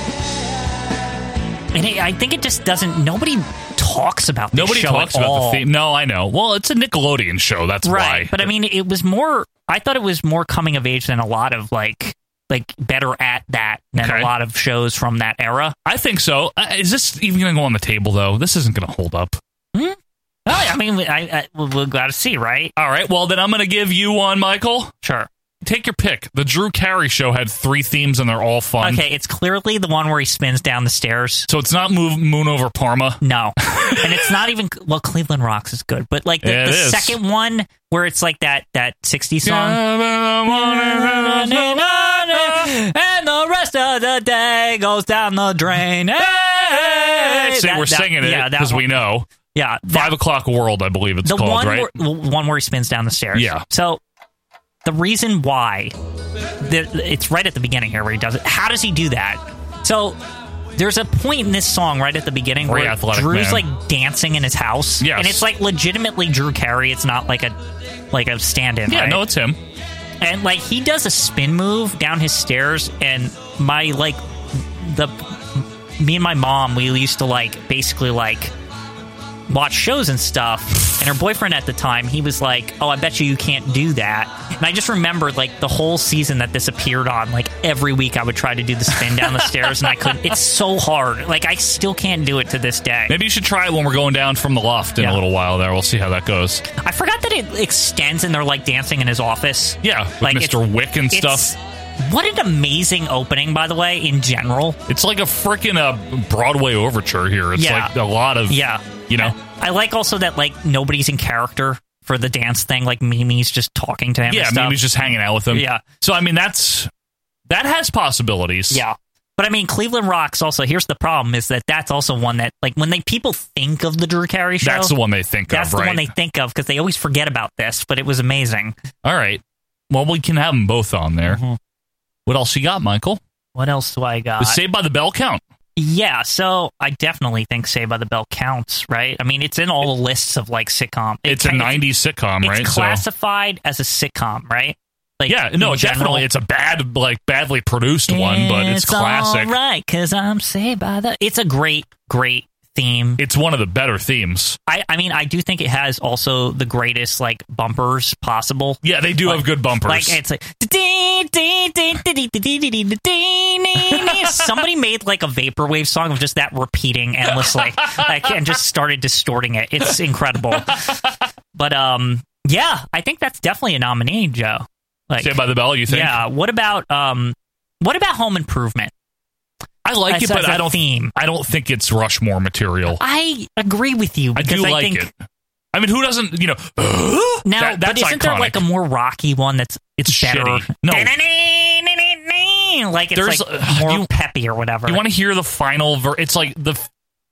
[SPEAKER 2] and it, i think it just doesn't nobody talks about this
[SPEAKER 1] Nobody
[SPEAKER 2] show
[SPEAKER 1] talks
[SPEAKER 2] at
[SPEAKER 1] about
[SPEAKER 2] all.
[SPEAKER 1] the theme. No, I know. Well, it's a Nickelodeon show. That's
[SPEAKER 2] right
[SPEAKER 1] why.
[SPEAKER 2] but i mean it was more i thought it was more coming of age than a lot of like like better at that than
[SPEAKER 1] Okay.
[SPEAKER 2] a lot of shows from that era
[SPEAKER 1] I think so. Uh, is this even going to go on the table though? This isn't going to hold up.
[SPEAKER 2] Oh, i mean i, I we'll, we'll gotta see right Uh,
[SPEAKER 1] All right. Well, then I'm going to give you one, Michael.
[SPEAKER 2] sure
[SPEAKER 1] Take your pick. The Drew Carey show had three themes and they're all fun.
[SPEAKER 2] okay it's clearly the one where he spins down the stairs
[SPEAKER 1] So it's not move, Moon over Parma.
[SPEAKER 2] No, and it's not even well. Cleveland Rocks is good, but like the,
[SPEAKER 1] Yeah, it
[SPEAKER 2] the
[SPEAKER 1] is.
[SPEAKER 2] second one where it's like that that '60s song.
[SPEAKER 1] Song.
[SPEAKER 2] And the rest of the day goes down the drain. Hey,
[SPEAKER 1] See,
[SPEAKER 2] That-
[SPEAKER 1] we're
[SPEAKER 2] that-
[SPEAKER 1] singing it
[SPEAKER 2] yeah, that
[SPEAKER 1] because we
[SPEAKER 2] one.
[SPEAKER 1] know.
[SPEAKER 2] Yeah, that-
[SPEAKER 1] Five o'clock world, I believe it's
[SPEAKER 2] the
[SPEAKER 1] called,
[SPEAKER 2] one
[SPEAKER 1] right?
[SPEAKER 2] where, w- one where he spins down the stairs.
[SPEAKER 1] Yeah.
[SPEAKER 2] So the reason why the, it's right at the beginning here where he does it. How does he do that? So there's a point in this song right at the beginning
[SPEAKER 1] Very
[SPEAKER 2] where
[SPEAKER 1] athletic man.
[SPEAKER 2] Drew's like dancing in his house.
[SPEAKER 1] Yes.
[SPEAKER 2] And it's like legitimately Drew Carey. It's not like a like a stand-in.
[SPEAKER 1] yeah,
[SPEAKER 2] right?
[SPEAKER 1] no, it's him.
[SPEAKER 2] and like he does a spin move down his stairs and my like the me and my mom we used to like basically like watch shows and stuff and her boyfriend at the time he was like oh i bet you you can't do that and i just remembered like the whole season that this appeared on like every week i would try to do the spin down the stairs and i couldn't it's so hard like i still can't do it to this day
[SPEAKER 1] Maybe you should try it when we're going down from the loft in a
[SPEAKER 2] Yeah.
[SPEAKER 1] little while there. We'll see how that goes.
[SPEAKER 2] i forgot that it extends and they're like dancing in his office
[SPEAKER 1] Yeah, with
[SPEAKER 2] Like,
[SPEAKER 1] Mr. Wick and stuff.
[SPEAKER 2] It's- What an amazing opening, by the way, in general.
[SPEAKER 1] It's like a freaking uh, Broadway overture here. It's
[SPEAKER 2] Yeah.
[SPEAKER 1] like a lot of
[SPEAKER 2] Yeah.
[SPEAKER 1] you know.
[SPEAKER 2] I like also that, like, nobody's in character for the dance thing. Like, Mimi's just talking to him.
[SPEAKER 1] Yeah,
[SPEAKER 2] and stuff.
[SPEAKER 1] maybe he's just hanging out with them.
[SPEAKER 2] Yeah.
[SPEAKER 1] So I mean, that's that has possibilities.
[SPEAKER 2] Yeah. But I mean, Cleveland Rocks also, here's the problem is that that's also one that, like, when they people think of the Drew Carey show,
[SPEAKER 1] that's the one they think
[SPEAKER 2] that's
[SPEAKER 1] of,
[SPEAKER 2] the
[SPEAKER 1] right?
[SPEAKER 2] one they think of because they always forget about this, but it was amazing.
[SPEAKER 1] All right. Well, we can have them both on there.
[SPEAKER 2] Mm-hmm.
[SPEAKER 1] What else you got, Michael?
[SPEAKER 2] What else do I got?
[SPEAKER 1] The Saved by the Bell count.
[SPEAKER 2] yeah, so I definitely think Saved by the Bell counts, right? I mean, it's in all the lists of like sitcom.
[SPEAKER 1] It's a
[SPEAKER 2] kind of-
[SPEAKER 1] '90s sitcom,
[SPEAKER 2] it's
[SPEAKER 1] right?
[SPEAKER 2] classified as a sitcom, right? Like,
[SPEAKER 1] yeah, no,
[SPEAKER 2] in general?
[SPEAKER 1] definitely, it's a bad, like badly produced one, but it's, classic.
[SPEAKER 2] all right, because I'm saved by the. It's a great, great theme.
[SPEAKER 1] It's one of the better themes.
[SPEAKER 2] I, I mean, I do think it has also the greatest like bumpers possible.
[SPEAKER 1] Yeah, they do have good bumpers.
[SPEAKER 2] Like it's like somebody made like a vaporwave song of just that repeating endlessly, like and just started distorting it. It's incredible. But um, yeah, I think that's definitely a nominee, Joe. Like,
[SPEAKER 1] Saved by the Bell. You think?
[SPEAKER 2] yeah. What about um, what about Home Improvement?
[SPEAKER 1] I like
[SPEAKER 2] As-
[SPEAKER 1] it, but
[SPEAKER 2] as a
[SPEAKER 1] I don't.
[SPEAKER 2] theme.
[SPEAKER 1] I don't think it's Rushmore material.
[SPEAKER 2] I agree with you
[SPEAKER 1] I
[SPEAKER 2] because
[SPEAKER 1] do
[SPEAKER 2] I,
[SPEAKER 1] like
[SPEAKER 2] think
[SPEAKER 1] it. I mean, who doesn't? You know, that-
[SPEAKER 2] now. but
[SPEAKER 1] that's
[SPEAKER 2] isn't
[SPEAKER 1] iconic.
[SPEAKER 2] there like a more rocky one that's
[SPEAKER 1] It's
[SPEAKER 2] better?
[SPEAKER 1] shitty. No.
[SPEAKER 2] Like it's
[SPEAKER 1] There's,
[SPEAKER 2] like
[SPEAKER 1] uh,
[SPEAKER 2] more
[SPEAKER 1] you-
[SPEAKER 2] peppy or whatever.
[SPEAKER 1] you want to hear the final? Ver- it's like the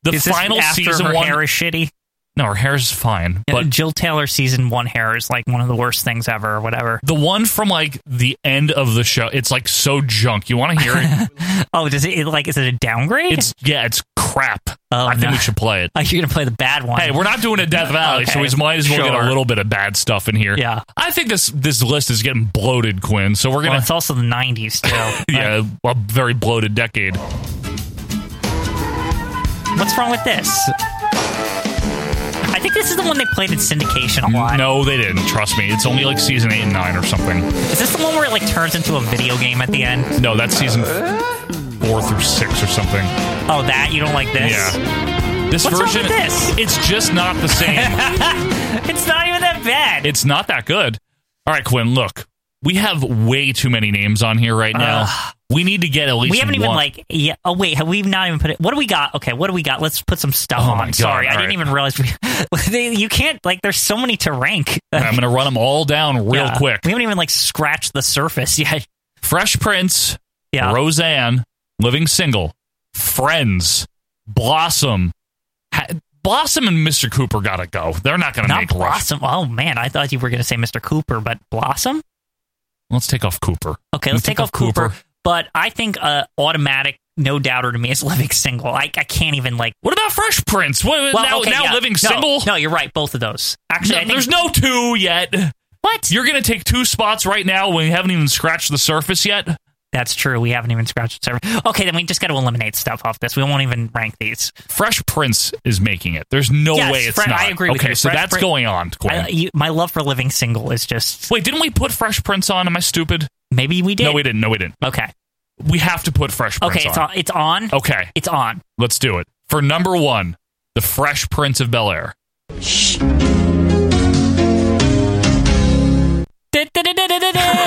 [SPEAKER 1] the
[SPEAKER 2] Is this
[SPEAKER 1] final
[SPEAKER 2] after
[SPEAKER 1] season
[SPEAKER 2] her
[SPEAKER 1] one.
[SPEAKER 2] hair is shitty.
[SPEAKER 1] no, her hair is fine, but
[SPEAKER 2] But Jill Taylor season one hair is like one of the worst things ever or whatever.
[SPEAKER 1] the one from like the end of the show, it's like so junk. You want to hear it?
[SPEAKER 2] Oh, does it, it like is it a downgrade?
[SPEAKER 1] It's yeah, it's crap.
[SPEAKER 2] Oh,
[SPEAKER 1] I think
[SPEAKER 2] no.
[SPEAKER 1] we should play it.
[SPEAKER 2] oh, you're gonna play the bad one.
[SPEAKER 1] Hey, we're not doing a Death Valley, so
[SPEAKER 2] Okay,
[SPEAKER 1] we might as well get
[SPEAKER 2] sure.
[SPEAKER 1] a little bit of bad stuff in here.
[SPEAKER 2] Yeah.
[SPEAKER 1] I think this this list is getting bloated, Quinn. So we're
[SPEAKER 2] well,
[SPEAKER 1] gonna
[SPEAKER 2] it's also the '90s too.
[SPEAKER 1] yeah, a very bloated decade.
[SPEAKER 2] What's wrong with this? I think this is the one they played in syndication a lot.
[SPEAKER 1] No, they didn't. Trust me, it's only like season eight and nine or something.
[SPEAKER 2] Is this the one where it like turns into a video game at the end?
[SPEAKER 1] No, that's season
[SPEAKER 2] Uh,
[SPEAKER 1] four through six or something.
[SPEAKER 2] Oh, that you don't like this?
[SPEAKER 1] Yeah. This
[SPEAKER 2] What's wrong
[SPEAKER 1] version,
[SPEAKER 2] with this?
[SPEAKER 1] it's just not the same.
[SPEAKER 2] It's not even that bad.
[SPEAKER 1] it's not that good. All right, Quinn, look, we have way too many names on here right now. we need to get at least
[SPEAKER 2] we haven't even
[SPEAKER 1] one.
[SPEAKER 2] like yeah. Oh wait, have we not even put it? What do we got? Okay, what do we got? Let's put some stuff
[SPEAKER 1] Oh
[SPEAKER 2] on.
[SPEAKER 1] my God,
[SPEAKER 2] Sorry, I
[SPEAKER 1] all
[SPEAKER 2] didn't
[SPEAKER 1] right.
[SPEAKER 2] even realize we. they- you can't like. There's so many to rank.
[SPEAKER 1] I'm going to run them all down real
[SPEAKER 2] Yeah.
[SPEAKER 1] quick.
[SPEAKER 2] We haven't even like scratched the surface yet.
[SPEAKER 1] Fresh Prince,
[SPEAKER 2] Yeah.
[SPEAKER 1] Roseanne, Living Single, Friends, Blossom. Ha- Blossom and Mr. Cooper got to go. They're not going to
[SPEAKER 2] Not
[SPEAKER 1] make Rush.
[SPEAKER 2] Blossom. Oh man, I thought you were gonna say Mr. Cooper, but Blossom.
[SPEAKER 1] Let's take off Cooper.
[SPEAKER 2] Okay, let's
[SPEAKER 1] Think
[SPEAKER 2] take off
[SPEAKER 1] of Cooper.
[SPEAKER 2] Cooper. But I think uh, automatic no doubter to me is living single. I, I can't even like.
[SPEAKER 1] What about Fresh Prince? What,
[SPEAKER 2] Well,
[SPEAKER 1] now
[SPEAKER 2] okay,
[SPEAKER 1] now
[SPEAKER 2] yeah.
[SPEAKER 1] Living
[SPEAKER 2] No,
[SPEAKER 1] Single?
[SPEAKER 2] No, you're right. Both of those.
[SPEAKER 1] No,
[SPEAKER 2] Actually, I think
[SPEAKER 1] there's no two yet.
[SPEAKER 2] what.
[SPEAKER 1] You're going to take two spots right now when you haven't even scratched the surface yet?
[SPEAKER 2] That's true. We haven't even scratched the surface. Okay, then we just got to eliminate stuff off this. We won't even rank these.
[SPEAKER 1] Fresh Prince is making it. There's no
[SPEAKER 2] Yes,
[SPEAKER 1] way it's
[SPEAKER 2] Fre- I
[SPEAKER 1] not.
[SPEAKER 2] agree with
[SPEAKER 1] okay,
[SPEAKER 2] you.
[SPEAKER 1] so
[SPEAKER 2] Fresh
[SPEAKER 1] that's
[SPEAKER 2] Prin-
[SPEAKER 1] going on, Quinn.
[SPEAKER 2] I, you, my love for living single is just
[SPEAKER 1] Wait, didn't we put Fresh Prince on? Am I stupid?
[SPEAKER 2] maybe we did.
[SPEAKER 1] No, we didn't. No, we didn't.
[SPEAKER 2] Okay,
[SPEAKER 1] We have to put Fresh Prince
[SPEAKER 2] okay, it's
[SPEAKER 1] on.
[SPEAKER 2] on. It's on.
[SPEAKER 1] Okay,
[SPEAKER 2] It's on.
[SPEAKER 1] let's do it. For number one, the Fresh Prince of Bel Air.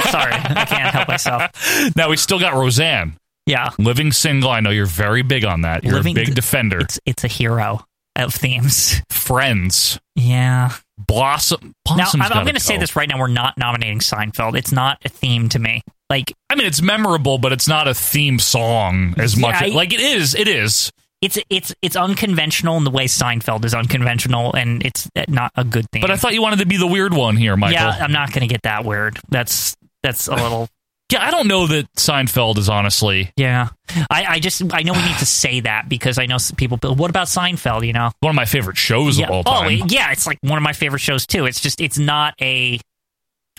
[SPEAKER 2] Sorry, I can't help myself.
[SPEAKER 1] Now we still got Roseanne,
[SPEAKER 2] Yeah,
[SPEAKER 1] Living Single. I know you're very big on that. You're
[SPEAKER 2] Living-
[SPEAKER 1] a big defender.
[SPEAKER 2] it's it's a hero of themes.
[SPEAKER 1] Friends,
[SPEAKER 2] Yeah.
[SPEAKER 1] Blossom.
[SPEAKER 2] Now
[SPEAKER 1] Blossom's
[SPEAKER 2] I'm, I'm
[SPEAKER 1] gotta
[SPEAKER 2] going to say
[SPEAKER 1] go.
[SPEAKER 2] this right now: we're not nominating Seinfeld. It's not a theme to me. Like
[SPEAKER 1] I mean, it's memorable, but it's not a theme song as
[SPEAKER 2] Yeah,
[SPEAKER 1] much.
[SPEAKER 2] I-
[SPEAKER 1] like it is. It is.
[SPEAKER 2] it's it's it's unconventional in the way Seinfeld is unconventional, and it's not a good theme.
[SPEAKER 1] But I thought you wanted to be the weird one here, Michael.
[SPEAKER 2] Yeah, um, I'm not going to get that weird. That's that's a little.
[SPEAKER 1] Yeah, I don't know that Seinfeld is honestly.
[SPEAKER 2] yeah, I, I just I know we need to say that because I know some people. But what about Seinfeld? You know,
[SPEAKER 1] one of my favorite shows
[SPEAKER 2] yeah.
[SPEAKER 1] of all
[SPEAKER 2] oh
[SPEAKER 1] time.
[SPEAKER 2] it- yeah, it's like one of my favorite shows too. It's just it's not a.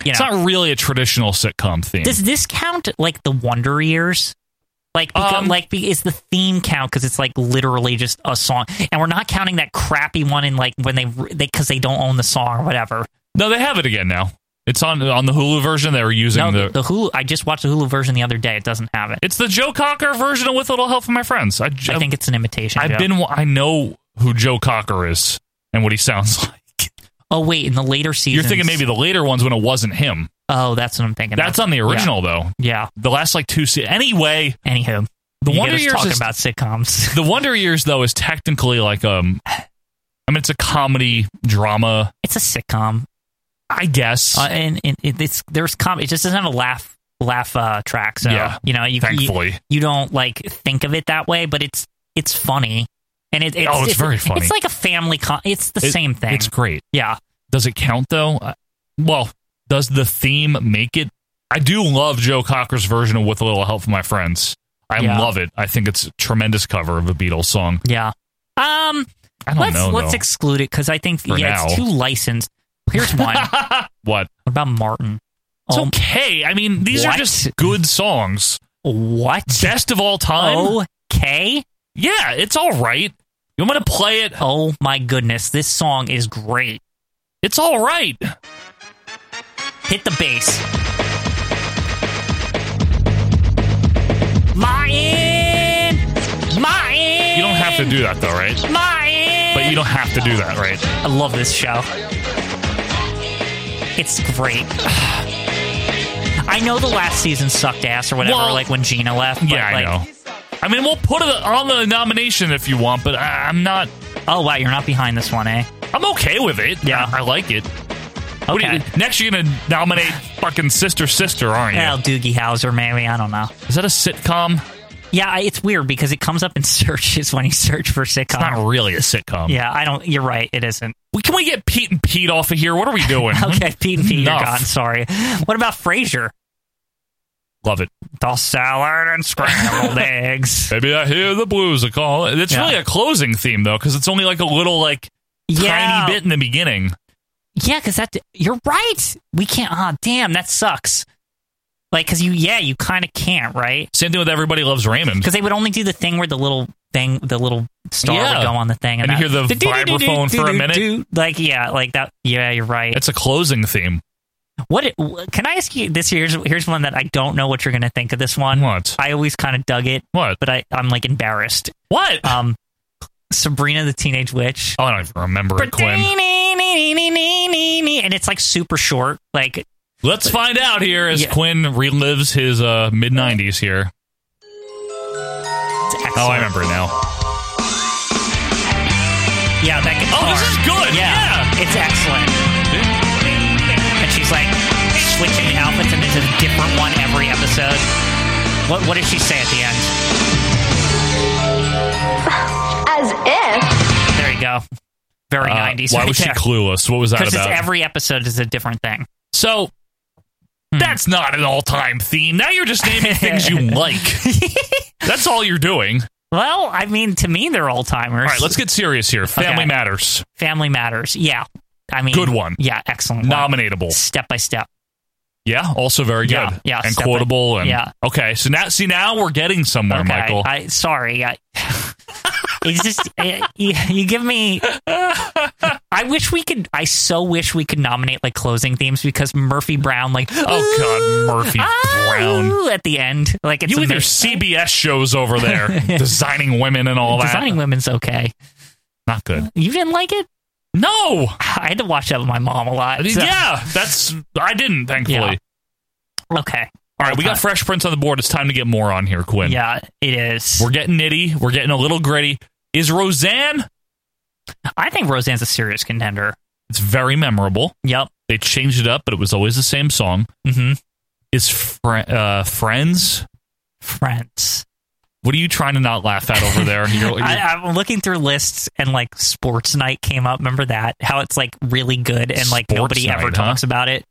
[SPEAKER 2] You know,
[SPEAKER 1] It's not really a traditional sitcom theme.
[SPEAKER 2] does this count like the Wonder Years? Like, because,
[SPEAKER 1] Um,
[SPEAKER 2] like, be- is the theme count because it's like literally just a song, and we're not counting that crappy one in like when they because they, 'cause they don't own the song or whatever.
[SPEAKER 1] no, they have it again now. It's on on the Hulu version. They were using
[SPEAKER 2] No,
[SPEAKER 1] the,
[SPEAKER 2] the, Hulu. I just watched the Hulu version the other day. It doesn't have it.
[SPEAKER 1] It's the Joe Cocker version of with a little help from my friends. I,
[SPEAKER 2] I think it's an imitation.
[SPEAKER 1] I've
[SPEAKER 2] Joe.
[SPEAKER 1] been wa- I know who Joe Cocker is and what he sounds like.
[SPEAKER 2] Oh wait, in the later seasons,
[SPEAKER 1] You're thinking maybe the later ones when it wasn't him.
[SPEAKER 2] Oh, that's what I'm thinking.
[SPEAKER 1] That's
[SPEAKER 2] of.
[SPEAKER 1] on the original though.
[SPEAKER 2] Yeah.
[SPEAKER 1] The last like two. Se- anyway,
[SPEAKER 2] yeah. Anywho,
[SPEAKER 1] the
[SPEAKER 2] you
[SPEAKER 1] Wonder
[SPEAKER 2] get us
[SPEAKER 1] Years
[SPEAKER 2] talking
[SPEAKER 1] is
[SPEAKER 2] about sitcoms.
[SPEAKER 1] the Wonder Years though is technically like um, I mean it's a comedy drama,
[SPEAKER 2] It's a sitcom,
[SPEAKER 1] I guess.
[SPEAKER 2] uh, and, and it, it's there's com. It just doesn't have a laugh laugh uh, track. So
[SPEAKER 1] Yeah,
[SPEAKER 2] you know you, you
[SPEAKER 1] thankfully,
[SPEAKER 2] you don't like think of it that way, but it's it's funny. And it, it's,
[SPEAKER 1] Oh, it's very funny.
[SPEAKER 2] It's like a family. Com- it's the
[SPEAKER 1] It-
[SPEAKER 2] same thing.
[SPEAKER 1] It's great.
[SPEAKER 2] yeah,
[SPEAKER 1] Does it count though? Uh, Well, does the theme make it? I do love Joe Cocker's version of "With a Little Help from My Friends." I
[SPEAKER 2] Yeah.
[SPEAKER 1] love it. I think it's a tremendous cover of a Beatles song.
[SPEAKER 2] yeah. Um,
[SPEAKER 1] I don't
[SPEAKER 2] let's
[SPEAKER 1] know.
[SPEAKER 2] let's
[SPEAKER 1] though.
[SPEAKER 2] exclude it because I think
[SPEAKER 1] For
[SPEAKER 2] yeah, it's
[SPEAKER 1] now.
[SPEAKER 2] too licensed. Here's one. what
[SPEAKER 1] what?
[SPEAKER 2] about Martin?
[SPEAKER 1] It's
[SPEAKER 2] Oh,
[SPEAKER 1] okay. I mean, these
[SPEAKER 2] What?
[SPEAKER 1] are just good songs.
[SPEAKER 2] what?
[SPEAKER 1] Best of all time.
[SPEAKER 2] Oh. Okay.
[SPEAKER 1] Yeah, it's all right. You want to play it?
[SPEAKER 2] Oh my goodness, this song is great.
[SPEAKER 1] It's all right.
[SPEAKER 2] Hit the bass. Martin! Martin!
[SPEAKER 1] You don't have to do that though, right?
[SPEAKER 2] Martin!
[SPEAKER 1] But you don't have to do that, right?
[SPEAKER 2] I love this show. It's great. I know the last season sucked ass or whatever,
[SPEAKER 1] Well-
[SPEAKER 2] like when Gina left. But
[SPEAKER 1] Yeah, I
[SPEAKER 2] like,
[SPEAKER 1] know. I mean, we'll put it on the nomination if you want, but I, I'm not.
[SPEAKER 2] Oh wow, you're not behind this one, eh?
[SPEAKER 1] I'm okay with it.
[SPEAKER 2] Yeah.
[SPEAKER 1] I, I like it. What do
[SPEAKER 2] Okay.
[SPEAKER 1] you, next, you're gonna nominate fucking Sister Sister, aren't you?
[SPEAKER 2] Well, Doogie Howser, maybe I don't know.
[SPEAKER 1] Is that a sitcom?
[SPEAKER 2] Yeah, I- it's weird because it comes up in searches when you search for
[SPEAKER 1] It's
[SPEAKER 2] sitcom.
[SPEAKER 1] not really a sitcom.
[SPEAKER 2] yeah, I don't. You're right. It isn't.
[SPEAKER 1] We- Can we get Pete and Pete off of here? What are we doing?
[SPEAKER 2] Okay, Pete and Pete are
[SPEAKER 1] Enough.
[SPEAKER 2] gone. Sorry. What about Frasier?
[SPEAKER 1] Love it.
[SPEAKER 2] The salad and scrambled eggs.
[SPEAKER 1] Maybe I hear the blues a call. It's
[SPEAKER 2] Yeah.
[SPEAKER 1] really a closing theme though, because it's only like a little like
[SPEAKER 2] Yeah.
[SPEAKER 1] tiny bit in the beginning.
[SPEAKER 2] Yeah, because that you're right. We can't. Ah, damn, that sucks. Like, because you, yeah, you kind of can't, right?
[SPEAKER 1] Same thing with Everybody Loves Raymond.
[SPEAKER 2] Because they would only do the thing where the little thing, the little star
[SPEAKER 1] Yeah.
[SPEAKER 2] would go on the thing,
[SPEAKER 1] And you
[SPEAKER 2] that-
[SPEAKER 1] hear the
[SPEAKER 2] do-do-do-do,
[SPEAKER 1] vibraphone for a minute.
[SPEAKER 2] do-do-do. Like, yeah, like that. Yeah, you're right.
[SPEAKER 1] It's a closing theme.
[SPEAKER 2] What it, wh- can I ask you? This here's here's one that I don't know what you're gonna think of. This one,
[SPEAKER 1] What?
[SPEAKER 2] I always kind of dug it,
[SPEAKER 1] What?
[SPEAKER 2] but I I'm like embarrassed.
[SPEAKER 1] What?
[SPEAKER 2] Um, Sabrina the Teenage Witch.
[SPEAKER 1] oh, I don't even remember it, Quinn.
[SPEAKER 2] And it's like super short. Like
[SPEAKER 1] Let's find out here as
[SPEAKER 2] Yeah.
[SPEAKER 1] Quinn relives his uh, mid 90s here.
[SPEAKER 2] it's excellent.
[SPEAKER 1] Oh, I remember it now.
[SPEAKER 2] Yeah, that guitar.
[SPEAKER 1] Oh, this is good. Yeah.
[SPEAKER 2] it's excellent. And she's like switching outfits, and there's a different one every episode. What what does she say at the end?
[SPEAKER 10] As if.
[SPEAKER 2] There you go. Very
[SPEAKER 1] Uh,
[SPEAKER 2] 90s.
[SPEAKER 1] why
[SPEAKER 2] right
[SPEAKER 1] was she
[SPEAKER 2] there.
[SPEAKER 1] clueless? What was that
[SPEAKER 2] Because it's
[SPEAKER 1] about?
[SPEAKER 2] every episode is a different thing.
[SPEAKER 1] so,
[SPEAKER 2] Hmm.
[SPEAKER 1] that's not an all time theme. Now you're just naming things you like. That's all you're doing.
[SPEAKER 2] Well, I mean, to me, they're all timers.
[SPEAKER 1] All right, let's get serious here. Family
[SPEAKER 2] Okay.
[SPEAKER 1] Matters.
[SPEAKER 2] Family Matters. Yeah, I mean,
[SPEAKER 1] Good one.
[SPEAKER 2] Yeah, excellent. one.
[SPEAKER 1] Nominatable.
[SPEAKER 2] Step by step.
[SPEAKER 1] Yeah, also very good.
[SPEAKER 2] Yeah, yeah,
[SPEAKER 1] and
[SPEAKER 2] step
[SPEAKER 1] quotable.
[SPEAKER 2] it.
[SPEAKER 1] And
[SPEAKER 2] Yeah.
[SPEAKER 1] okay. So now, see, now we're getting somewhere,
[SPEAKER 2] okay,
[SPEAKER 1] Michael.
[SPEAKER 2] I sorry. I, it's just eh, you, you give me. I wish we could. I so wish we could nominate like closing themes because Murphy Brown, like
[SPEAKER 1] oh God, Murphy Brown.
[SPEAKER 2] Brown at the end, like it's
[SPEAKER 1] You with your
[SPEAKER 2] amazing.
[SPEAKER 1] CBS shows over there, designing women and all that.
[SPEAKER 2] Designing women's okay.
[SPEAKER 1] Not good.
[SPEAKER 2] You didn't like it?
[SPEAKER 1] No.
[SPEAKER 2] I had to watch that with my mom a lot. so-
[SPEAKER 1] yeah, that's I didn't thankfully.
[SPEAKER 2] Yeah. Okay.
[SPEAKER 1] All right, we got Fresh Prince on the board. It's time to get more on here, Quinn.
[SPEAKER 2] Yeah, it is.
[SPEAKER 1] We're getting nitty. We're getting a little gritty. Is Roseanne?
[SPEAKER 2] I think Roseanne's a serious contender.
[SPEAKER 1] It's very memorable.
[SPEAKER 2] Yep.
[SPEAKER 1] They changed it up, but it was always the same song.
[SPEAKER 2] Mm-hmm.
[SPEAKER 1] Is fr- uh, Friends?
[SPEAKER 2] Friends.
[SPEAKER 1] What are you trying to not laugh at over there? You're- you're-
[SPEAKER 2] I, uh, I'm looking through lists and like sports night came up. Remember that? How it's like really good and like
[SPEAKER 1] Sports
[SPEAKER 2] nobody ever
[SPEAKER 1] Night, huh?
[SPEAKER 2] talks about it.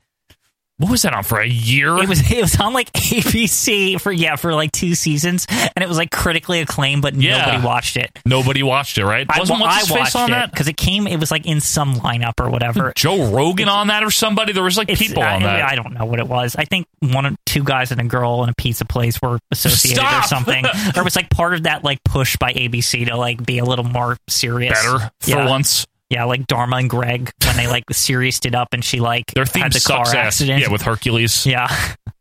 [SPEAKER 1] what was that on for a year?
[SPEAKER 2] It was it was on like ABC for yeah for like two seasons and it was like critically acclaimed, but
[SPEAKER 1] Yeah.
[SPEAKER 2] nobody watched it.
[SPEAKER 1] Nobody watched it, right? Wasn't
[SPEAKER 2] wa-
[SPEAKER 1] what's his face on that?
[SPEAKER 2] because it came. It was like in some lineup or whatever.
[SPEAKER 1] Joe Rogan on that or somebody? There was like
[SPEAKER 2] It's-
[SPEAKER 1] people
[SPEAKER 2] I,
[SPEAKER 1] on that.
[SPEAKER 2] I don't know what it was. I think one or two guys and a girl in a pizza place were associated
[SPEAKER 1] Stop!
[SPEAKER 2] or something. or it was like part of that like push by ABC to like be a little more serious.
[SPEAKER 1] Better for
[SPEAKER 2] yeah.
[SPEAKER 1] once.
[SPEAKER 2] Yeah, like Dharma and Greg when they like serioused it up and she like
[SPEAKER 1] Their theme
[SPEAKER 2] had the
[SPEAKER 1] sucks
[SPEAKER 2] car
[SPEAKER 1] ass.
[SPEAKER 2] accident.
[SPEAKER 1] Yeah, with Hercules.
[SPEAKER 2] yeah.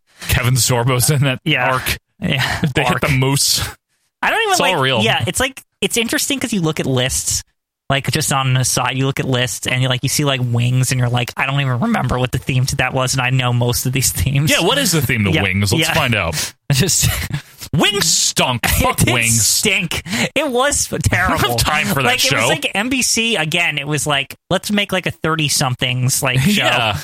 [SPEAKER 1] Kevin Sorbo's in that
[SPEAKER 2] Yeah.
[SPEAKER 1] arc.
[SPEAKER 2] Yeah.
[SPEAKER 1] They
[SPEAKER 2] Bark.
[SPEAKER 1] hit the moose.
[SPEAKER 2] I don't even
[SPEAKER 1] It's all
[SPEAKER 2] like
[SPEAKER 1] real.
[SPEAKER 2] Yeah, it's like it's interesting because you look at lists. Like just on the side, you look at lists and you like you see like wings, and you're like, I don't even remember what the theme to that was, and I know most of these themes.
[SPEAKER 1] Yeah, what is the theme to
[SPEAKER 2] Yeah,
[SPEAKER 1] wings? Let's
[SPEAKER 2] yeah.
[SPEAKER 1] find out.
[SPEAKER 2] just
[SPEAKER 1] Wings stunk.
[SPEAKER 2] it
[SPEAKER 1] Fuck
[SPEAKER 2] did
[SPEAKER 1] wings.
[SPEAKER 2] stink. It was terrible.
[SPEAKER 1] have time for that
[SPEAKER 2] like, It
[SPEAKER 1] show.
[SPEAKER 2] was like NBC again. It was like let's make like a thirty somethings like show.
[SPEAKER 1] Yeah,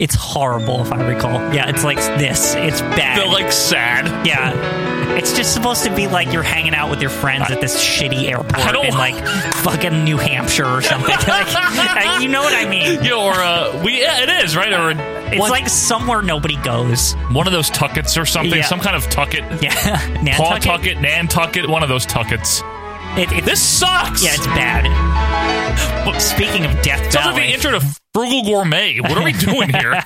[SPEAKER 2] It's horrible if I recall. Yeah, it's like this. It's bad.
[SPEAKER 1] they're like sad.
[SPEAKER 2] Yeah. It's just supposed to be like you're hanging out with your friends at this shitty
[SPEAKER 1] I
[SPEAKER 2] airport
[SPEAKER 1] don't-
[SPEAKER 2] in like fucking New Hampshire or something. like, uh, you know what I mean?
[SPEAKER 1] Yeah, or uh, we yeah, it is right. Or
[SPEAKER 2] It's
[SPEAKER 1] what-
[SPEAKER 2] like somewhere nobody goes.
[SPEAKER 1] one of those tuckets or something.
[SPEAKER 2] Yeah.
[SPEAKER 1] Some kind of tucket.
[SPEAKER 2] Yeah,
[SPEAKER 1] Paw
[SPEAKER 2] Nantucket.
[SPEAKER 1] tucket, Nan tucket, one of those tuckets.
[SPEAKER 2] It, it,
[SPEAKER 1] This sucks.
[SPEAKER 2] yeah, it's bad. Well, speaking of Death
[SPEAKER 1] Sounds like
[SPEAKER 2] Valley,
[SPEAKER 1] the intro to Frugal Gourmet. What are we doing here?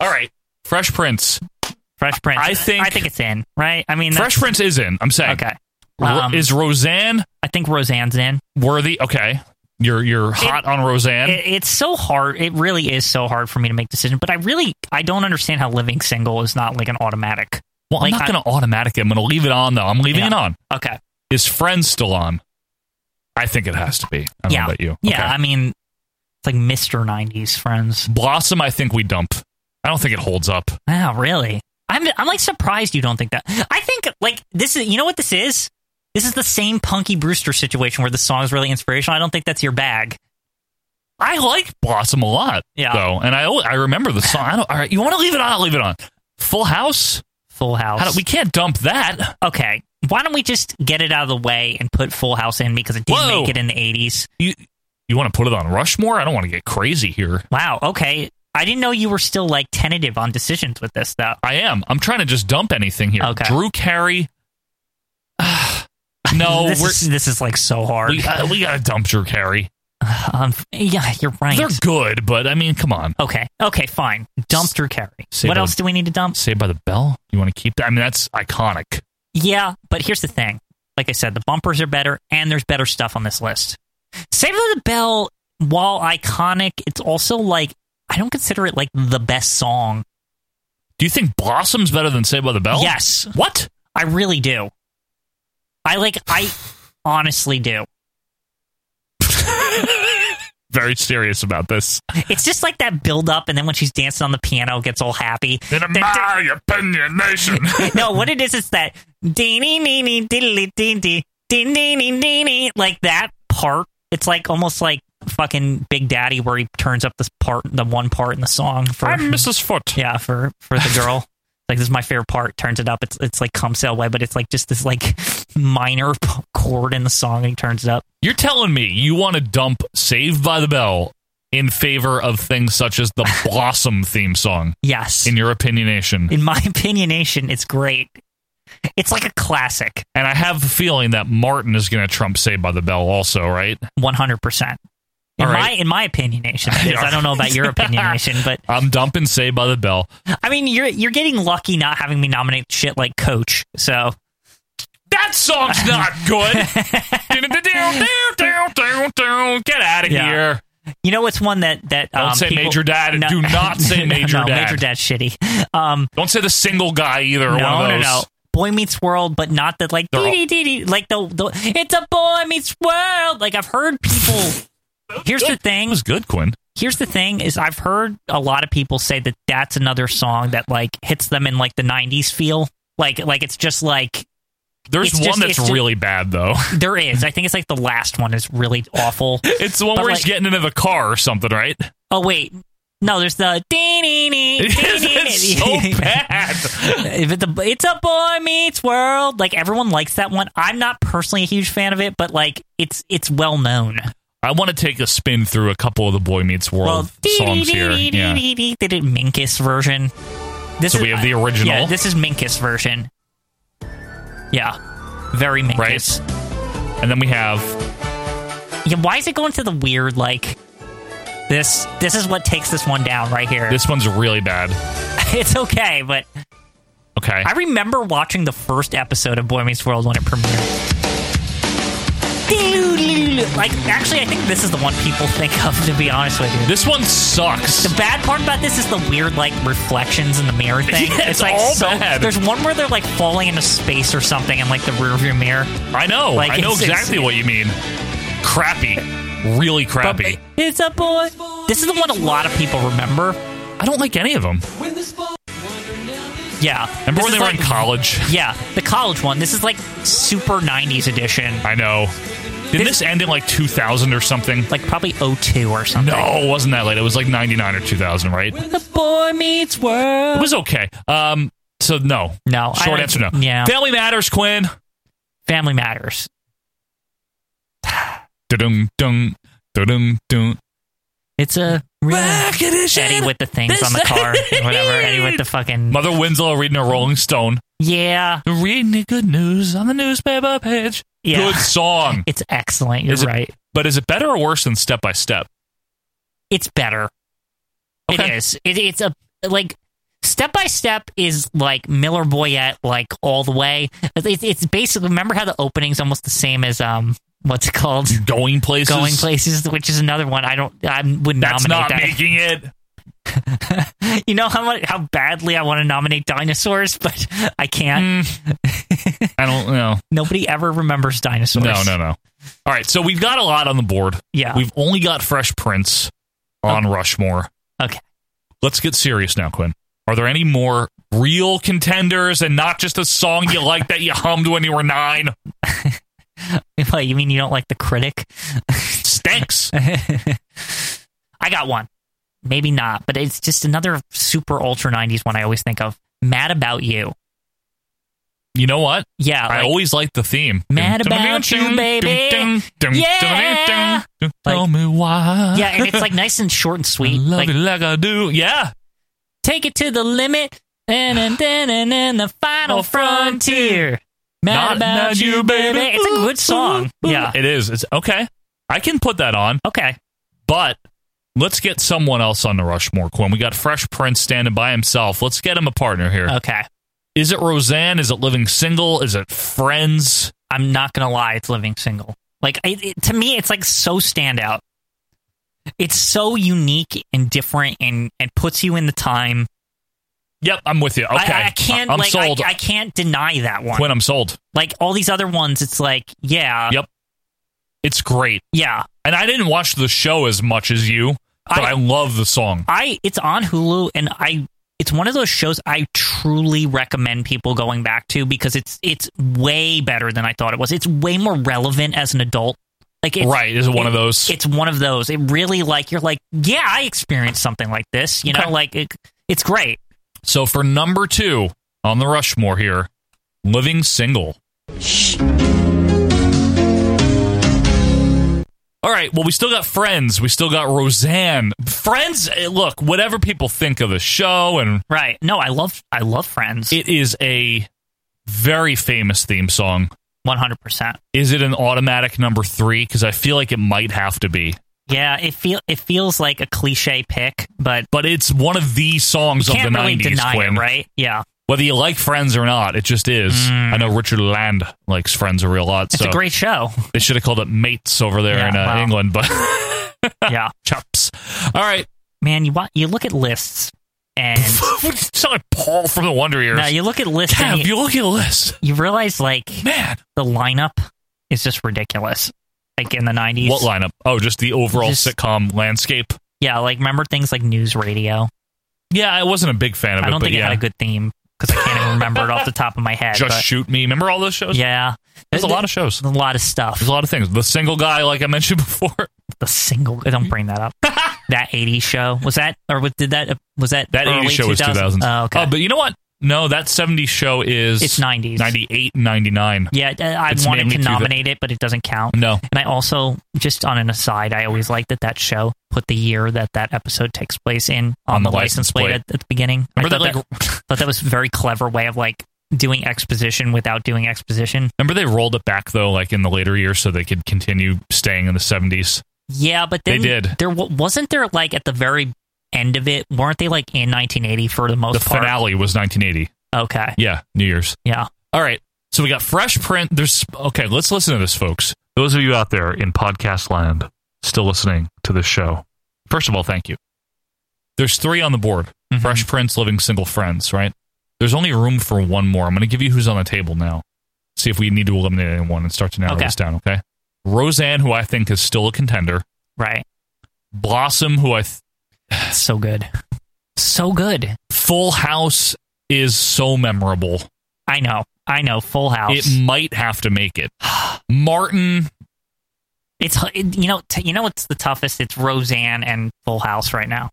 [SPEAKER 1] All right. Fresh Prince.
[SPEAKER 2] Fresh Prince.
[SPEAKER 1] I think-
[SPEAKER 2] I think it's in, right? I mean,
[SPEAKER 1] Fresh
[SPEAKER 2] that's-
[SPEAKER 1] Prince is in. I'm saying.
[SPEAKER 2] Okay.
[SPEAKER 1] Ro-
[SPEAKER 2] Um,
[SPEAKER 1] is Roseanne
[SPEAKER 2] I think Roseanne's in.
[SPEAKER 1] worthy? Okay. You're you're hot on Roseanne.
[SPEAKER 2] It, it's so hard. It really is so hard for me to make decisions. But I really, I don't understand how living single is not like an automatic.
[SPEAKER 1] well, I'm
[SPEAKER 2] like,
[SPEAKER 1] not
[SPEAKER 2] I-
[SPEAKER 1] going to automatic it. I'm going to leave it on though. I'm leaving
[SPEAKER 2] Yeah.
[SPEAKER 1] it on.
[SPEAKER 2] Okay.
[SPEAKER 1] Is Friends still on? I think it has to be. I don't
[SPEAKER 2] yeah.
[SPEAKER 1] know about you.
[SPEAKER 2] Yeah.
[SPEAKER 1] Okay.
[SPEAKER 2] I mean, it's like Mr. 90s friends.
[SPEAKER 1] Blossom, I think we dump. I don't think it holds up.
[SPEAKER 2] Wow, really? I'm I'm like surprised you don't think that. I think like this is you know what this is? This is the same Punky Brewster situation where the song is really inspirational. I don't think that's your bag.
[SPEAKER 1] I like Blossom a lot.
[SPEAKER 2] Yeah.
[SPEAKER 1] Though, and I al- I remember the song. I don't, all right, you want to leave it on? I'll leave it on. Full House.
[SPEAKER 2] Full House.
[SPEAKER 1] How do, we can't dump that.
[SPEAKER 2] okay. Why don't we just get it out of the way and put Full House in because it didn't
[SPEAKER 1] Whoa.
[SPEAKER 2] make it in the 80s.
[SPEAKER 1] You you want to put it on Rushmore? I don't want to get crazy here.
[SPEAKER 2] Wow, okay. I didn't know you were still like tentative on decisions with this though.
[SPEAKER 1] I am. I'm trying to just dump anything here.
[SPEAKER 2] Okay.
[SPEAKER 1] Drew Carey. no,
[SPEAKER 2] this
[SPEAKER 1] Oh, we're,
[SPEAKER 2] is this is like so hard.
[SPEAKER 1] we uh, we gotta dump Drew Carey.
[SPEAKER 2] Um, yeah, you're right.
[SPEAKER 1] They're good, but I mean, come on.
[SPEAKER 2] okay. Okay, fine. Dump Drew Carey.
[SPEAKER 1] Say
[SPEAKER 2] what
[SPEAKER 1] the-
[SPEAKER 2] else do we need to dump?
[SPEAKER 1] Saved by the Bell. You want to keep that? I mean, that's iconic.
[SPEAKER 2] Yeah, but here's the thing. Like I said, the bumpers are better, and there's better stuff on this list. Save by the Bell, while iconic, it's also like I don't consider it like the best song.
[SPEAKER 1] Do you think Blossom's better than Saved by the Bell?
[SPEAKER 2] Yes.
[SPEAKER 1] What?
[SPEAKER 2] I really do. I like. I honestly do.
[SPEAKER 1] Very serious about this.
[SPEAKER 2] It's just like that build up, and then when she's dancing on the piano, gets all happy.
[SPEAKER 1] In my opinion, nation.
[SPEAKER 2] no, what it is is that dee dee dee dee diddly dee dee dee dee dee dee dee like that part. It's like almost like fucking Big Daddy where he turns up this part, the one part in the song for
[SPEAKER 1] I'm Mrs. Foot.
[SPEAKER 2] yeah for for the girl. like this is my favorite part. Turns it up. It's it's like come sail away, but it's like just this like minor p- chord in the song, and he turns it up.
[SPEAKER 1] You're telling me you want to dump Saved by the Bell in favor of things such as the Blossom theme song,
[SPEAKER 2] Yes,
[SPEAKER 1] in your opinionation.
[SPEAKER 2] in my opinionation, it's great. It's like a classic,
[SPEAKER 1] And I have the feeling that Martin is going to trump Saved by the Bell also, right?
[SPEAKER 2] one hundred percent. In
[SPEAKER 1] All
[SPEAKER 2] my
[SPEAKER 1] right.
[SPEAKER 2] in my opinionation, it is. I don't know about your opinionation, but
[SPEAKER 1] I'm dumping Saved by the Bell.
[SPEAKER 2] I mean, you're you're getting lucky not having me nominate shit like Coach. So
[SPEAKER 1] That song's not good. Get out of
[SPEAKER 2] Yeah.
[SPEAKER 1] here.
[SPEAKER 2] you know, it's one that that
[SPEAKER 1] Don't
[SPEAKER 2] um,
[SPEAKER 1] say
[SPEAKER 2] people-
[SPEAKER 1] Major Dad.
[SPEAKER 2] No.
[SPEAKER 1] Do not say
[SPEAKER 2] No,
[SPEAKER 1] Major
[SPEAKER 2] no,
[SPEAKER 1] Dad.
[SPEAKER 2] Major Dad's shitty. Um,
[SPEAKER 1] Don't say the single guy either. or
[SPEAKER 2] no,
[SPEAKER 1] one
[SPEAKER 2] no,
[SPEAKER 1] of those.
[SPEAKER 2] no. Boy Meets World, but not the like
[SPEAKER 1] They're all-
[SPEAKER 2] dee dee dee dee, like the, the it's a Boy Meets World. Like I've heard people. Here's the
[SPEAKER 1] It
[SPEAKER 2] thing.
[SPEAKER 1] was good, Quinn.
[SPEAKER 2] Here's the thing is I've heard a lot of people say that that's another song that like hits them in like the '90s feel. Like like it's just like
[SPEAKER 1] There's
[SPEAKER 2] It's
[SPEAKER 1] one
[SPEAKER 2] just-
[SPEAKER 1] that's
[SPEAKER 2] it's just-
[SPEAKER 1] really bad though.
[SPEAKER 2] there is. I think it's like the last one is really awful.
[SPEAKER 1] It's the one
[SPEAKER 2] But
[SPEAKER 1] where
[SPEAKER 2] like-
[SPEAKER 1] he's getting into the car or something, right?
[SPEAKER 2] Oh wait, no, there's the
[SPEAKER 1] it's so bad.
[SPEAKER 2] If it's a it's a boy meets world, like everyone likes that one. I'm not personally a huge fan of it, but like it's it's well known.
[SPEAKER 1] I want to take a spin through a couple of the Boy Meets World songs here. Yeah.
[SPEAKER 2] did it Minkus version. This
[SPEAKER 1] So we have the original.
[SPEAKER 2] Yeah, this is Minkus version. Yeah, very Minkus.
[SPEAKER 1] And then we have
[SPEAKER 2] Yeah, why is it going to the weird like? This this is what takes this one down right here.
[SPEAKER 1] this one's really bad.
[SPEAKER 2] it's okay, but
[SPEAKER 1] Okay.
[SPEAKER 2] I remember watching the first episode of Boy Meets World when it premiered. Like, actually, I think this is the one people think of, to be honest with you.
[SPEAKER 1] this one sucks.
[SPEAKER 2] the bad part about this is the weird, like, reflections in the mirror thing.
[SPEAKER 1] Yeah, it's
[SPEAKER 2] like
[SPEAKER 1] all
[SPEAKER 2] so.
[SPEAKER 1] bad.
[SPEAKER 2] There's one where they're, like, falling into space or something in, like, the rearview mirror.
[SPEAKER 1] I know.
[SPEAKER 2] Like,
[SPEAKER 1] I know
[SPEAKER 2] it's- it's-
[SPEAKER 1] exactly what you mean. Crappy. Really crappy.
[SPEAKER 2] It's a boy. This is the one a lot of people remember.
[SPEAKER 1] I don't like any of them.
[SPEAKER 2] Yeah.
[SPEAKER 1] Remember when
[SPEAKER 2] This is
[SPEAKER 1] they were
[SPEAKER 2] like-
[SPEAKER 1] in college?
[SPEAKER 2] Yeah, the college one. This is, like, super 90s edition.
[SPEAKER 1] I know. Didn't this, end in like 2000 or something?
[SPEAKER 2] Like, probably 02 or something.
[SPEAKER 1] No, it wasn't that late. It was like 99 or 2000, right?
[SPEAKER 2] The boy meets world.
[SPEAKER 1] It was okay. Um, so no,
[SPEAKER 2] No, I
[SPEAKER 1] Short
[SPEAKER 2] don't-
[SPEAKER 1] answer, no.
[SPEAKER 2] yeah.
[SPEAKER 1] Family matters, Quinn.
[SPEAKER 2] Family Matters.
[SPEAKER 1] Dum dum dum dum.
[SPEAKER 2] It's a real Eddie with the things on the car, and whatever. Eddie with the fucking
[SPEAKER 1] Mother Winslow reading a Rolling Stone.
[SPEAKER 2] yeah,
[SPEAKER 1] Reading the good news on the newspaper page.
[SPEAKER 2] yeah.
[SPEAKER 1] Good song.
[SPEAKER 2] It's excellent. You're
[SPEAKER 1] Is it-
[SPEAKER 2] right.
[SPEAKER 1] But is it better or worse than Step by Step?
[SPEAKER 2] it's better.
[SPEAKER 1] Okay.
[SPEAKER 2] It is. It, it's a like Step by Step is like Miller Boyette, like all the way. It's, it's basically remember how the opening's almost the same as um what's it called
[SPEAKER 1] Going places.
[SPEAKER 2] Going Places, which is another one I don't I would
[SPEAKER 1] That's
[SPEAKER 2] nominate
[SPEAKER 1] not
[SPEAKER 2] that.
[SPEAKER 1] making it.
[SPEAKER 2] You know how much, how badly I want to nominate dinosaurs, but I can't.
[SPEAKER 1] I don't know.
[SPEAKER 2] Nobody ever remembers dinosaurs.
[SPEAKER 1] Mm. No, no, no. All right, so we've got a lot on the board.
[SPEAKER 2] Yeah.
[SPEAKER 1] We've only got Fresh Prince on Rushmore.
[SPEAKER 2] Okay.
[SPEAKER 1] Let's get serious now, Quinn. Are there any more real contenders and not just a song you like that you hummed when you were nine?
[SPEAKER 2] What, you mean you don't like the critic?
[SPEAKER 1] Stinks.
[SPEAKER 2] I got one. Maybe not, but it's just another super ultra 90s one I always think of. Mad About You.
[SPEAKER 1] You know what?
[SPEAKER 2] Yeah.
[SPEAKER 1] I
[SPEAKER 2] like-
[SPEAKER 1] always like the theme.
[SPEAKER 2] Mad about you, baby. Yeah.
[SPEAKER 1] Tell me why.
[SPEAKER 2] yeah, and it's like nice and short and
[SPEAKER 1] I
[SPEAKER 2] sweet.
[SPEAKER 1] love
[SPEAKER 2] Like,
[SPEAKER 1] you like I do. Yeah.
[SPEAKER 2] take it to the limit, and then, then, and then the final frontier. Mad
[SPEAKER 1] Not-
[SPEAKER 2] about
[SPEAKER 1] not
[SPEAKER 2] you, baby. It's a good song.
[SPEAKER 1] Ooh, ooh, ooh.
[SPEAKER 2] Yeah.
[SPEAKER 1] It is. It's okay. I can put that on.
[SPEAKER 2] Okay.
[SPEAKER 1] But let's get someone else on the Rushmore, Quinn. We got Fresh Prince standing by himself. Let's get him a partner here. Is
[SPEAKER 2] Okay.
[SPEAKER 1] it Roseanne? Is it Living Single? Is it Friends?
[SPEAKER 2] I'm not gonna lie, it's living single. Like it, it, to me, it's like so standout. It's so unique and different, and and puts you in the time.
[SPEAKER 1] Yep, I'm with you. Okay,
[SPEAKER 2] I, I can't.
[SPEAKER 1] I'm
[SPEAKER 2] like,
[SPEAKER 1] sold.
[SPEAKER 2] I, I can't deny that one.
[SPEAKER 1] Quinn, I'm sold.
[SPEAKER 2] like all these other ones, it's like yeah,
[SPEAKER 1] Yep. It's great,
[SPEAKER 2] yeah.
[SPEAKER 1] and I didn't watch the show as much as you, but I,
[SPEAKER 2] I-
[SPEAKER 1] love the song.
[SPEAKER 2] I it's on Hulu, and I it's one of those shows I truly recommend people going back to because it's it's way better than I thought it was. It's way more relevant as an adult. Like it's,
[SPEAKER 1] right? Is it one of those?
[SPEAKER 2] it's one of those. It really like you're like, yeah, I experienced something like this. You know,
[SPEAKER 1] Okay.
[SPEAKER 2] like it, it's great.
[SPEAKER 1] So for number two on the Rushmore here, Living Single. All right. Well, we still got Friends. We still got Roseanne. Friends. eh, Look, whatever people think of the show, and
[SPEAKER 2] Right? No, I love I love Friends.
[SPEAKER 1] it is a very famous theme song.
[SPEAKER 2] One hundred percent.
[SPEAKER 1] Is it an automatic number three? Because I feel like it might have to be.
[SPEAKER 2] Yeah, it feel it feels like a cliche pick, but
[SPEAKER 1] But it's one of the songs
[SPEAKER 2] you
[SPEAKER 1] of the
[SPEAKER 2] can't really
[SPEAKER 1] 90s,
[SPEAKER 2] deny
[SPEAKER 1] Quinn.
[SPEAKER 2] it, right? Yeah,
[SPEAKER 1] Whether you like Friends or not, it just is. I know Richard Land likes Friends a real lot.
[SPEAKER 2] it's
[SPEAKER 1] so.
[SPEAKER 2] a great show.
[SPEAKER 1] They should have called it mates over there
[SPEAKER 2] Yeah,
[SPEAKER 1] in uh,
[SPEAKER 2] wow.
[SPEAKER 1] England, but
[SPEAKER 2] yeah,
[SPEAKER 1] chops. All right,
[SPEAKER 2] man, you want you look at lists and
[SPEAKER 1] you sound like Paul from the Wonder Years.
[SPEAKER 2] now you look at lists
[SPEAKER 1] Kev,
[SPEAKER 2] and you,
[SPEAKER 1] you look at this,
[SPEAKER 2] you realize like
[SPEAKER 1] man.
[SPEAKER 2] the lineup is just ridiculous. Like in the nineties,
[SPEAKER 1] What lineup? Oh, just the overall
[SPEAKER 2] Just-
[SPEAKER 1] sitcom landscape.
[SPEAKER 2] yeah, like remember things like news radio.
[SPEAKER 1] Yeah, I wasn't a big fan of
[SPEAKER 2] I
[SPEAKER 1] it,
[SPEAKER 2] don't
[SPEAKER 1] but
[SPEAKER 2] think it
[SPEAKER 1] yeah,
[SPEAKER 2] had a good theme because I can't even remember it off the top of my head.
[SPEAKER 1] just
[SPEAKER 2] but-
[SPEAKER 1] shoot me. Remember all those shows?
[SPEAKER 2] Yeah.
[SPEAKER 1] there's a lot of shows.
[SPEAKER 2] a lot of stuff.
[SPEAKER 1] There's a lot of things. The single guy, like I mentioned before,
[SPEAKER 2] The single don't bring that up. that 80s show. Was that or was, did that was that
[SPEAKER 1] that
[SPEAKER 2] early
[SPEAKER 1] 80s show
[SPEAKER 2] 2000s?
[SPEAKER 1] was 2000.
[SPEAKER 2] Oh, okay.
[SPEAKER 1] but you know what? No, that 70s show is
[SPEAKER 2] It's 90s.
[SPEAKER 1] 98 and 99.
[SPEAKER 2] yeah, I- I
[SPEAKER 1] It's
[SPEAKER 2] wanted
[SPEAKER 1] mainly through
[SPEAKER 2] to
[SPEAKER 1] the-
[SPEAKER 2] nominate it but it doesn't count.
[SPEAKER 1] No,
[SPEAKER 2] And I also just on an aside, I always like that that show put the year that that episode takes place in on, the, license plate, At, at the beginning. I
[SPEAKER 1] Remember that,
[SPEAKER 2] thought, that, thought that was a very clever way of like doing exposition without doing exposition.
[SPEAKER 1] remember they rolled it back though, like in the later years, so they could continue staying in the 70s.
[SPEAKER 2] Yeah, but
[SPEAKER 1] They
[SPEAKER 2] then
[SPEAKER 1] did.
[SPEAKER 2] There wa- wasn't there like at the very end of it, weren't they like in 1980 for the most
[SPEAKER 1] the
[SPEAKER 2] part?
[SPEAKER 1] finale was 1980.
[SPEAKER 2] Okay.
[SPEAKER 1] Yeah, New Year's.
[SPEAKER 2] Yeah.
[SPEAKER 1] All right. So we got Fresh Print. There's okay. Let's listen to this, folks. Those of you out there in podcast land still listening to this show, first of all, thank you. There's three on the board:
[SPEAKER 2] Mm-hmm.
[SPEAKER 1] Fresh Prince, Living Single, Friends. Right. There's only room for one more. I'm going to give you who's on the table now. See if we need to eliminate anyone and start to narrow
[SPEAKER 2] Okay.
[SPEAKER 1] this down. Okay. Roseanne, who I think is still a contender.
[SPEAKER 2] Right.
[SPEAKER 1] Blossom, who I th-
[SPEAKER 2] So good. So good.
[SPEAKER 1] Full House is so memorable.
[SPEAKER 2] I know. I know. Full House.
[SPEAKER 1] It might have to make it. Martin,
[SPEAKER 2] it's it, you know t- you know what's the toughest? It's Roseanne and Full House right now.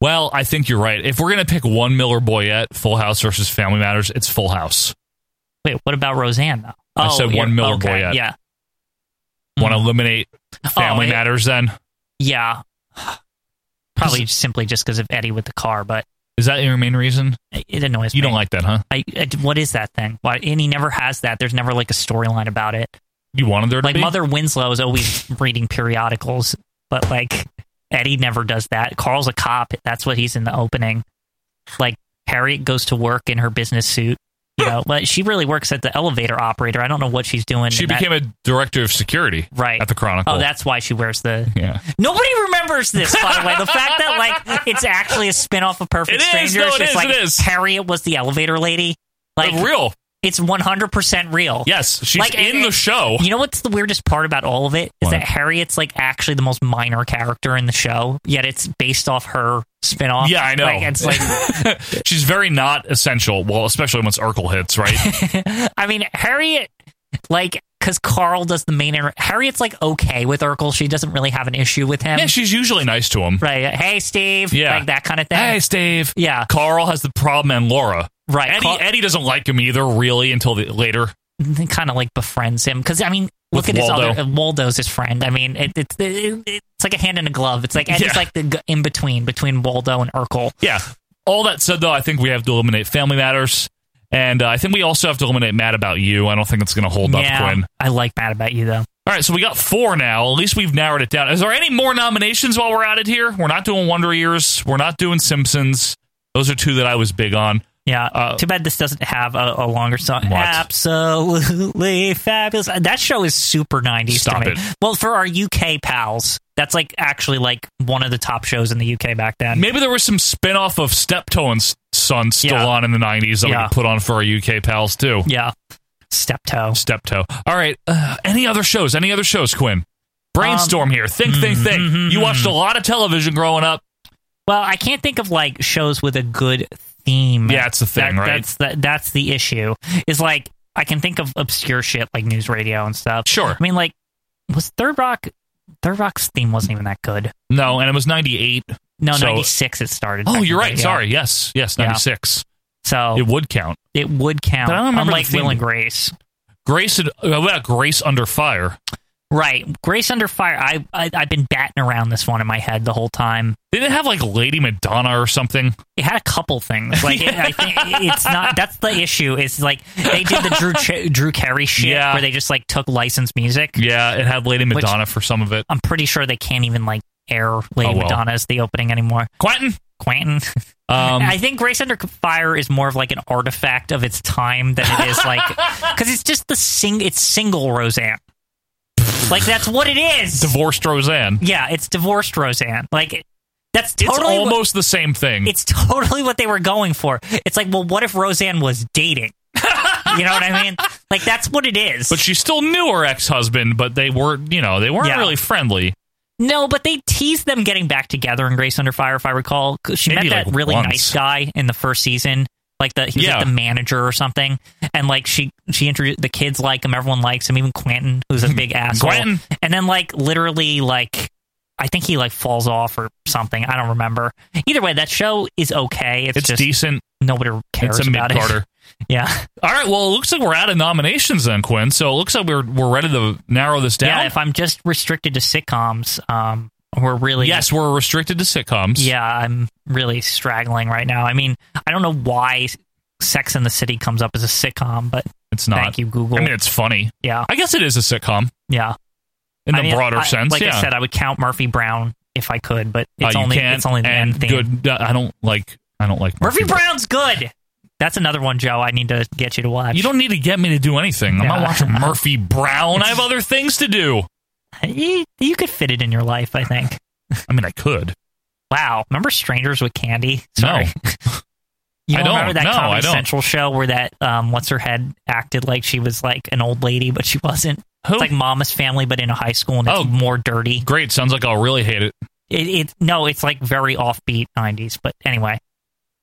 [SPEAKER 1] well, I think you're right. If we're going to pick one Miller Boyette, Full House versus Family Matters, it's Full House.
[SPEAKER 2] Wait, what about Roseanne though?
[SPEAKER 1] I said one
[SPEAKER 2] you're-
[SPEAKER 1] Miller
[SPEAKER 2] okay,
[SPEAKER 1] Boyette.
[SPEAKER 2] Yeah.
[SPEAKER 1] Want to eliminate Family
[SPEAKER 2] Mm-hmm. Oh, it-
[SPEAKER 1] Matters then?
[SPEAKER 2] Yeah. Probably simply just because of Eddie with the car, but
[SPEAKER 1] Is that your main reason?
[SPEAKER 2] it, it annoys
[SPEAKER 1] You
[SPEAKER 2] me.
[SPEAKER 1] don't like that, huh?
[SPEAKER 2] I, I, what is that thing? Why? And he never has that. There's never like a storyline about it.
[SPEAKER 1] You wanted there to
[SPEAKER 2] like
[SPEAKER 1] be?
[SPEAKER 2] Mother Winslow is always reading periodicals, but like Eddie never does that. Carl's a cop. That's what he's in the opening. like Harriet goes to work in her business suit. You know, but she really works at the elevator operator. I don't know what she's doing.
[SPEAKER 1] She
[SPEAKER 2] in that-
[SPEAKER 1] became a director of security
[SPEAKER 2] right
[SPEAKER 1] at the Chronicle.
[SPEAKER 2] Oh, that's why she wears the.
[SPEAKER 1] Yeah.
[SPEAKER 2] Nobody remembers this, by the way. The fact that like it's actually a spin-off of Perfect
[SPEAKER 1] It is.
[SPEAKER 2] Strangers.
[SPEAKER 1] No, it
[SPEAKER 2] it's
[SPEAKER 1] is.
[SPEAKER 2] like
[SPEAKER 1] It is.
[SPEAKER 2] Harriet was the elevator lady. Like
[SPEAKER 1] Uh, real.
[SPEAKER 2] it's one hundred percent real.
[SPEAKER 1] Yes, she's
[SPEAKER 2] Like, eh,
[SPEAKER 1] in
[SPEAKER 2] and-
[SPEAKER 1] the show.
[SPEAKER 2] You know what's the weirdest part about all of it is
[SPEAKER 1] What?
[SPEAKER 2] that Harriet's like actually the most minor character in the show, yet it's based off her spin-off.
[SPEAKER 1] Yeah, I know.
[SPEAKER 2] Like, it's like
[SPEAKER 1] she's very not essential. Well, especially once Urkel hits, right?
[SPEAKER 2] I mean, Harriet, like, because Carl does the main. Inter- Harriet's like okay with Urkel. She doesn't really have an issue with him.
[SPEAKER 1] yeah, she's usually nice to him.
[SPEAKER 2] right? Hey, Steve.
[SPEAKER 1] Yeah.
[SPEAKER 2] like that kind of thing.
[SPEAKER 1] Hey, Steve.
[SPEAKER 2] yeah,
[SPEAKER 1] Carl has the problem, and Laura.
[SPEAKER 2] right.
[SPEAKER 1] Eddie,
[SPEAKER 2] Carl
[SPEAKER 1] Eddie doesn't like him either, really, until the, later.
[SPEAKER 2] kind of like befriends him because I mean, look
[SPEAKER 1] With
[SPEAKER 2] at
[SPEAKER 1] Waldo.
[SPEAKER 2] his other uh, Waldo's his friend. I mean, it, it's it, it's like a hand in a glove. It's like Eddie's
[SPEAKER 1] Yeah.
[SPEAKER 2] like the g- in between between Waldo and Urkel.
[SPEAKER 1] Yeah. All that said, though, I think we have to eliminate family matters, and uh, I think we also have to eliminate Mad About You. I don't think it's going to hold up,
[SPEAKER 2] yeah,
[SPEAKER 1] Quinn.
[SPEAKER 2] I like that about you though.
[SPEAKER 1] All right, so we got four now. At least we've narrowed it down. Is there any more nominations while we're at it here? We're not doing Wonder Years. We're not doing Simpsons. Those are two that I was big on.
[SPEAKER 2] Yeah.
[SPEAKER 1] Uh,
[SPEAKER 2] Too bad this doesn't have a, a longer song.
[SPEAKER 1] What?
[SPEAKER 2] Absolutely fabulous. That show is super 90s. to
[SPEAKER 1] Stop
[SPEAKER 2] me.
[SPEAKER 1] it.
[SPEAKER 2] Well, for our UK pals, that's like actually like one of the top shows in the UK back then.
[SPEAKER 1] Maybe there was some spin off of Steptoe and S- Son still
[SPEAKER 2] Yeah.
[SPEAKER 1] on in the 90s that
[SPEAKER 2] Yeah.
[SPEAKER 1] we could put on for our UK pals, too.
[SPEAKER 2] Yeah. Steptoe.
[SPEAKER 1] Steptoe. All right. Uh, any other shows? Any other shows, Quinn? Brainstorm here. Think, think, think.
[SPEAKER 2] mhm,
[SPEAKER 1] you
[SPEAKER 2] mhm.
[SPEAKER 1] watched a lot of television growing up.
[SPEAKER 2] Well, I can't think of like shows with a good theme.
[SPEAKER 1] Yeah, it's the thing,
[SPEAKER 2] That-
[SPEAKER 1] right?
[SPEAKER 2] That's the, that's the issue. Is like I can think of obscure shit like news radio and stuff.
[SPEAKER 1] Sure.
[SPEAKER 2] I mean, like was Third Rock? Third Rock's theme wasn't even that good.
[SPEAKER 1] No, and it was 98.
[SPEAKER 2] No,
[SPEAKER 1] So-
[SPEAKER 2] ninety six it started.
[SPEAKER 1] Oh, you're
[SPEAKER 2] technically,
[SPEAKER 1] right.
[SPEAKER 2] yeah.
[SPEAKER 1] Sorry. Yes. Yes,
[SPEAKER 2] Yeah.
[SPEAKER 1] 96.
[SPEAKER 2] So
[SPEAKER 1] It would count.
[SPEAKER 2] It would count.
[SPEAKER 1] But I don't remember
[SPEAKER 2] unlike
[SPEAKER 1] the theme.
[SPEAKER 2] Will and Grace.
[SPEAKER 1] Grace, and, uh, what about Grace Under Fire?
[SPEAKER 2] Right. Grace Under Fire. I, I I've been batting around this one in my head the whole time.
[SPEAKER 1] Did it have like Lady Madonna or something?
[SPEAKER 2] It had a couple things. Like it, I think it's not. That's the issue. Is like they did the Drew Ch- Drew Carey shit
[SPEAKER 1] Yeah.
[SPEAKER 2] where they just like took licensed music.
[SPEAKER 1] Yeah, it had Lady
[SPEAKER 2] Which-
[SPEAKER 1] Madonna for some of it.
[SPEAKER 2] I'm pretty sure they can't even like air
[SPEAKER 1] Oh,
[SPEAKER 2] Lady
[SPEAKER 1] well.
[SPEAKER 2] Madonna as the opening anymore.
[SPEAKER 1] Quentin.
[SPEAKER 2] Quentin.
[SPEAKER 1] Um,
[SPEAKER 2] I think Grace Under Fire is more of like an artifact of its time than it is like because it's just the sing. It's single Roseanne. Like that's what it is.
[SPEAKER 1] divorced Roseanne.
[SPEAKER 2] Yeah, it's divorced Roseanne. Like it- that's
[SPEAKER 1] It's
[SPEAKER 2] totally what-
[SPEAKER 1] almost the same thing.
[SPEAKER 2] it's totally what they were going for. It's like, well, what if Roseanne was dating? you know what I mean? Like that's what it is.
[SPEAKER 1] but she still knew her ex-husband, but they were, you know, they weren't
[SPEAKER 2] Yeah.
[SPEAKER 1] really friendly.
[SPEAKER 2] no, but they teased them getting back together in Grace Under Fire, if I recall. 'Cause She
[SPEAKER 1] Maybe,
[SPEAKER 2] met that
[SPEAKER 1] like,
[SPEAKER 2] really
[SPEAKER 1] once.
[SPEAKER 2] nice guy in the first season. Like the he was
[SPEAKER 1] Yeah.
[SPEAKER 2] like the manager or something, and like she she introduced the kids like him, everyone likes him, even Quentin, who's a big asshole.
[SPEAKER 1] Quentin.
[SPEAKER 2] And then like literally like I think he like falls off or something. I don't remember. Either way, that show is okay. It's,
[SPEAKER 1] It's
[SPEAKER 2] just
[SPEAKER 1] decent.
[SPEAKER 2] nobody cares
[SPEAKER 1] It's a
[SPEAKER 2] about
[SPEAKER 1] mid-carter.
[SPEAKER 2] it. Yeah,
[SPEAKER 1] All right. Well, it looks like we're out of nominations then, Quinn. So it looks like we're we're ready to narrow this down.
[SPEAKER 2] yeah. If I'm just restricted to sitcoms, um, we're really
[SPEAKER 1] yes, we're restricted to sitcoms.
[SPEAKER 2] yeah. I'm really straggling right now. I mean, I don't know why Sex and the City comes up as a sitcom, but
[SPEAKER 1] it's not.
[SPEAKER 2] thank you Google.
[SPEAKER 1] I mean, it's funny.
[SPEAKER 2] yeah,
[SPEAKER 1] I guess it is a sitcom
[SPEAKER 2] yeah.
[SPEAKER 1] in the
[SPEAKER 2] I mean,
[SPEAKER 1] broader
[SPEAKER 2] I-
[SPEAKER 1] sense.
[SPEAKER 2] like
[SPEAKER 1] yeah.
[SPEAKER 2] I said, I would count Murphy Brown if I could, but
[SPEAKER 1] Uh,
[SPEAKER 2] it's
[SPEAKER 1] you
[SPEAKER 2] only
[SPEAKER 1] can't,
[SPEAKER 2] it's only the
[SPEAKER 1] and
[SPEAKER 2] end theme.
[SPEAKER 1] good. uh, I don't like. I don't like
[SPEAKER 2] Murphy
[SPEAKER 1] Murphy Brown.
[SPEAKER 2] Brown's good. That's another one, Joe. I need to get you to watch.
[SPEAKER 1] You don't need to get me to do anything. I'm not
[SPEAKER 2] Yeah.
[SPEAKER 1] watching Murphy Brown. I have other things to do.
[SPEAKER 2] you, you could fit it in your life, I think.
[SPEAKER 1] I mean, I could.
[SPEAKER 2] Wow, remember Strangers with Candy? Sorry.
[SPEAKER 1] I
[SPEAKER 2] You don't
[SPEAKER 1] don't.
[SPEAKER 2] remember that
[SPEAKER 1] No,
[SPEAKER 2] Comedy
[SPEAKER 1] I don't.
[SPEAKER 2] Central show where that um, what's her head acted like she was like an old lady, but she wasn't.
[SPEAKER 1] Who?
[SPEAKER 2] It's like Mama's Family, but in a high school, and it's
[SPEAKER 1] Oh.
[SPEAKER 2] more dirty.
[SPEAKER 1] Great. Sounds like I'll really hate it.
[SPEAKER 2] It, it no, it's like very offbeat '90s. But anyway,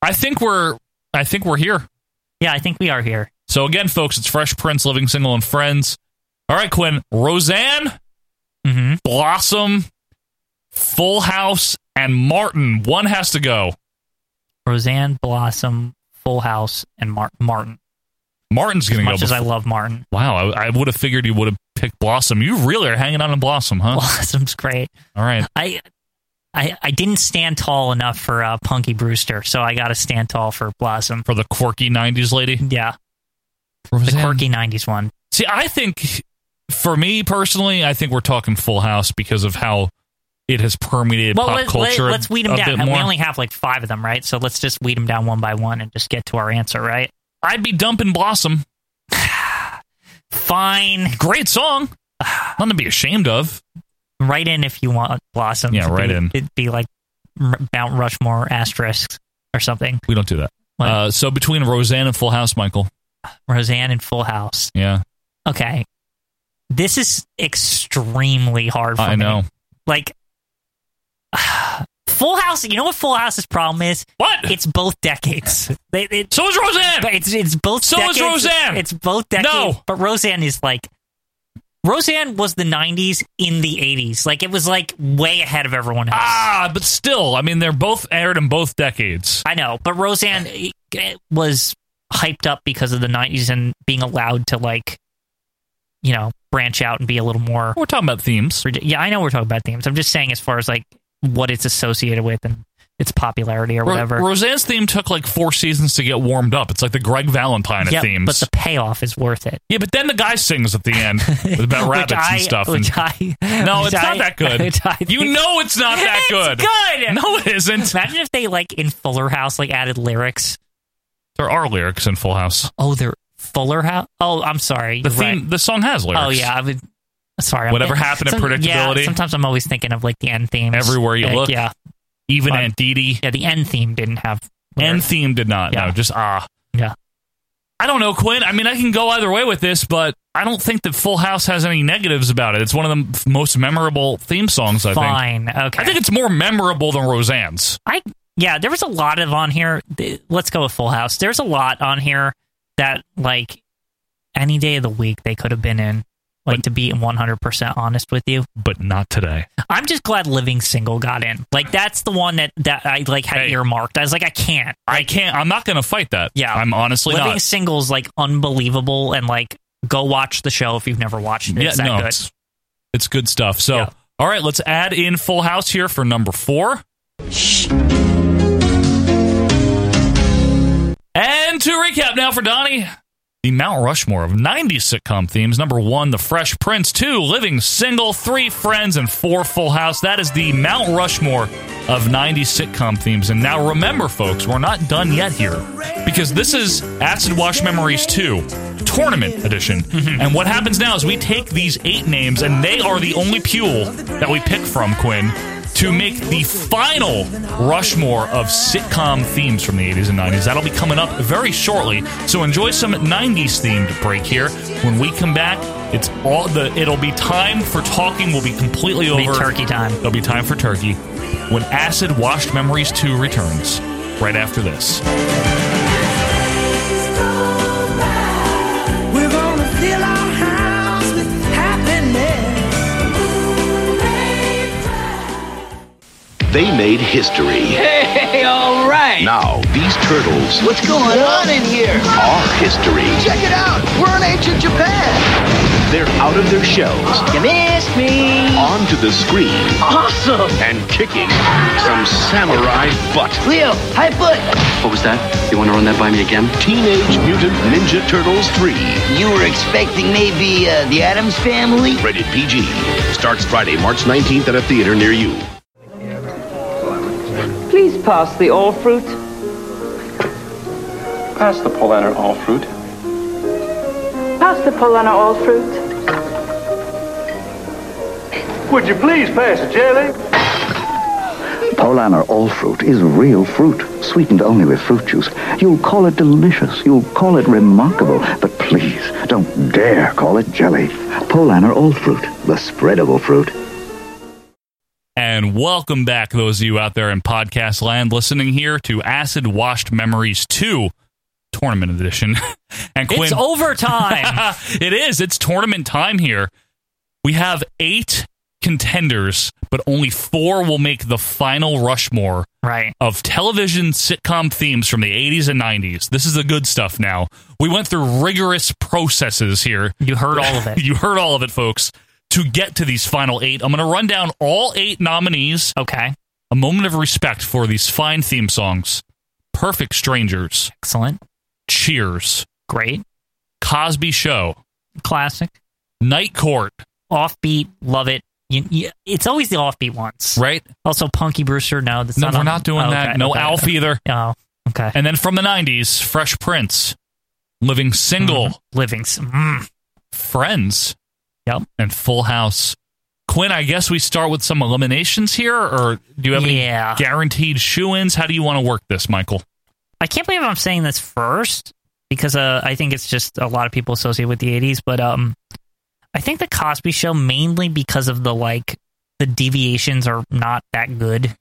[SPEAKER 1] I think we're. I think we're here.
[SPEAKER 2] yeah, I think we are here.
[SPEAKER 1] So again, folks, it's Fresh Prince, Living Single, and Friends. All right, Quinn, Roseanne,
[SPEAKER 2] Mm-hmm.
[SPEAKER 1] Blossom, Full House, and Martin. One has to go.
[SPEAKER 2] Roseanne, Blossom, Full House, and Mar- Martin.
[SPEAKER 1] Martin's
[SPEAKER 2] As
[SPEAKER 1] going to go.
[SPEAKER 2] much as I
[SPEAKER 1] before-
[SPEAKER 2] love Martin,
[SPEAKER 1] wow, I, I would have figured you would have picked Blossom. You really are hanging on to Blossom, huh?
[SPEAKER 2] Blossom's great.
[SPEAKER 1] All right.
[SPEAKER 2] I. I, I didn't stand tall enough for uh, Punky Brewster, so I got to stand tall for Blossom.
[SPEAKER 1] For the quirky '90s lady,
[SPEAKER 2] Yeah, the quirky '90s one.
[SPEAKER 1] See, I think for me personally, I think we're talking Full House because of how it has permeated
[SPEAKER 2] Well,
[SPEAKER 1] pop
[SPEAKER 2] let,
[SPEAKER 1] culture.
[SPEAKER 2] us weed
[SPEAKER 1] a
[SPEAKER 2] them down.
[SPEAKER 1] bit
[SPEAKER 2] And we
[SPEAKER 1] more.
[SPEAKER 2] only have like five of them, right? So let's just weed them down one by one and just get to our answer, right?
[SPEAKER 1] I'd be dumping Blossom.
[SPEAKER 2] Fine.
[SPEAKER 1] Great song. Nothing to be ashamed of.
[SPEAKER 2] Write in if you want Blossom.
[SPEAKER 1] Yeah,
[SPEAKER 2] It'd
[SPEAKER 1] write
[SPEAKER 2] be-
[SPEAKER 1] in.
[SPEAKER 2] It'd be like R- Mount Rushmore asterisk or something.
[SPEAKER 1] We don't do that.
[SPEAKER 2] Why?
[SPEAKER 1] Uh, so between Roseanne and Full House, Michael.
[SPEAKER 2] Roseanne and Full House.
[SPEAKER 1] Yeah,
[SPEAKER 2] Okay. This is extremely hard for
[SPEAKER 1] I
[SPEAKER 2] me.
[SPEAKER 1] know.
[SPEAKER 2] Like Full House, you know what Full House's problem is?
[SPEAKER 1] What?
[SPEAKER 2] It's both decades. They, it,
[SPEAKER 1] so is Roseanne.
[SPEAKER 2] But it's it's both.
[SPEAKER 1] So is
[SPEAKER 2] decades,
[SPEAKER 1] Roseanne.
[SPEAKER 2] It's both decades.
[SPEAKER 1] No.
[SPEAKER 2] but Roseanne is like. Roseanne was the '90s in the '80s. Like it was like way ahead of everyone else.
[SPEAKER 1] ah, but still, I mean, they're both aired in both decades.
[SPEAKER 2] I know, but Roseanne eh, eh, was hyped up because of the '90s and being allowed to like, you know, branch out and be a little more.
[SPEAKER 1] We're talking about themes.
[SPEAKER 2] ridic- Yeah, I know we're talking about themes. I'm just saying as far as like what it's associated with and its popularity or
[SPEAKER 1] Ro-
[SPEAKER 2] whatever.
[SPEAKER 1] Roseanne's theme took like four seasons to get warmed up. It's like the Greg Valentine of
[SPEAKER 2] Yep,
[SPEAKER 1] themes.
[SPEAKER 2] but the payoff is worth it.
[SPEAKER 1] yeah, but then the guy sings at the end about
[SPEAKER 2] Which
[SPEAKER 1] rabbits
[SPEAKER 2] I-
[SPEAKER 1] and stuff. and-
[SPEAKER 2] Which I,
[SPEAKER 1] no,
[SPEAKER 2] which
[SPEAKER 1] it's not
[SPEAKER 2] I-
[SPEAKER 1] that good.
[SPEAKER 2] which I
[SPEAKER 1] You
[SPEAKER 2] think-
[SPEAKER 1] know it's not that
[SPEAKER 2] It's
[SPEAKER 1] good.
[SPEAKER 2] good.
[SPEAKER 1] No, it isn't.
[SPEAKER 2] Imagine if they like in Fuller House like added lyrics.
[SPEAKER 1] There are lyrics in Full House.
[SPEAKER 2] Oh, they're Fuller House. Oh, I'm sorry.
[SPEAKER 1] The
[SPEAKER 2] You're
[SPEAKER 1] theme,
[SPEAKER 2] right.
[SPEAKER 1] the song has lyrics.
[SPEAKER 2] Oh yeah. I would. Sorry. I'm
[SPEAKER 1] Whatever
[SPEAKER 2] getting-
[SPEAKER 1] happened to
[SPEAKER 2] Yeah,
[SPEAKER 1] predictability.
[SPEAKER 2] sometimes I'm always thinking of like the end themes.
[SPEAKER 1] Everywhere you
[SPEAKER 2] Like,
[SPEAKER 1] look.
[SPEAKER 2] Yeah.
[SPEAKER 1] Even
[SPEAKER 2] Fun.
[SPEAKER 1] Aunt Dee Dee.
[SPEAKER 2] Yeah. The end theme didn't have.
[SPEAKER 1] And
[SPEAKER 2] lyrics.
[SPEAKER 1] theme did not.
[SPEAKER 2] Yeah.
[SPEAKER 1] No, just ah.
[SPEAKER 2] Yeah.
[SPEAKER 1] I don't know, Quinn. I mean, I can go either way with this, but I don't think that Full House has any negatives about it. It's one of the m- most memorable theme songs, I think.
[SPEAKER 2] Fine. Okay.
[SPEAKER 1] I think it's more memorable than Roseanne's.
[SPEAKER 2] I yeah, there was a lot of on here. Th- Let's go with Full House. There's a lot on here that like any day of the week they could have been in. Like to be 100% honest with you,
[SPEAKER 1] But not today.
[SPEAKER 2] I'm just glad Living Single got in. Like that's the one that that I like had
[SPEAKER 1] Hey.
[SPEAKER 2] earmarked. I was like, I can't.
[SPEAKER 1] I can't. I'm not going to fight that.
[SPEAKER 2] Yeah.
[SPEAKER 1] I'm honestly
[SPEAKER 2] Living
[SPEAKER 1] not.
[SPEAKER 2] Single's like unbelievable and like go watch the show if you've never watched it. It's that good.
[SPEAKER 1] It's, it's good stuff. So,
[SPEAKER 2] Yeah.
[SPEAKER 1] all right, let's add in Full House here for number four. And to recap now for Donnie, the Mount Rushmore of 90s sitcom themes. Number one, The Fresh Prince. Two, Living Single. Three, Friends. And four, Full House. That is the Mount Rushmore of 90s sitcom themes. And now remember, folks, we're not done yet here because this is Acid Wash Memories 2, Tournament Edition. And what happens now is we take these eight names, and they are the only pool that we pick from, Quinn to make the final Rushmore of sitcom themes from the 80s and 90s. That'll be coming up very shortly. So enjoy some 90s themed break here. When we come back, it's all the it'll be time for talking will be completely
[SPEAKER 2] It'll be
[SPEAKER 1] over.
[SPEAKER 2] turkey time.
[SPEAKER 1] It'll be time for turkey when Acid Washed Memories 2 returns right after this.
[SPEAKER 3] We're gonna fill our house with happiness.
[SPEAKER 5] They made history. Hey, all right. Now, these turtles. What's going on in here? Are history. Check it out. We're in ancient Japan. They're out of their shells. You missed me. Onto the screen. Awesome. And kicking some samurai butt. Leo, high foot. What was that? You want to run that by me again? Teenage Mutant Ninja Turtles 3. You were expecting maybe uh, the Adams family? Rated PG. Starts Friday, March 19th at a theater near you.
[SPEAKER 10] Please pass the all fruit.
[SPEAKER 4] Pass the Polana all fruit.
[SPEAKER 10] Pass the Polana all fruit.
[SPEAKER 8] Would you please pass it, Jelly?
[SPEAKER 6] Polaner All Fruit is real fruit, sweetened only with fruit juice. You'll call it delicious. You'll call it remarkable. But please, don't dare call it jelly. Polaner All Fruit, the spreadable fruit.
[SPEAKER 1] And welcome back, those of you out there in podcast land listening here to Acid Washed Memories 2 Tournament Edition. and Quinn,
[SPEAKER 2] It's overtime.
[SPEAKER 1] it is. It's tournament time here. We have eight contenders, but only four will make the final Rushmore
[SPEAKER 2] right.
[SPEAKER 1] of television sitcom themes from the 80s and 90s. This is the good stuff now. We went through rigorous processes here.
[SPEAKER 2] You heard all of it.
[SPEAKER 1] you heard all of it, folks, to get to these final eight. I'm going to run down all eight nominees
[SPEAKER 2] Okay.
[SPEAKER 1] a moment of respect for these fine theme songs Perfect Strangers,
[SPEAKER 2] Excellent.
[SPEAKER 1] Cheers,
[SPEAKER 2] Great.
[SPEAKER 1] Cosby Show,
[SPEAKER 2] Classic.
[SPEAKER 1] Night Court,
[SPEAKER 2] Offbeat. Love it. You, you, it's always the offbeat ones,
[SPEAKER 1] right?
[SPEAKER 2] Also, Punky Brewster. No, that's
[SPEAKER 1] No,
[SPEAKER 2] not
[SPEAKER 1] we're
[SPEAKER 2] on-
[SPEAKER 1] not doing
[SPEAKER 2] oh,
[SPEAKER 1] that.
[SPEAKER 2] okay,
[SPEAKER 1] no
[SPEAKER 2] okay.
[SPEAKER 1] Alf either.
[SPEAKER 2] Oh, okay.
[SPEAKER 1] And then from the 90s, Fresh Prince, Living Single,
[SPEAKER 2] Living. s- Mm.
[SPEAKER 1] Friends,
[SPEAKER 2] Mm-hmm. Yep.
[SPEAKER 1] and Full House. Quinn, I guess we start with some eliminations here, or do you have
[SPEAKER 2] Yeah.
[SPEAKER 1] any guaranteed shoe ins? How do you want to work this, Michael?
[SPEAKER 2] I can't believe I'm saying this first because uh, I think it's just a lot of people associate with the 80s, but um, I think the Cosby Show mainly because of the like the deviations are not that good.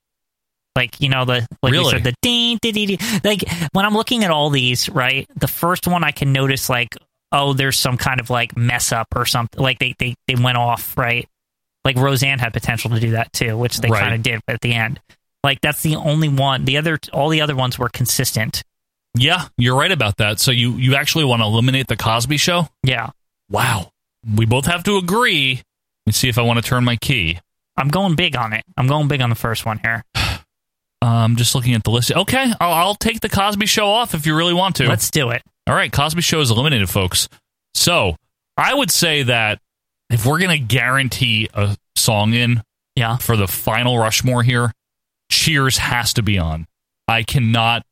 [SPEAKER 2] Like you know the like you
[SPEAKER 1] Really?
[SPEAKER 2] said the ding, ding, ding, ding. like when I'm looking at all these right, the first one I can notice like oh there's some kind of like mess up or something like they they they went off right. Like Roseanne had potential to do that too, which they
[SPEAKER 1] Right.
[SPEAKER 2] kind of did at the end. Like that's the only one. The other all the other ones were consistent.
[SPEAKER 1] Yeah, you're right about that. So you, you actually want to eliminate the Cosby show?
[SPEAKER 2] Yeah.
[SPEAKER 1] Wow. We both have to agree. Let me see if I want to turn my key.
[SPEAKER 2] I'm going big on it. I'm going big on the first one here.
[SPEAKER 1] Um, just looking at the list. Okay, I'll, I'll take the Cosby show off if you really want to.
[SPEAKER 2] Let's do it.
[SPEAKER 1] All right, Cosby Show is eliminated, folks. So I would say that if we're going to guarantee a song in
[SPEAKER 2] Yeah.
[SPEAKER 1] for the final Rushmore here, Cheers has to be on. I cannot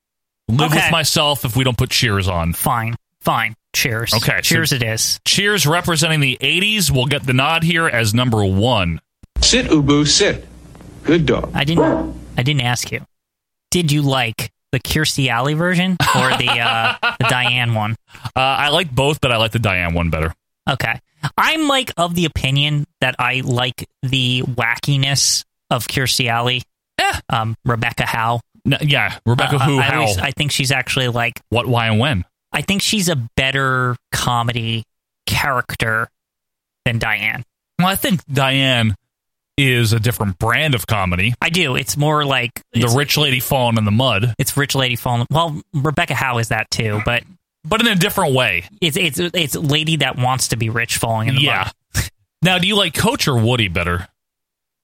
[SPEAKER 1] live
[SPEAKER 2] Okay.
[SPEAKER 1] with myself if we don't put Cheers on.
[SPEAKER 2] Fine. Fine. Cheers.
[SPEAKER 1] Okay, so-
[SPEAKER 2] Cheers it is.
[SPEAKER 1] Cheers representing the 80s will get the nod here as number one.
[SPEAKER 11] Sit, Ubu, sit. Good dog.
[SPEAKER 2] I didn't I didn't ask you. Did you like the Kirstie Alley version or the uh the Diane one?
[SPEAKER 1] Uh, I like both, but I like the Diane one better.
[SPEAKER 2] Okay. I'm like of the opinion that I like the wackiness of Kirstie Alley. Um Rebecca Howe.
[SPEAKER 1] No, yeah, Eh. Rebecca
[SPEAKER 2] Uh,
[SPEAKER 1] Who,
[SPEAKER 2] I,
[SPEAKER 1] How,
[SPEAKER 2] always- I think she's actually like
[SPEAKER 1] What, Why, and When.
[SPEAKER 2] I think she's a better comedy character than Diane.
[SPEAKER 1] Well, I think Diane is a different brand of comedy.
[SPEAKER 2] I do. It's more like
[SPEAKER 1] The
[SPEAKER 2] it's,
[SPEAKER 1] rich lady falling in the mud,
[SPEAKER 2] it's rich lady falling. Well, Rebecca Howe is that too, but
[SPEAKER 1] but in a different way.
[SPEAKER 2] it's it's it's lady that wants to be rich falling in the
[SPEAKER 1] yeah. now, do you like Coach or Woody better?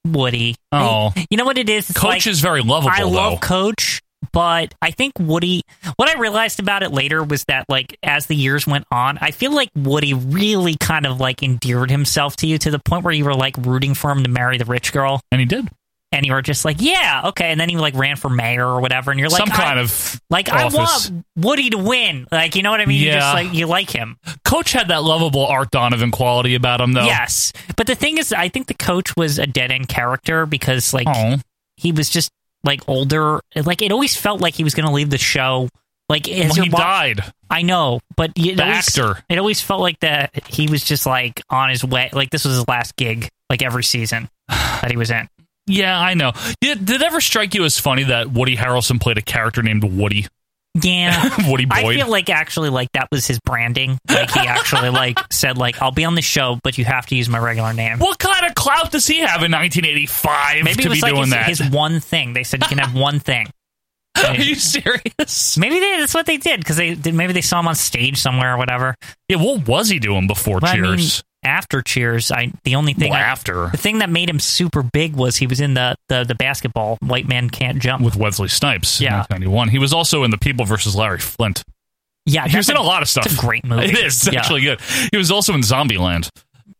[SPEAKER 2] mud. Woody.
[SPEAKER 1] Oh.
[SPEAKER 2] you know what it is? It's
[SPEAKER 1] Coach
[SPEAKER 2] like,
[SPEAKER 1] is very lovable,
[SPEAKER 2] I
[SPEAKER 1] though.
[SPEAKER 2] love Coach, but I think Woody. What I realized about it later was that, like, as the years went on, I feel like Woody really kind of like endeared himself to you to the point where you were like rooting for him to marry the rich girl.
[SPEAKER 1] and he did.
[SPEAKER 2] and you were just like, yeah, okay. And then he like ran for mayor or whatever, and you're like,
[SPEAKER 1] Some
[SPEAKER 2] I-
[SPEAKER 1] kind of
[SPEAKER 2] like I
[SPEAKER 1] office.
[SPEAKER 2] want Woody to win, like you know what I mean? You
[SPEAKER 1] Yeah.
[SPEAKER 2] just like you like him,
[SPEAKER 1] Coach had that lovable Art Donovan quality about him, though.
[SPEAKER 2] yes. But the thing is, I think the coach was a dead end character because like
[SPEAKER 1] Oh,
[SPEAKER 2] he was just like older, like it always felt like he was going to leave the show. Like as
[SPEAKER 1] well,
[SPEAKER 2] you're
[SPEAKER 1] he
[SPEAKER 2] wa-
[SPEAKER 1] died.
[SPEAKER 2] I know, but it
[SPEAKER 1] The
[SPEAKER 2] always,
[SPEAKER 1] actor.
[SPEAKER 2] it always felt like that he was just like on his way, like this was his last gig, like every season that he was in.
[SPEAKER 1] Yeah, I know. Did, did it ever strike you as funny that Woody Harrelson played a character named Woody?
[SPEAKER 2] Yeah,
[SPEAKER 1] Woody Boyd.
[SPEAKER 2] I feel like actually like that was his branding. Like he actually like said like I'll be on the show, but you have to use my regular name.
[SPEAKER 1] what kind of clout does he have in 1985
[SPEAKER 2] Maybe
[SPEAKER 1] to
[SPEAKER 2] it was
[SPEAKER 1] be
[SPEAKER 2] like
[SPEAKER 1] doing
[SPEAKER 2] his,
[SPEAKER 1] that?
[SPEAKER 2] his one thing. They said you can have one thing.
[SPEAKER 1] Are you serious?
[SPEAKER 2] Maybe they, that's what they did because they did, maybe they saw him on stage somewhere or whatever.
[SPEAKER 1] Yeah, what was he doing before
[SPEAKER 2] But, I mean,
[SPEAKER 1] Cheers?
[SPEAKER 2] after Cheers, I the only thing
[SPEAKER 1] well,
[SPEAKER 2] I-
[SPEAKER 1] after
[SPEAKER 2] the thing that made him super big was he was in the the, the basketball White Man Can't Jump.
[SPEAKER 1] with Wesley Snipes in
[SPEAKER 2] Yeah.
[SPEAKER 1] 1991. He was also in The People versus Larry Flint.
[SPEAKER 2] yeah,
[SPEAKER 1] He was in
[SPEAKER 2] that's
[SPEAKER 1] a lot of stuff.
[SPEAKER 2] It's a great movie.
[SPEAKER 1] It is. It's
[SPEAKER 2] Yeah.
[SPEAKER 1] actually good. He was also in Zombieland.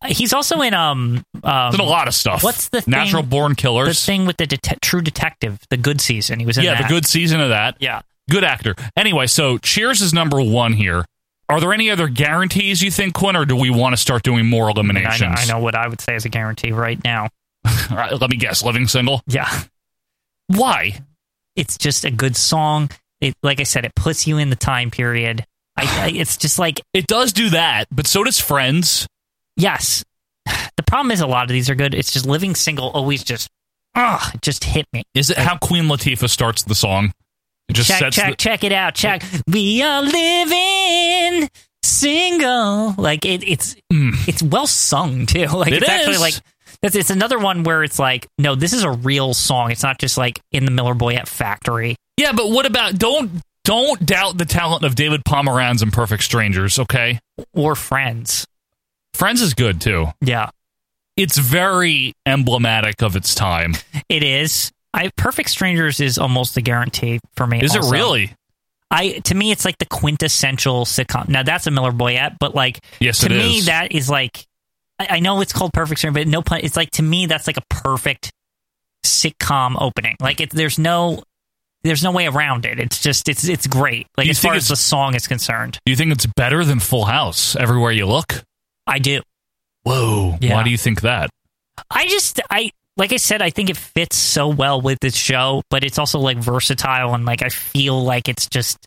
[SPEAKER 2] He's also in um, um
[SPEAKER 1] Did a lot of stuff.
[SPEAKER 2] What's the thing-
[SPEAKER 1] Natural Born
[SPEAKER 2] the
[SPEAKER 1] Killers?
[SPEAKER 2] thing with the det- True Detective, the good season. He was in
[SPEAKER 1] yeah,
[SPEAKER 2] that.
[SPEAKER 1] the good season of that.
[SPEAKER 2] Yeah.
[SPEAKER 1] Good actor. Anyway, so Cheers is number one here. Are there any other guarantees you think, Quinn, or do we want to start doing more
[SPEAKER 2] I mean, I
[SPEAKER 1] eliminations?
[SPEAKER 2] know, I know what I would say is a guarantee right now.
[SPEAKER 1] All right, let me guess. Living Single.
[SPEAKER 2] Yeah,
[SPEAKER 1] Why?
[SPEAKER 2] it's just a good song. It, like I said, it puts you in the time period. I, I, it's just like
[SPEAKER 1] It does do that, but so does Friends.
[SPEAKER 2] yes. The problem is a lot of these are good. It's just living single always just ah it just hit me.
[SPEAKER 1] Is it how Queen Latifah starts the song? It just
[SPEAKER 2] check
[SPEAKER 1] sets
[SPEAKER 2] check check it out. Check we are living single. Like it, it's
[SPEAKER 1] the, Mm.
[SPEAKER 2] it's well sung too. Like
[SPEAKER 1] It
[SPEAKER 2] it's actually
[SPEAKER 1] is.
[SPEAKER 2] like that's it's another one where it's like no, this is a real song. It's not just like in the Miller Boyette factory.
[SPEAKER 1] Yeah, but what about don't don't doubt the talent of David Pomeranz and Perfect Strangers, okay?
[SPEAKER 2] or friends.
[SPEAKER 1] Friends is good too.
[SPEAKER 2] Yeah,
[SPEAKER 1] It's very emblematic of its time.
[SPEAKER 2] it is. I Perfect Strangers is almost a guarantee for me.
[SPEAKER 1] Is
[SPEAKER 2] also.
[SPEAKER 1] it really?
[SPEAKER 2] I to me, it's like the quintessential sitcom. Now that's a Miller Boyette, but like
[SPEAKER 1] Yes,
[SPEAKER 2] to
[SPEAKER 1] it
[SPEAKER 2] me,
[SPEAKER 1] is.
[SPEAKER 2] that is like I, I know it's called Perfect Storm, but no pun. It's like to me that's like a perfect sitcom opening. Like it, there's no there's no way around it. It's just it's it's great. Like
[SPEAKER 1] you
[SPEAKER 2] as far
[SPEAKER 1] think
[SPEAKER 2] as the
[SPEAKER 1] it's-
[SPEAKER 2] song is concerned,
[SPEAKER 1] Do you think it's better than Full House everywhere you look?
[SPEAKER 2] I do.
[SPEAKER 1] Whoa.
[SPEAKER 2] Yeah.
[SPEAKER 1] Why do you think that?
[SPEAKER 2] I just I like I said I think it fits so well with this show, but it's also like versatile and like I feel like it's just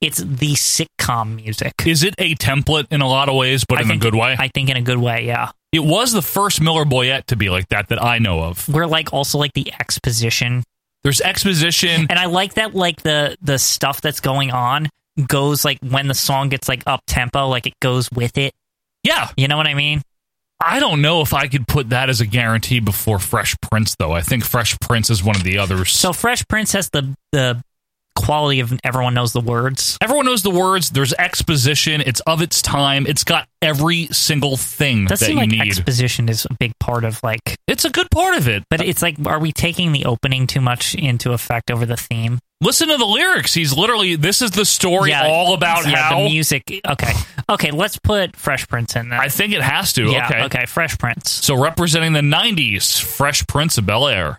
[SPEAKER 2] it's the sitcom music.
[SPEAKER 1] Is it a template in a lot of ways, but
[SPEAKER 2] I
[SPEAKER 1] in a
[SPEAKER 2] think-
[SPEAKER 1] good way?
[SPEAKER 2] I think in a good way, yeah.
[SPEAKER 1] it was the first Miller Boyette to be like that that I know of.
[SPEAKER 2] We're like also like the exposition
[SPEAKER 1] There's exposition.
[SPEAKER 2] and I like that like the the stuff that's going on goes like when the song gets like up tempo, like it goes with it.
[SPEAKER 1] Yeah.
[SPEAKER 2] You know what I mean?
[SPEAKER 1] I don't know if I could put that as a guarantee before Fresh Prince, though. I think Fresh Prince is one of the others.
[SPEAKER 2] So Fresh Prince has the the quality of everyone knows the words.
[SPEAKER 1] Everyone knows the words. There's exposition. It's of its time. It's got every single thing
[SPEAKER 2] It does
[SPEAKER 1] that
[SPEAKER 2] seem
[SPEAKER 1] you
[SPEAKER 2] like
[SPEAKER 1] need.
[SPEAKER 2] exposition is a big part of like
[SPEAKER 1] it's a good part of it.
[SPEAKER 2] but it's like are we taking the opening too much into effect over the theme?
[SPEAKER 1] Listen to the lyrics. He's literally, this is the story all about
[SPEAKER 2] yeah,
[SPEAKER 1] how.
[SPEAKER 2] the music okay. Okay, let's put Fresh Prince in there.
[SPEAKER 1] I think it has to.
[SPEAKER 2] yeah,
[SPEAKER 1] okay.
[SPEAKER 2] okay, Fresh Prince.
[SPEAKER 1] So representing the 90s, Fresh Prince of Bel Air.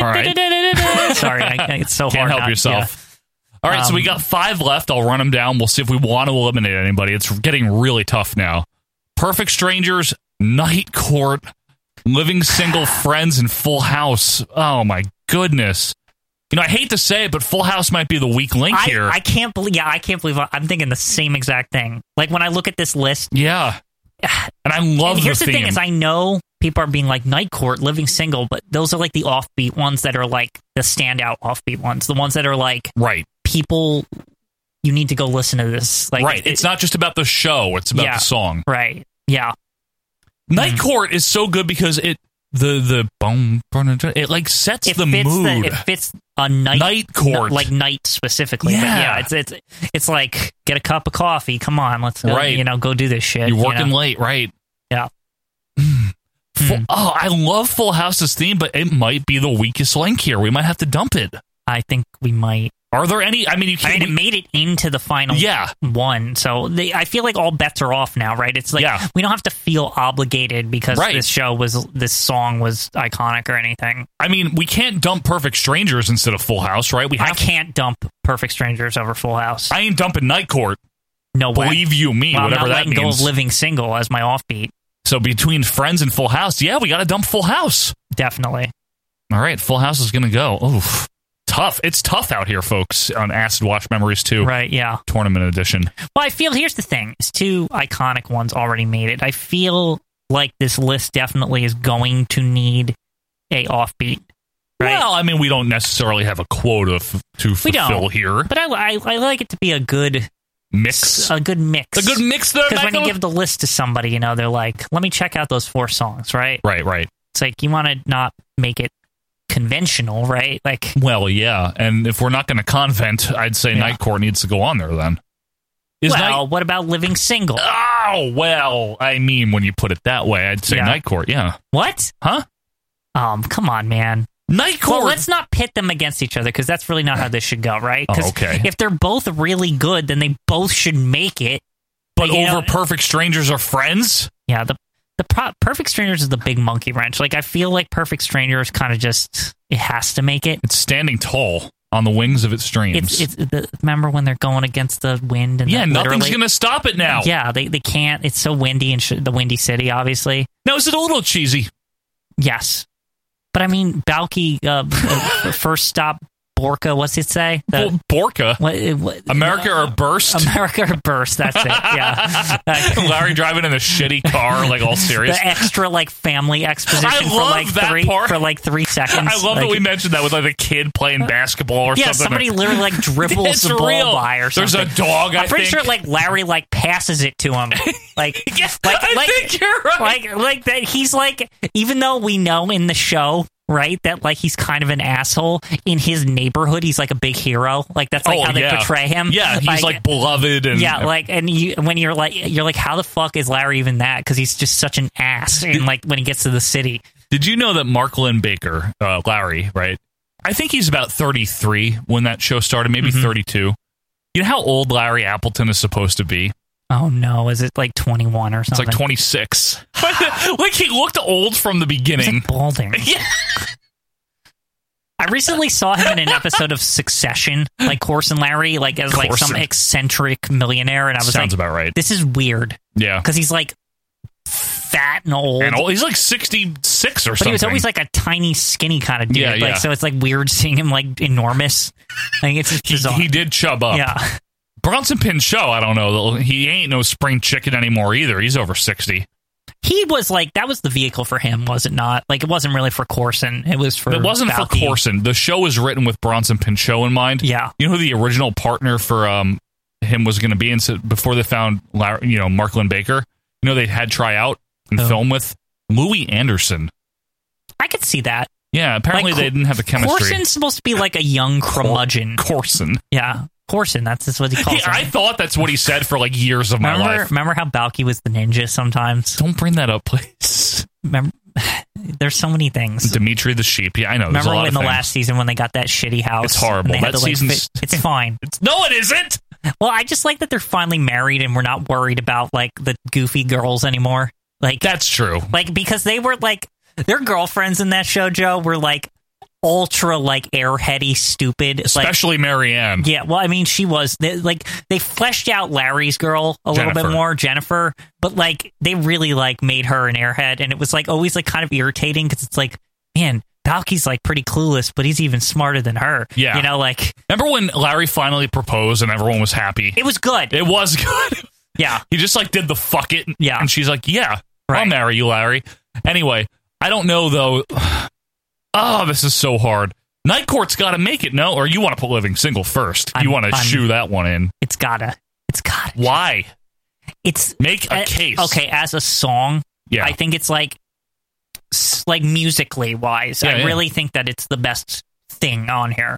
[SPEAKER 1] All right.
[SPEAKER 2] Sorry, I, it's so
[SPEAKER 1] Can't
[SPEAKER 2] hard.
[SPEAKER 1] help
[SPEAKER 2] not-
[SPEAKER 1] yourself. All right, so
[SPEAKER 2] Um,
[SPEAKER 1] we got five left. I'll run them down. We'll see if we want to eliminate anybody. It's getting really tough now. Perfect Strangers, Night Court, Living Single Friends, and Full House. Oh my goodness! You know, I hate to say it, but Full House might be the weak link
[SPEAKER 2] I,
[SPEAKER 1] here.
[SPEAKER 2] I can't believe. Yeah, I can't believe I- I'm thinking the same exact thing. Like when I look at this list,
[SPEAKER 1] yeah, and I love
[SPEAKER 2] and here's
[SPEAKER 1] the,
[SPEAKER 2] the, thing:
[SPEAKER 1] theme.
[SPEAKER 2] is I know people are being like Night Court, Living Single, but those are like the offbeat ones that are like the standout offbeat ones, the ones that are like
[SPEAKER 1] right,
[SPEAKER 2] people. You need to go listen to this. Like
[SPEAKER 1] right.
[SPEAKER 2] it-
[SPEAKER 1] it's not just about the show; it's about
[SPEAKER 2] Yeah. Mm-hmm.
[SPEAKER 1] the song.
[SPEAKER 2] right. Yeah,
[SPEAKER 1] Night Court is so good because it the the boom it like sets
[SPEAKER 2] it
[SPEAKER 1] the
[SPEAKER 2] fits
[SPEAKER 1] mood.
[SPEAKER 2] The, it fits a night
[SPEAKER 1] Night Court.
[SPEAKER 2] like night specifically. But
[SPEAKER 1] Yeah.
[SPEAKER 2] yeah, it's it's it's like get a cup of coffee. Come on, let's go,
[SPEAKER 1] Right.
[SPEAKER 2] You know, go do this shit.
[SPEAKER 1] You're
[SPEAKER 2] you
[SPEAKER 1] working
[SPEAKER 2] know?
[SPEAKER 1] late, right?
[SPEAKER 2] Yeah. Hmm.
[SPEAKER 1] Full, Oh, I love Full House's theme, but it might be the weakest link here. We might have to dump it.
[SPEAKER 2] I think we might.
[SPEAKER 1] Are there any? I mean, you
[SPEAKER 2] I
[SPEAKER 1] can't.
[SPEAKER 2] mean, it made it into the final
[SPEAKER 1] Yeah.
[SPEAKER 2] one. So they, I feel like all bets are off now, right? It's like
[SPEAKER 1] Yeah.
[SPEAKER 2] we don't have to feel obligated because
[SPEAKER 1] Right.
[SPEAKER 2] this show was, this song was iconic or anything.
[SPEAKER 1] I mean, we can't dump Perfect Strangers instead of Full House, right? We
[SPEAKER 2] I
[SPEAKER 1] have.
[SPEAKER 2] can't dump Perfect Strangers over Full House.
[SPEAKER 1] I ain't dumping Night Court.
[SPEAKER 2] no way.
[SPEAKER 1] Believe you me,
[SPEAKER 2] Well, I'm
[SPEAKER 1] whatever
[SPEAKER 2] not
[SPEAKER 1] that
[SPEAKER 2] letting go of
[SPEAKER 1] means.
[SPEAKER 2] Living Single as my offbeat.
[SPEAKER 1] so between Friends and Full House, yeah, we got to dump Full House.
[SPEAKER 2] Definitely.
[SPEAKER 1] All right, Full House is gonna go. Oof, tough. It's tough out here, folks. On Acid Wash Memories Two
[SPEAKER 2] Right. Yeah.
[SPEAKER 1] Tournament Edition.
[SPEAKER 2] Well, I feel here's the thing: is two iconic ones already made it. I feel like this list definitely is going to need a offbeat, right?
[SPEAKER 1] Well, I mean, we don't necessarily have a quota f- to
[SPEAKER 2] We don't.
[SPEAKER 1] fulfill here.
[SPEAKER 2] but I, I, I like it to be a good
[SPEAKER 1] Mix.
[SPEAKER 2] a good mix,
[SPEAKER 1] A good mix there,
[SPEAKER 2] Because uh, when you
[SPEAKER 1] Michael?
[SPEAKER 2] give the list to somebody, you know, they're like, "Let me check out those four songs," right?
[SPEAKER 1] Right, right.
[SPEAKER 2] It's like you want to not make it conventional, right? Like,
[SPEAKER 1] Well, yeah. And if we're not going to convent, I'd say
[SPEAKER 2] Yeah.
[SPEAKER 1] Night Court needs to go on there then. Is
[SPEAKER 2] well,
[SPEAKER 1] Night-
[SPEAKER 2] what about living single?
[SPEAKER 1] Oh, well, I mean, when you put it that way, I'd say
[SPEAKER 2] Yeah.
[SPEAKER 1] Night Court, yeah.
[SPEAKER 2] what?
[SPEAKER 1] Huh?
[SPEAKER 2] Um, come on, man.
[SPEAKER 1] Night Court.
[SPEAKER 2] Well, let's not pit them against each other because that's really not how this should go, right? 'Cause
[SPEAKER 1] Oh, okay.
[SPEAKER 2] If they're both really good, then they both should make it.
[SPEAKER 1] but
[SPEAKER 2] you
[SPEAKER 1] over
[SPEAKER 2] know-
[SPEAKER 1] Perfect Strangers are friends?
[SPEAKER 2] Yeah. The the pro- perfect strangers is the big monkey wrench. Like I feel like perfect strangers kind of just it has to make it.
[SPEAKER 1] It's standing tall on the wings of its dreams.
[SPEAKER 2] It's it's the, remember when they're going against the wind and
[SPEAKER 1] yeah,
[SPEAKER 2] that
[SPEAKER 1] nothing's
[SPEAKER 2] literally-
[SPEAKER 1] going to stop it now.
[SPEAKER 2] Yeah, they they can't. It's so windy in sh- the windy city, obviously.
[SPEAKER 1] Now, is it a little cheesy?
[SPEAKER 2] Yes, but I mean, Balky uh, uh, first stop Borka. What's it say? The-
[SPEAKER 1] Well, um, Borka.
[SPEAKER 2] what, what-
[SPEAKER 1] America or Burst?
[SPEAKER 2] America burst. That's it. Yeah. Uh,
[SPEAKER 1] Larry driving in a shitty car, like all serious.
[SPEAKER 2] the extra like family exposition
[SPEAKER 1] I
[SPEAKER 2] for
[SPEAKER 1] love
[SPEAKER 2] like
[SPEAKER 1] that
[SPEAKER 2] three
[SPEAKER 1] part.
[SPEAKER 2] for like three seconds.
[SPEAKER 1] I love
[SPEAKER 2] Like,
[SPEAKER 1] that we mentioned that with like a kid playing basketball or
[SPEAKER 2] Yeah,
[SPEAKER 1] something.
[SPEAKER 2] somebody literally like dribbles
[SPEAKER 1] It's
[SPEAKER 2] the ball
[SPEAKER 1] real.
[SPEAKER 2] by or
[SPEAKER 1] There's
[SPEAKER 2] something.
[SPEAKER 1] a dog, I
[SPEAKER 2] I'm pretty
[SPEAKER 1] think.
[SPEAKER 2] sure like Larry like passes it to him. Like,
[SPEAKER 1] Yes,
[SPEAKER 2] like,
[SPEAKER 1] I
[SPEAKER 2] like,
[SPEAKER 1] think you're right.
[SPEAKER 2] Like, like that. He's like, even though we know in the show. Right, that like he's kind of an asshole in his neighborhood. He's like a big hero. Like that's like
[SPEAKER 1] Oh,
[SPEAKER 2] how they
[SPEAKER 1] yeah.
[SPEAKER 2] portray him.
[SPEAKER 1] Yeah, he's like, beloved and
[SPEAKER 2] yeah, like, and you when you're like, you're like, how the fuck is Larry even that? Because he's just such an ass. And like when he gets to the city,
[SPEAKER 1] Did you know that Mark Lynn Baker, uh, Larry, right? I think he's about
[SPEAKER 2] Mm-hmm.
[SPEAKER 1] 33 when that show started, maybe 32. You know how old Larry Appleton is supposed to be?
[SPEAKER 2] Oh no, is it like 21 or
[SPEAKER 1] It's
[SPEAKER 2] something?
[SPEAKER 1] like 26. like he looked old from the beginning.
[SPEAKER 2] balding.
[SPEAKER 1] Yeah.
[SPEAKER 2] I recently saw him in an episode of Succession, like Corson Larry, like as like some
[SPEAKER 1] Corson.
[SPEAKER 2] eccentric millionaire, and I was
[SPEAKER 1] Sounds
[SPEAKER 2] like,
[SPEAKER 1] about right.
[SPEAKER 2] "This is weird,"
[SPEAKER 1] Yeah.
[SPEAKER 2] because he's like fat and old,
[SPEAKER 1] And old, he's like 66 or
[SPEAKER 2] but
[SPEAKER 1] something.
[SPEAKER 2] he was always like a tiny, skinny kind of dude.
[SPEAKER 1] Yeah, yeah.
[SPEAKER 2] Like so, it's like weird seeing him like enormous. I think it's just
[SPEAKER 1] he,
[SPEAKER 2] bizarre.
[SPEAKER 1] he did chub up.
[SPEAKER 2] yeah,
[SPEAKER 1] Bronson Pin Show, I don't know. He ain't no spring chicken anymore either. He's over 60.
[SPEAKER 2] he was like that was the vehicle for him, was it not? Like it wasn't really for Corson. It was for
[SPEAKER 1] it wasn't
[SPEAKER 2] Falke.
[SPEAKER 1] for Corson. The show was written with Bronson Pinchot in mind.
[SPEAKER 2] Yeah.
[SPEAKER 1] You know who the original partner for um him was going to be? And so before they found Lar- you know Marklin Baker, you know they had try out and
[SPEAKER 2] Oh.
[SPEAKER 1] film with Louis Anderson.
[SPEAKER 2] I could see that.
[SPEAKER 1] Yeah, apparently
[SPEAKER 2] Like,
[SPEAKER 1] they didn't have the chemistry.
[SPEAKER 2] Corson's supposed to be like a young curmudgeon.
[SPEAKER 1] Corson.
[SPEAKER 2] Yeah, Corson. That's just what he calls.
[SPEAKER 1] Yeah, I
[SPEAKER 2] him.
[SPEAKER 1] thought that's what he said for like years of my
[SPEAKER 2] remember,
[SPEAKER 1] life.
[SPEAKER 2] remember how Balky was the ninja sometimes.
[SPEAKER 1] Don't bring that up, please.
[SPEAKER 2] Remember, there's so many things.
[SPEAKER 1] Dimitri the sheep. Yeah, I know. there's a lot
[SPEAKER 2] Remember when
[SPEAKER 1] of
[SPEAKER 2] the
[SPEAKER 1] things.
[SPEAKER 2] last season when they got that shitty house?
[SPEAKER 1] It's horrible.
[SPEAKER 2] and they had
[SPEAKER 1] That
[SPEAKER 2] to, like,
[SPEAKER 1] season's-
[SPEAKER 2] fit- it's fine.
[SPEAKER 1] No, it isn't.
[SPEAKER 2] Well, I just like that they're finally married and we're not worried about like the goofy girls anymore. Like
[SPEAKER 1] That's true.
[SPEAKER 2] like because they were like their girlfriends in that show, Joe, were like ultra like airheady, stupid, like
[SPEAKER 1] Especially Marianne.
[SPEAKER 2] Yeah, well, I mean, she was they, like they fleshed out Larry's girl a little
[SPEAKER 1] Jennifer.
[SPEAKER 2] bit more, Jennifer, but like they really like made her an airhead, and it was like always like kind of irritating because it's like, man, Balky's like pretty clueless, but he's even smarter than her.
[SPEAKER 1] Yeah.
[SPEAKER 2] you know, like
[SPEAKER 1] Remember when Larry finally proposed and everyone was happy?
[SPEAKER 2] it was good.
[SPEAKER 1] It was good.
[SPEAKER 2] yeah,
[SPEAKER 1] He just like did the fuck it.
[SPEAKER 2] Yeah.
[SPEAKER 1] And she's like, yeah, I'll
[SPEAKER 2] Right.
[SPEAKER 1] marry you, Larry. Anyway, I don't know though. Oh, this is so hard. Night Court's got to make it, no? Or you want to put Living Single 1st you
[SPEAKER 2] I'm-
[SPEAKER 1] want to
[SPEAKER 2] I'm-
[SPEAKER 1] shoe that one in.
[SPEAKER 2] it's gotta, it's gotta,
[SPEAKER 1] Why?
[SPEAKER 2] it's
[SPEAKER 1] Make a
[SPEAKER 2] uh,
[SPEAKER 1] case.
[SPEAKER 2] Okay, as a song,
[SPEAKER 1] Yeah.
[SPEAKER 2] I think it's like, s- like musically wise,
[SPEAKER 1] Yeah,
[SPEAKER 2] I
[SPEAKER 1] yeah.
[SPEAKER 2] really think that it's the best thing on here.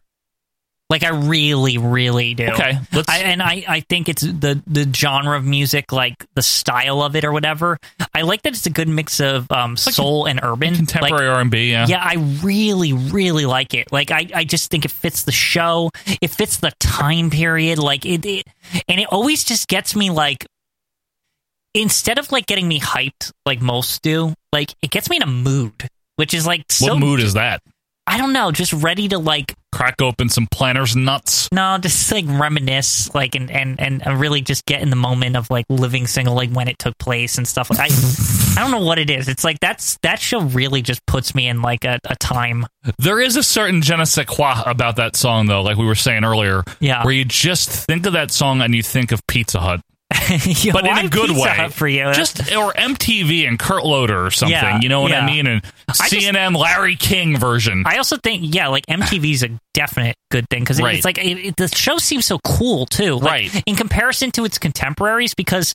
[SPEAKER 2] Like I really, really do.
[SPEAKER 1] Okay, let's-
[SPEAKER 2] I, and I, I think it's the the genre of music, like the style of it or whatever. I like that it's a good mix of um, soul and urban, Like,
[SPEAKER 1] Contemporary R&B, yeah.
[SPEAKER 2] yeah, I really, really like it. Like, I, I just think it fits the show. It fits the time period. Like, it, it, and it always just gets me like, instead of like getting me hyped, like most do, like it gets me in a mood, which is like
[SPEAKER 1] What
[SPEAKER 2] so.
[SPEAKER 1] mood is that?
[SPEAKER 2] I don't know, just ready to like,
[SPEAKER 1] Crack open some planters nuts.
[SPEAKER 2] no, just like reminisce, like, and and and uh, really just get in the moment of like living single, like when it took place and stuff. Like, I, I don't know what it is. It's like that's that show really just puts me in like a, a time.
[SPEAKER 1] There is a certain je ne sais quoi about that song, though, like we were saying earlier,
[SPEAKER 2] Yeah.
[SPEAKER 1] where you just think of that song and you think of Pizza Hut.
[SPEAKER 2] Yeah,
[SPEAKER 1] but in
[SPEAKER 2] why
[SPEAKER 1] a good
[SPEAKER 2] Oh, Pizza
[SPEAKER 1] way
[SPEAKER 2] Hut for you.
[SPEAKER 1] Just or MTV and Kurt Loder or something.
[SPEAKER 2] Yeah,
[SPEAKER 1] you know what I
[SPEAKER 2] yeah.
[SPEAKER 1] mean? And
[SPEAKER 2] just-
[SPEAKER 1] CNN Larry King version.
[SPEAKER 2] I also think yeah, like MTV's a definite good thing because
[SPEAKER 1] Right.
[SPEAKER 2] it's like it, it- the show seems so cool too, like,
[SPEAKER 1] Right.
[SPEAKER 2] In comparison to its contemporaries, because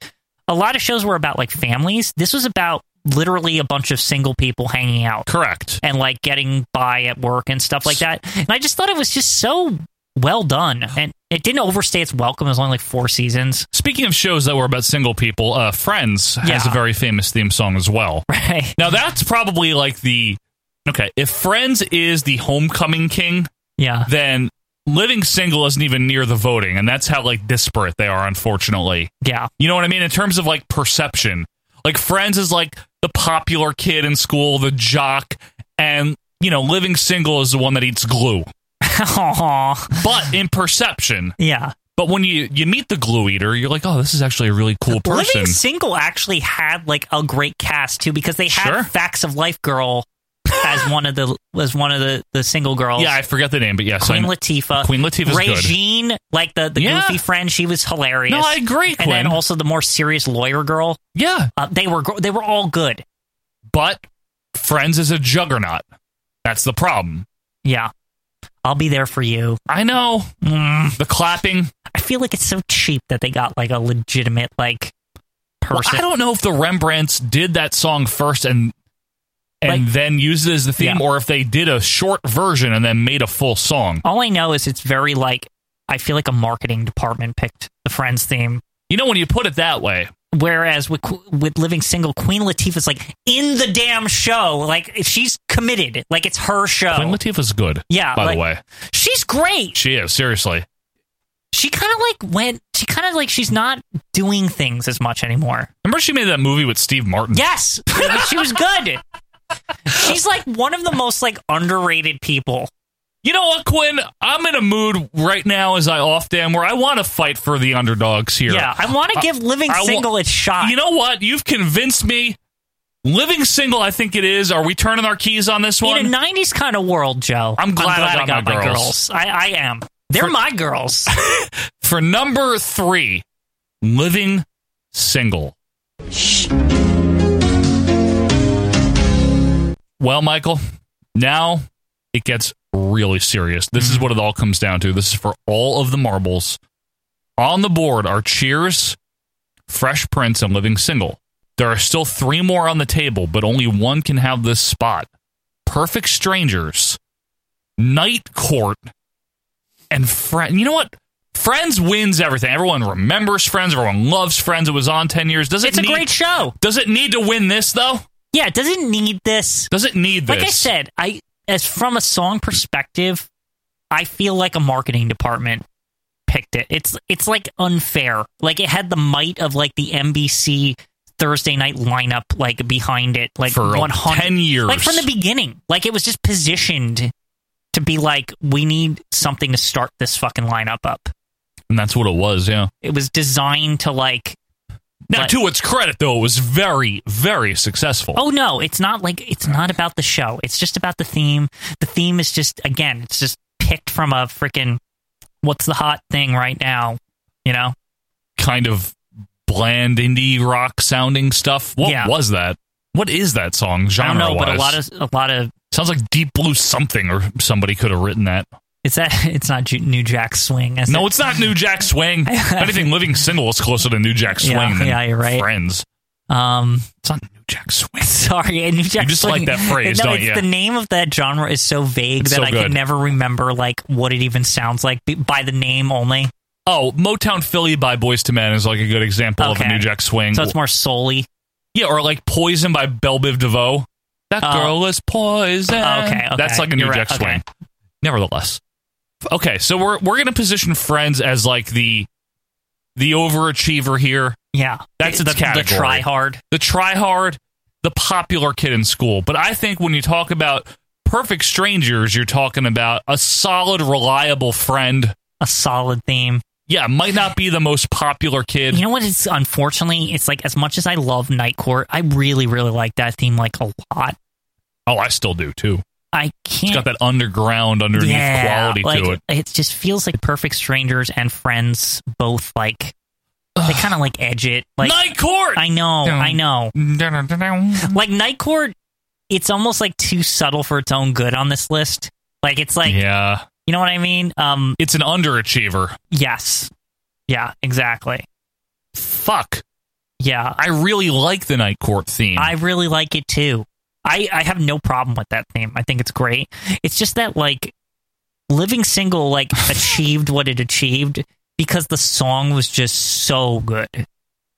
[SPEAKER 2] a lot of shows were about like families. This was about literally a bunch of single people hanging out
[SPEAKER 1] Correct.
[SPEAKER 2] and like getting by at work and stuff like that. And I just thought it was just so well done, and it didn't overstay its welcome. It was only like four seasons,
[SPEAKER 1] Speaking of shows that were about single people, uh, Friends has
[SPEAKER 2] Yeah.
[SPEAKER 1] a very famous theme song as well.
[SPEAKER 2] right?
[SPEAKER 1] Now that's probably like the okay. If Friends is the homecoming king,
[SPEAKER 2] Yeah,
[SPEAKER 1] then Living Single isn't even near the voting, and that's how like disparate they are. Unfortunately,
[SPEAKER 2] yeah,
[SPEAKER 1] You know what I mean? In terms of like perception. Like Friends is like the popular kid in school, the jock, and you know, living single is the one that eats glue.
[SPEAKER 2] Aw.
[SPEAKER 1] But in perception.
[SPEAKER 2] yeah.
[SPEAKER 1] But when you you meet the glue eater, you're like, "Oh, this is actually a really cool person."
[SPEAKER 2] Living Single actually had like a great cast too because they had
[SPEAKER 1] Sure.
[SPEAKER 2] Facts of Life girl as one of the was one of the the single girls.
[SPEAKER 1] yeah, I forget the name, but yes,
[SPEAKER 2] Queen
[SPEAKER 1] I,
[SPEAKER 2] Latifah.
[SPEAKER 1] Queen Latifah's good.
[SPEAKER 2] Regine, like the the
[SPEAKER 1] Yeah.
[SPEAKER 2] goofy friend, she was hilarious.
[SPEAKER 1] No, I agree,
[SPEAKER 2] And then
[SPEAKER 1] Quinn.
[SPEAKER 2] also the more serious lawyer girl.
[SPEAKER 1] yeah.
[SPEAKER 2] Uh, they were gr- they were all good.
[SPEAKER 1] But Friends is a juggernaut. That's the problem.
[SPEAKER 2] Yeah. I'll be there for you.
[SPEAKER 1] I know. Mm, The clapping.
[SPEAKER 2] I feel like it's so cheap that they got like a legitimate like
[SPEAKER 1] Well,
[SPEAKER 2] person.
[SPEAKER 1] I don't know if the Rembrandts did that song first and and
[SPEAKER 2] Like-
[SPEAKER 1] then used it as the theme,
[SPEAKER 2] Yeah.
[SPEAKER 1] or if they did a short version and then made a full song.
[SPEAKER 2] all I know is it's very like I feel like a marketing department picked the Friends theme
[SPEAKER 1] You know, when you put it that way,
[SPEAKER 2] Whereas with Qu- with living single, Queen Latifah's like in the damn show, like she's committed, like it's her show.
[SPEAKER 1] Queen Latifah's good.
[SPEAKER 2] Oh. Yeah,
[SPEAKER 1] by
[SPEAKER 2] like-
[SPEAKER 1] the way,
[SPEAKER 2] she's great.
[SPEAKER 1] she is seriously.
[SPEAKER 2] She kind of like went. she kind of like she's not doing things as much anymore.
[SPEAKER 1] Remember she made that movie with Steve Martin?
[SPEAKER 2] Yes, she was good. She's like one of the most like underrated people.
[SPEAKER 1] You know what, Quinn? I'm in a mood right now as I off damn where I want to fight for the underdogs here.
[SPEAKER 2] Yeah, I want to give Living
[SPEAKER 1] I wa-
[SPEAKER 2] Single a shot.
[SPEAKER 1] You know what? You've convinced me. Living single, I think it is. Are we turning our keys on this one?
[SPEAKER 2] in a '90s kind of world, Joe.
[SPEAKER 1] I'm glad I got my girls.
[SPEAKER 2] I, I am. They're
[SPEAKER 1] For-
[SPEAKER 2] my girls.
[SPEAKER 1] For number three, living single. Well, Michael, now it gets really serious. This
[SPEAKER 2] Mm-hmm.
[SPEAKER 1] is what it all comes down to. This is for all of the marbles. On the board are Cheers, Fresh Prince, and Living Single. There are still three more on the table, but only one can have this spot Perfect Strangers, Night Court, and friend. You know what? Friends wins everything. Everyone remembers Friends. Everyone loves Friends. It was on ten years. Does it?
[SPEAKER 2] It's a
[SPEAKER 1] need-
[SPEAKER 2] great show.
[SPEAKER 1] Does it need to win this though?
[SPEAKER 2] Yeah, it doesn't need this.
[SPEAKER 1] Does it need this?
[SPEAKER 2] Like I said, I as from a song perspective, I feel like a marketing department picked it. It's it's like unfair. Like it had the might of like the NBC Thursday night lineup like behind it, like
[SPEAKER 1] For
[SPEAKER 2] 100
[SPEAKER 1] 10 years.
[SPEAKER 2] like from the beginning. Like it was just positioned to be like we need something to start this fucking lineup up.
[SPEAKER 1] and that's what it was. Yeah.
[SPEAKER 2] It was designed to like
[SPEAKER 1] Now,
[SPEAKER 2] But-
[SPEAKER 1] to its credit, though, it was very, very successful.
[SPEAKER 2] Oh no, it's not like it's not about the show. It's just about the theme. The theme is just again, it's just picked from a freaking what's the hot thing right now, you know?
[SPEAKER 1] Kind of bland indie rock sounding stuff. What
[SPEAKER 2] Yeah.
[SPEAKER 1] was that? What is that song?
[SPEAKER 2] I
[SPEAKER 1] Genre
[SPEAKER 2] don't know, but a lot of a lot of
[SPEAKER 1] sounds like Deep Blue something, or somebody could have written that.
[SPEAKER 2] it's that it's not Ju- New Jack Swing. is
[SPEAKER 1] No,
[SPEAKER 2] it?
[SPEAKER 1] it's not New Jack Swing. If anything, Living Single is closer to New Jack Swing
[SPEAKER 2] Yeah,
[SPEAKER 1] than
[SPEAKER 2] yeah, you're right.
[SPEAKER 1] Friends.
[SPEAKER 2] um
[SPEAKER 1] It's not New Jack Swing.
[SPEAKER 2] sorry, New Jack
[SPEAKER 1] just
[SPEAKER 2] Swing-
[SPEAKER 1] like that phrase,
[SPEAKER 2] no,
[SPEAKER 1] don't
[SPEAKER 2] it's
[SPEAKER 1] you?
[SPEAKER 2] The name of that genre is so vague
[SPEAKER 1] It's
[SPEAKER 2] that
[SPEAKER 1] so
[SPEAKER 2] I
[SPEAKER 1] good.
[SPEAKER 2] can never remember like what it even sounds like b- by the name only.
[SPEAKER 1] Oh, Motown Philly by Boys to Men is like a good example of
[SPEAKER 2] Okay.
[SPEAKER 1] a New Jack Swing.
[SPEAKER 2] So it's more soul-y.
[SPEAKER 1] yeah, or like Poison by Belle Biv DeVoe. Uh, Ah, That
[SPEAKER 2] Oh.
[SPEAKER 1] girl is poison.
[SPEAKER 2] Okay, okay.
[SPEAKER 1] That's like a New
[SPEAKER 2] You're right,
[SPEAKER 1] Jack
[SPEAKER 2] okay.
[SPEAKER 1] Swing. Nevertheless. Okay, so we're we're gonna position Friends as like the the overachiever here,
[SPEAKER 2] Yeah.
[SPEAKER 1] That's
[SPEAKER 2] the,
[SPEAKER 1] its category.
[SPEAKER 2] the try hard.
[SPEAKER 1] the tryhard, the popular kid in school. But I think when you talk about perfect strangers, you're talking about a solid, reliable friend.
[SPEAKER 2] A solid theme.
[SPEAKER 1] Yeah, might not be the most popular kid.
[SPEAKER 2] You know what? It's unfortunately, it's like as much as I love Night Court, I really, really like that theme like a lot.
[SPEAKER 1] Oh, I still do too.
[SPEAKER 2] I can't.
[SPEAKER 1] It's got that underground underneath quality
[SPEAKER 2] like,
[SPEAKER 1] to it.
[SPEAKER 2] just feels like Perfect Strangers and Friends both like they kind of like edge it. Like
[SPEAKER 1] Night Court.
[SPEAKER 2] I know,
[SPEAKER 1] Dun.
[SPEAKER 2] I know.
[SPEAKER 1] yeah,
[SPEAKER 2] Like Night Court, it's almost like too subtle for its own good on this list. Like it's like you know what I mean? Um,
[SPEAKER 1] it's an underachiever.
[SPEAKER 2] yes, yeah, exactly,
[SPEAKER 1] Fuck.
[SPEAKER 2] yeah.
[SPEAKER 1] I really like the Night Court theme.
[SPEAKER 2] I really like it too. I, I have no problem with that theme. I think it's great. It's just that like Living Single like achieved what it achieved because the song was just so good.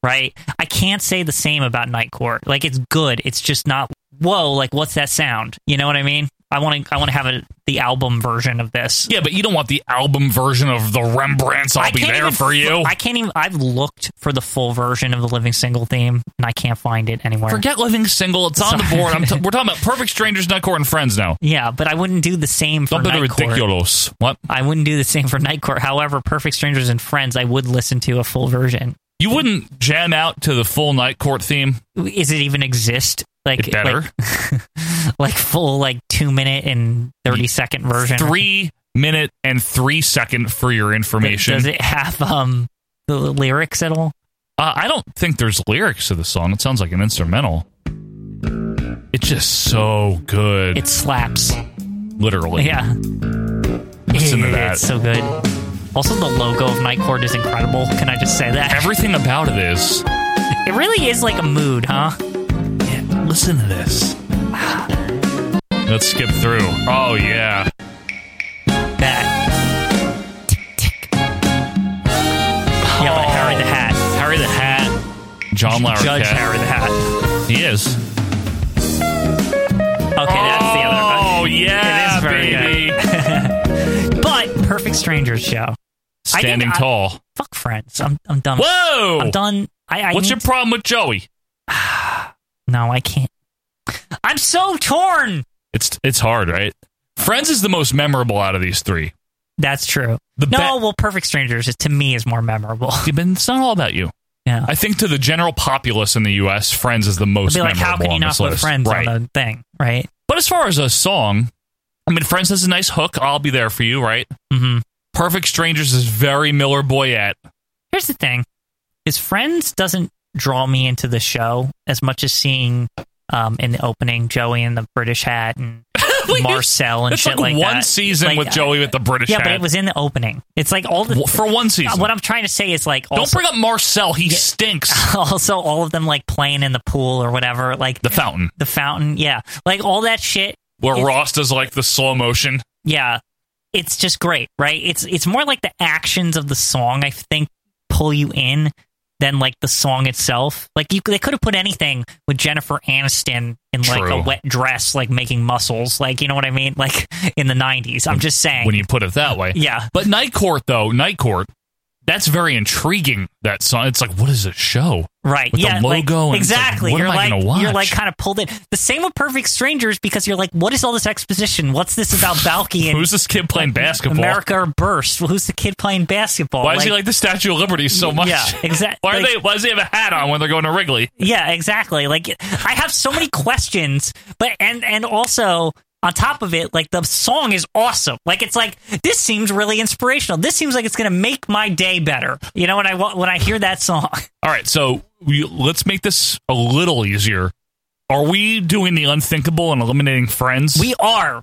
[SPEAKER 2] Right? I can't say the same about Night Court. Like it's good. It's just not whoa, like what's that sound? You know what I mean? I want to I want to have a, the album version of this.
[SPEAKER 1] yeah, but you don't want the album version of the Rembrandts. I'll
[SPEAKER 2] I
[SPEAKER 1] be
[SPEAKER 2] can't
[SPEAKER 1] there
[SPEAKER 2] even
[SPEAKER 1] for
[SPEAKER 2] fi-
[SPEAKER 1] you.
[SPEAKER 2] I can't even I've looked for the full version of the Living Single theme and I can't find it anywhere.
[SPEAKER 1] Forget living single. It's on the
[SPEAKER 2] Sorry.
[SPEAKER 1] board. I'm t- we're talking about perfect strangers, Night Court, and friends now.
[SPEAKER 2] Yeah, but I wouldn't do the same for
[SPEAKER 1] Don't be
[SPEAKER 2] Night Court.
[SPEAKER 1] ridiculous. What?
[SPEAKER 2] I wouldn't do the same for Night Court. However, Perfect Strangers and Friends, I would listen to a full version.
[SPEAKER 1] You wouldn't jam out to the full Night Court theme?
[SPEAKER 2] Is it even exist? Like
[SPEAKER 1] It better.
[SPEAKER 2] like, like full like two minute and thirty second version.
[SPEAKER 1] Three minute and three second for your information.
[SPEAKER 2] Does it have um the lyrics at all?
[SPEAKER 1] Uh, I don't think there's lyrics to the song. It sounds like an instrumental. It's just so good.
[SPEAKER 2] It slaps.
[SPEAKER 1] literally.
[SPEAKER 2] Yeah,
[SPEAKER 1] Listen to that.
[SPEAKER 2] it's so good. Also, the logo of Night Court is incredible. Can I just say that?
[SPEAKER 1] Everything about it is.
[SPEAKER 2] It really is like a mood, huh?
[SPEAKER 1] Listen to this. Let's skip through. Oh yeah.
[SPEAKER 2] That. Yeah, but Harry the Hat.
[SPEAKER 1] Harry the Hat. John Larroquette.
[SPEAKER 2] Judge Harry the Hat.
[SPEAKER 1] He is.
[SPEAKER 2] Okay, that's the other.
[SPEAKER 1] Oh yeah,
[SPEAKER 2] It is very
[SPEAKER 1] baby. Oh.
[SPEAKER 2] But Perfect Strangers show. I think
[SPEAKER 1] standing
[SPEAKER 2] I-
[SPEAKER 1] tall.
[SPEAKER 2] Fuck friends. I'm I'm done.
[SPEAKER 1] Whoa!
[SPEAKER 2] I'm done. I, I
[SPEAKER 1] What's
[SPEAKER 2] need
[SPEAKER 1] your problem with Joey?
[SPEAKER 2] No, I can't. I'm so torn.
[SPEAKER 1] It's it's hard, right? Friends is the most memorable out of these three.
[SPEAKER 2] That's true.
[SPEAKER 1] The
[SPEAKER 2] no,
[SPEAKER 1] ba-
[SPEAKER 2] well, Perfect Strangers is, to me is more memorable.
[SPEAKER 1] Yeah, but it's not all about you.
[SPEAKER 2] Yeah.
[SPEAKER 1] I think to the general populace in the U.S., Friends is the most
[SPEAKER 2] It'd be like,
[SPEAKER 1] memorable
[SPEAKER 2] how can you
[SPEAKER 1] on
[SPEAKER 2] not
[SPEAKER 1] this
[SPEAKER 2] put
[SPEAKER 1] list.
[SPEAKER 2] Friends
[SPEAKER 1] right.
[SPEAKER 2] on a thing, right?
[SPEAKER 1] But as far as a song, I mean, Friends has a nice hook. I'll be there for you, right?
[SPEAKER 2] Mm-hmm.
[SPEAKER 1] Perfect Strangers is very Miller Boyette.
[SPEAKER 2] Here's the thing: is Friends doesn't draw me into the show as much as seeing um, in the opening Joey in the British hat and Marcel and
[SPEAKER 1] It's
[SPEAKER 2] shit
[SPEAKER 1] like,
[SPEAKER 2] like,
[SPEAKER 1] one
[SPEAKER 2] that.
[SPEAKER 1] season
[SPEAKER 2] Like, uh,
[SPEAKER 1] with Joey with the British
[SPEAKER 2] Yeah,
[SPEAKER 1] hat.
[SPEAKER 2] but it was in the opening. It's like all the
[SPEAKER 1] W- for one season.
[SPEAKER 2] What I'm trying to say is like
[SPEAKER 1] Don't
[SPEAKER 2] also,
[SPEAKER 1] bring up Marcel. He stinks.
[SPEAKER 2] also all of them like playing in the pool or whatever, like
[SPEAKER 1] The fountain,
[SPEAKER 2] the fountain. Yeah, like all that shit.
[SPEAKER 1] where
[SPEAKER 2] It's-
[SPEAKER 1] Ross does like the slow motion.
[SPEAKER 2] Yeah, it's just great, right? It's it's more like the actions of the song I think pull you in than like the song itself. Like you, they could have put anything with Jennifer Aniston in like
[SPEAKER 1] True.
[SPEAKER 2] a wet dress, like making muscles, like you know what I mean, like in the '90s. I'm just saying.
[SPEAKER 1] when you put it that way.
[SPEAKER 2] yeah,
[SPEAKER 1] But Night Court, though, Night Court, that's very intriguing. That song. It's like, what is this show?
[SPEAKER 2] Right.
[SPEAKER 1] with the
[SPEAKER 2] yeah.
[SPEAKER 1] logo
[SPEAKER 2] like,
[SPEAKER 1] and it's like,
[SPEAKER 2] exactly.
[SPEAKER 1] what
[SPEAKER 2] you're
[SPEAKER 1] am I
[SPEAKER 2] like
[SPEAKER 1] gonna watch?
[SPEAKER 2] you're like kind of pulled in. The same with Perfect Strangers because you're like, what is all this exposition? What's this about Balky and
[SPEAKER 1] Who's this kid playing basketball?
[SPEAKER 2] America or burst? Well, who's the kid playing basketball?
[SPEAKER 1] Why is he like the Statue of Liberty so much?
[SPEAKER 2] Yeah, exact-
[SPEAKER 1] why are
[SPEAKER 2] like-
[SPEAKER 1] they? Why does he have a hat on when they're going to Wrigley?
[SPEAKER 2] Yeah, exactly. Like I have so many questions, but and and also on top of it, like the song is awesome. Like it's like this seems really inspirational. This seems like it's going to make my day better. You know, when I wa- when I hear that song,
[SPEAKER 1] All right, so we, let's make this a little easier. Are we doing the unthinkable and eliminating friends?
[SPEAKER 2] we are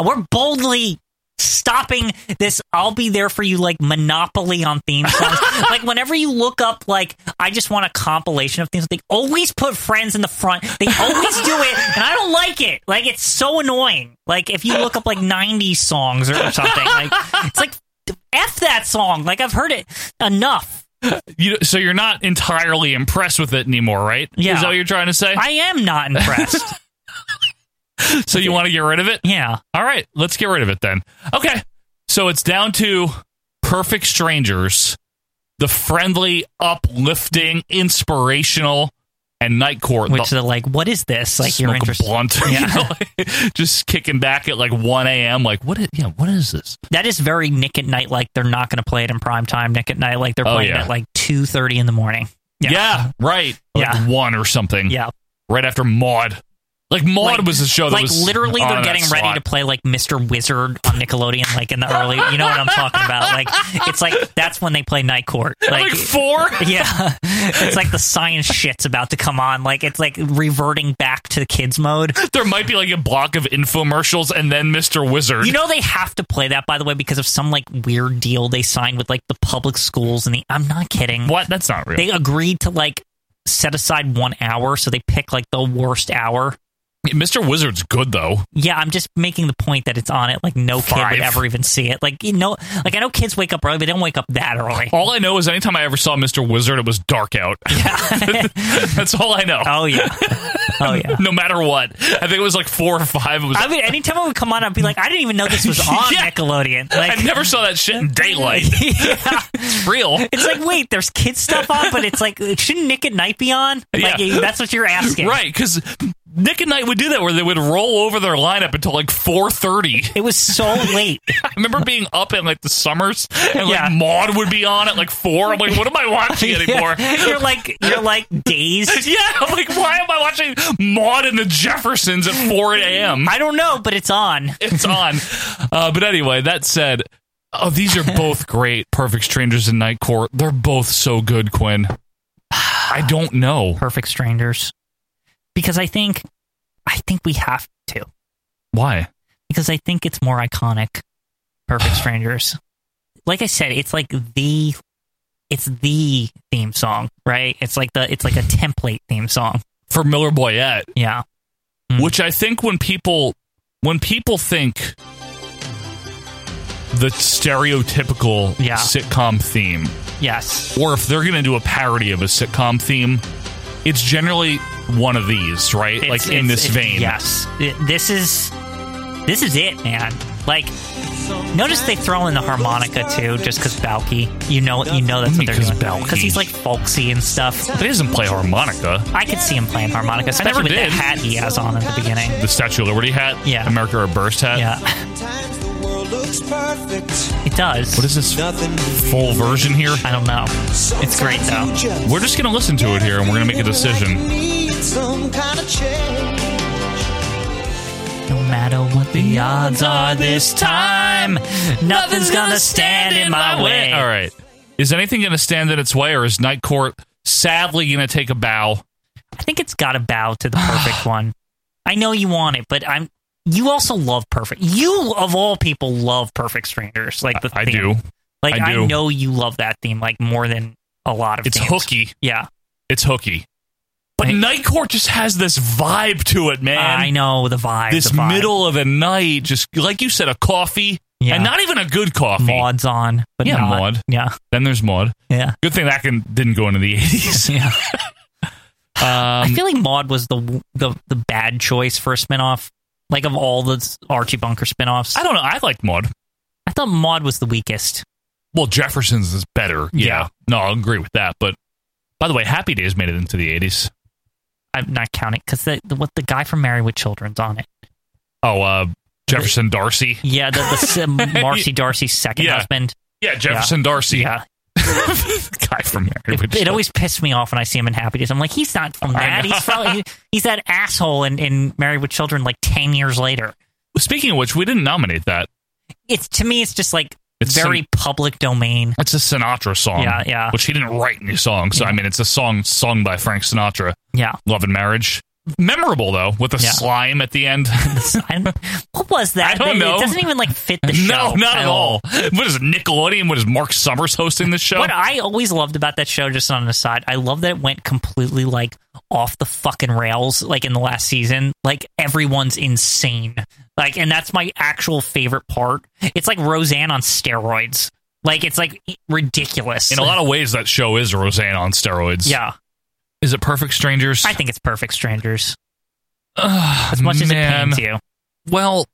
[SPEAKER 2] we're boldly stopping this i'll be there for you like monopoly on theme songs like whenever you look up like i just want a compilation of things they always put friends in the front they always do it and i don't like it like it's so annoying like if you look up like 90 songs or something like it's like f that song like i've heard it enough
[SPEAKER 1] you, so you're not entirely impressed with it anymore, right?
[SPEAKER 2] Yeah.
[SPEAKER 1] Is that what you're trying to say?
[SPEAKER 2] i am not impressed
[SPEAKER 1] so you want to get rid of it?
[SPEAKER 2] yeah
[SPEAKER 1] All right, let's get rid of it then. Okay. So it's down to perfect strangers, the friendly, uplifting, inspirational, and night court.
[SPEAKER 2] which
[SPEAKER 1] the,
[SPEAKER 2] they're like what is this like
[SPEAKER 1] smoke
[SPEAKER 2] you're
[SPEAKER 1] a
[SPEAKER 2] interested
[SPEAKER 1] blunt, you know, like, just kicking back at like one a.m. Like what? Is, yeah, what is this?
[SPEAKER 2] That is very Nick at Night. Like they're not going to play it in prime time. Nick at Night. Like they're
[SPEAKER 1] Oh,
[SPEAKER 2] playing
[SPEAKER 1] yeah.
[SPEAKER 2] it at like two thirty in the morning.
[SPEAKER 1] Yeah, right. Like
[SPEAKER 2] Yeah.
[SPEAKER 1] one or something.
[SPEAKER 2] Yeah.
[SPEAKER 1] right after Maud. Like Maud
[SPEAKER 2] Like-
[SPEAKER 1] was the show Oh, that
[SPEAKER 2] like
[SPEAKER 1] was
[SPEAKER 2] literally,
[SPEAKER 1] on
[SPEAKER 2] they're
[SPEAKER 1] that
[SPEAKER 2] getting ready
[SPEAKER 1] slot.
[SPEAKER 2] to play like Mr. Wizard on Nickelodeon. Like in the early, you know what I'm talking about. Like it's like that's when they play Night Court.
[SPEAKER 1] like,
[SPEAKER 2] Like.
[SPEAKER 1] four.
[SPEAKER 2] yeah, it's like the science shit's about to come on. Like it's like reverting back to the kids mode.
[SPEAKER 1] There might be like a block of infomercials and then Mr. Wizard.
[SPEAKER 2] You know they have to play that by the way because of some like weird deal they signed with like the public schools and the. I'm not kidding.
[SPEAKER 1] what? That's not real.
[SPEAKER 2] they agreed to like set aside one hour so they pick like the worst hour
[SPEAKER 1] Mr. Wizard's good though.
[SPEAKER 2] yeah i'm just making the point that it's on it like no kid
[SPEAKER 1] Five.
[SPEAKER 2] would ever even see it like you know like i know kids wake up early but they don't wake up that early
[SPEAKER 1] All I know is anytime I ever saw Mr. Wizard, it was dark out. That's all I know.
[SPEAKER 2] oh yeah oh yeah
[SPEAKER 1] No matter what. I think it was like four or five. It was,
[SPEAKER 2] i mean anytime i would come on i'd be like i didn't even know this was on
[SPEAKER 1] Yeah.
[SPEAKER 2] nickelodeon like
[SPEAKER 1] I never saw that shit in daylight.
[SPEAKER 2] yeah.
[SPEAKER 1] It's real.
[SPEAKER 2] It's like, wait, there's kid stuff on, but it's like, shouldn't Nick at Night be on? Like,
[SPEAKER 1] Yeah.
[SPEAKER 2] that's what you're asking.
[SPEAKER 1] Right, because Nick and Knight would do that where they would roll over their lineup until like 4.30.
[SPEAKER 2] It was so late.
[SPEAKER 1] I remember being up in like the summers and
[SPEAKER 2] Yeah.
[SPEAKER 1] like Maud would be on at like 4. I'm like, what am I watching anymore?
[SPEAKER 2] you're like, you're like dazed.
[SPEAKER 1] Yeah, I'm like, why am I watching Maud and the Jeffersons at 4 a.m.?
[SPEAKER 2] I don't know, but it's on.
[SPEAKER 1] it's on. Uh, but anyway, that said, oh, these are both great. Perfect Strangers and Night Court. They're both so good, Quinn. I don't know
[SPEAKER 2] Perfect Strangers. Because I think I think we have to.
[SPEAKER 1] why.
[SPEAKER 2] Because I think it's more iconic. Perfect Strangers. Like I said, it's like the it's the theme song, right? It's like the it's like a template theme song.
[SPEAKER 1] For Miller Boyette,
[SPEAKER 2] Yeah. Hmm.
[SPEAKER 1] which I think when people when people think the stereotypical
[SPEAKER 2] Yeah.
[SPEAKER 1] sitcom theme,
[SPEAKER 2] Yes.
[SPEAKER 1] or if they're going to do a parody of a sitcom theme, it's generally one of these, right?
[SPEAKER 2] It's-
[SPEAKER 1] like in
[SPEAKER 2] it's-
[SPEAKER 1] this
[SPEAKER 2] it's-
[SPEAKER 1] vein.
[SPEAKER 2] Yes. It- this is this is it, man. Like, notice they throw in the harmonica too, just because Balky. You know, you know that's what they're
[SPEAKER 1] Because
[SPEAKER 2] doing.
[SPEAKER 1] Balky.
[SPEAKER 2] Because he's like folksy and stuff.
[SPEAKER 1] But he doesn't play harmonica.
[SPEAKER 2] I could see him playing harmonica, especially
[SPEAKER 1] never
[SPEAKER 2] with
[SPEAKER 1] did.
[SPEAKER 2] the hat he has on at the beginning.
[SPEAKER 1] The Statue of Liberty hat?
[SPEAKER 2] Yeah.
[SPEAKER 1] America or Burst hat?
[SPEAKER 2] Yeah, it does.
[SPEAKER 1] What is this full version here?
[SPEAKER 2] I don't know. It's great though.
[SPEAKER 1] We're just going to listen to it here and we're going to make a decision.
[SPEAKER 2] No matter what the odds are this time, nothing's gonna stand in my way.
[SPEAKER 1] All right. Is anything going to stand in its way or is Night Court sadly going to take a bow?
[SPEAKER 2] I think it's got to bow to the perfect one. I know you want it, but I'm. You also love perfect. You of all people love perfect strangers. Like the
[SPEAKER 1] I
[SPEAKER 2] theme.
[SPEAKER 1] do.
[SPEAKER 2] Like
[SPEAKER 1] I
[SPEAKER 2] I,
[SPEAKER 1] do.
[SPEAKER 2] know you love that theme like more than a lot of.
[SPEAKER 1] It's
[SPEAKER 2] themes.
[SPEAKER 1] hooky.
[SPEAKER 2] Yeah,
[SPEAKER 1] It's hooky. But
[SPEAKER 2] Hey.
[SPEAKER 1] Night Court just has this vibe to it, man.
[SPEAKER 2] I know the vibe.
[SPEAKER 1] This
[SPEAKER 2] the vibe.
[SPEAKER 1] middle of the night, just like you said, a coffee.
[SPEAKER 2] Yeah.
[SPEAKER 1] And not even a good coffee.
[SPEAKER 2] Maud's on, but
[SPEAKER 1] Yeah,
[SPEAKER 2] not-
[SPEAKER 1] Maud.
[SPEAKER 2] Yeah,
[SPEAKER 1] Then there's Maud.
[SPEAKER 2] yeah,
[SPEAKER 1] Good thing that can, didn't go into the 80s.
[SPEAKER 2] yeah. I
[SPEAKER 1] Um,
[SPEAKER 2] feel like Maud was the the the bad choice for a spinoff. Like of all the s- Archie Bunker spinoffs,
[SPEAKER 1] I don't know. I like Maud.
[SPEAKER 2] I thought Maud was the weakest.
[SPEAKER 1] Well, Jefferson's is better. Yeah.
[SPEAKER 2] Yeah.
[SPEAKER 1] No, I'll agree with that. But by the way, Happy Days made it into the 80s.
[SPEAKER 2] I'm not counting because the, the what the guy from Married with Children's on it.
[SPEAKER 1] Oh, uh, Jefferson Darcy.
[SPEAKER 2] Yeah, the, the s- Marcy Darcy's second
[SPEAKER 1] Yeah.
[SPEAKER 2] husband.
[SPEAKER 1] Yeah, Jefferson Darcy.
[SPEAKER 2] Yeah,
[SPEAKER 1] Guy from Married with
[SPEAKER 2] it, it
[SPEAKER 1] Children.
[SPEAKER 2] always pissed me off when I see him in Happy Days. I'm like, he's not from
[SPEAKER 1] I
[SPEAKER 2] that.
[SPEAKER 1] know.
[SPEAKER 2] He's from he, he's that asshole in, in Married with Children like ten years later.
[SPEAKER 1] Speaking of which, we didn't nominate that.
[SPEAKER 2] It's to me, it's just like
[SPEAKER 1] It's
[SPEAKER 2] very public domain.
[SPEAKER 1] It's a Sinatra song.
[SPEAKER 2] Yeah, yeah.
[SPEAKER 1] Which he didn't write any songs. So, I mean, it's a song sung by Frank Sinatra.
[SPEAKER 2] Yeah.
[SPEAKER 1] Love and Marriage. Memorable, though, with the
[SPEAKER 2] Yeah.
[SPEAKER 1] slime at the end.
[SPEAKER 2] I don't- what was that?
[SPEAKER 1] I don't
[SPEAKER 2] It-
[SPEAKER 1] know.
[SPEAKER 2] It doesn't even like fit the show.
[SPEAKER 1] no, not at all. What is it, Nickelodeon? What is Mark Summers hosting this show?
[SPEAKER 2] What I always loved about that show, just on the side, I love that it went completely like off the fucking rails, like in the last season. Like everyone's insane. Like, and that's my actual favorite part. It's like Roseanne on steroids. Like, it's like ridiculous.
[SPEAKER 1] In a lot of ways, that show is Roseanne on steroids.
[SPEAKER 2] yeah,
[SPEAKER 1] Is it Perfect Strangers?
[SPEAKER 2] I think it's perfect, strangers.
[SPEAKER 1] as
[SPEAKER 2] As much as it pains you,
[SPEAKER 1] Well,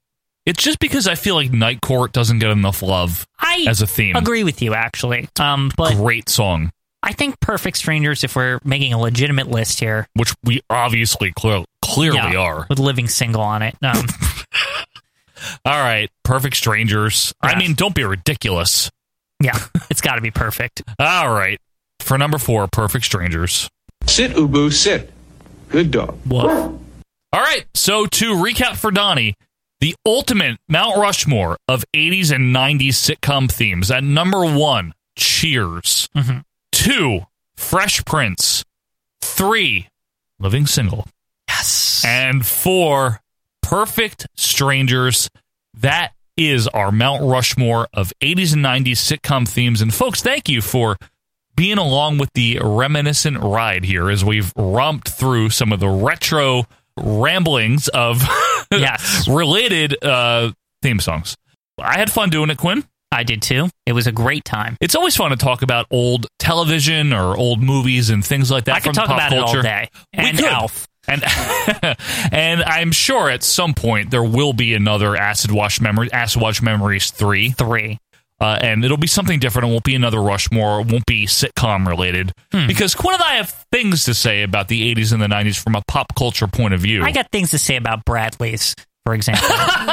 [SPEAKER 1] it's just because I feel like Night Court doesn't get enough love
[SPEAKER 2] I
[SPEAKER 1] as a theme.
[SPEAKER 2] agree with you actually. Um, but
[SPEAKER 1] Great song,
[SPEAKER 2] I think perfect strangers, if we're making a legitimate list here,
[SPEAKER 1] which we obviously clear- clearly
[SPEAKER 2] Yeah,
[SPEAKER 1] are.
[SPEAKER 2] with living single on it. Um,
[SPEAKER 1] All right, Perfect Strangers. I
[SPEAKER 2] Yeah.
[SPEAKER 1] mean, don't be ridiculous.
[SPEAKER 2] yeah, it's got to be perfect.
[SPEAKER 1] All right. For number four, Perfect Strangers.
[SPEAKER 11] Sit, Ubu, sit. Good dog.
[SPEAKER 2] Whoa.
[SPEAKER 1] All right. So to recap for Donnie, the ultimate Mount Rushmore of 80s and 90s sitcom themes. At number one, Cheers.
[SPEAKER 2] Mhm.
[SPEAKER 1] Two, Fresh Prince. Three, Living Single.
[SPEAKER 2] Yes.
[SPEAKER 1] And four, Perfect Strangers. That is our Mount Rushmore of 80s and 90s sitcom themes. And folks, thank you for being along with the reminiscent ride here as we've romped through some of the retro ramblings of
[SPEAKER 2] Yes.
[SPEAKER 1] related uh, theme songs. I had fun doing it, Quinn.
[SPEAKER 2] I did too. It was a great time.
[SPEAKER 1] It's always fun to talk about old television or old movies and things like that.
[SPEAKER 2] I could
[SPEAKER 1] from
[SPEAKER 2] talk
[SPEAKER 1] pop
[SPEAKER 2] about
[SPEAKER 1] culture.
[SPEAKER 2] it all day.
[SPEAKER 1] We
[SPEAKER 2] And
[SPEAKER 1] could.
[SPEAKER 2] Alf.
[SPEAKER 1] And and I'm sure at some point there will be another Acid Wash Memory Acid Wash Memories three,
[SPEAKER 2] Three.
[SPEAKER 1] uh, and it'll be something different. It won't be another Rushmore. It won't be sitcom related
[SPEAKER 2] Hmm.
[SPEAKER 1] because Quinn and I have things to say about the 80s and the 90s from a pop culture point of view.
[SPEAKER 2] I got things to say about Bradley's, for example,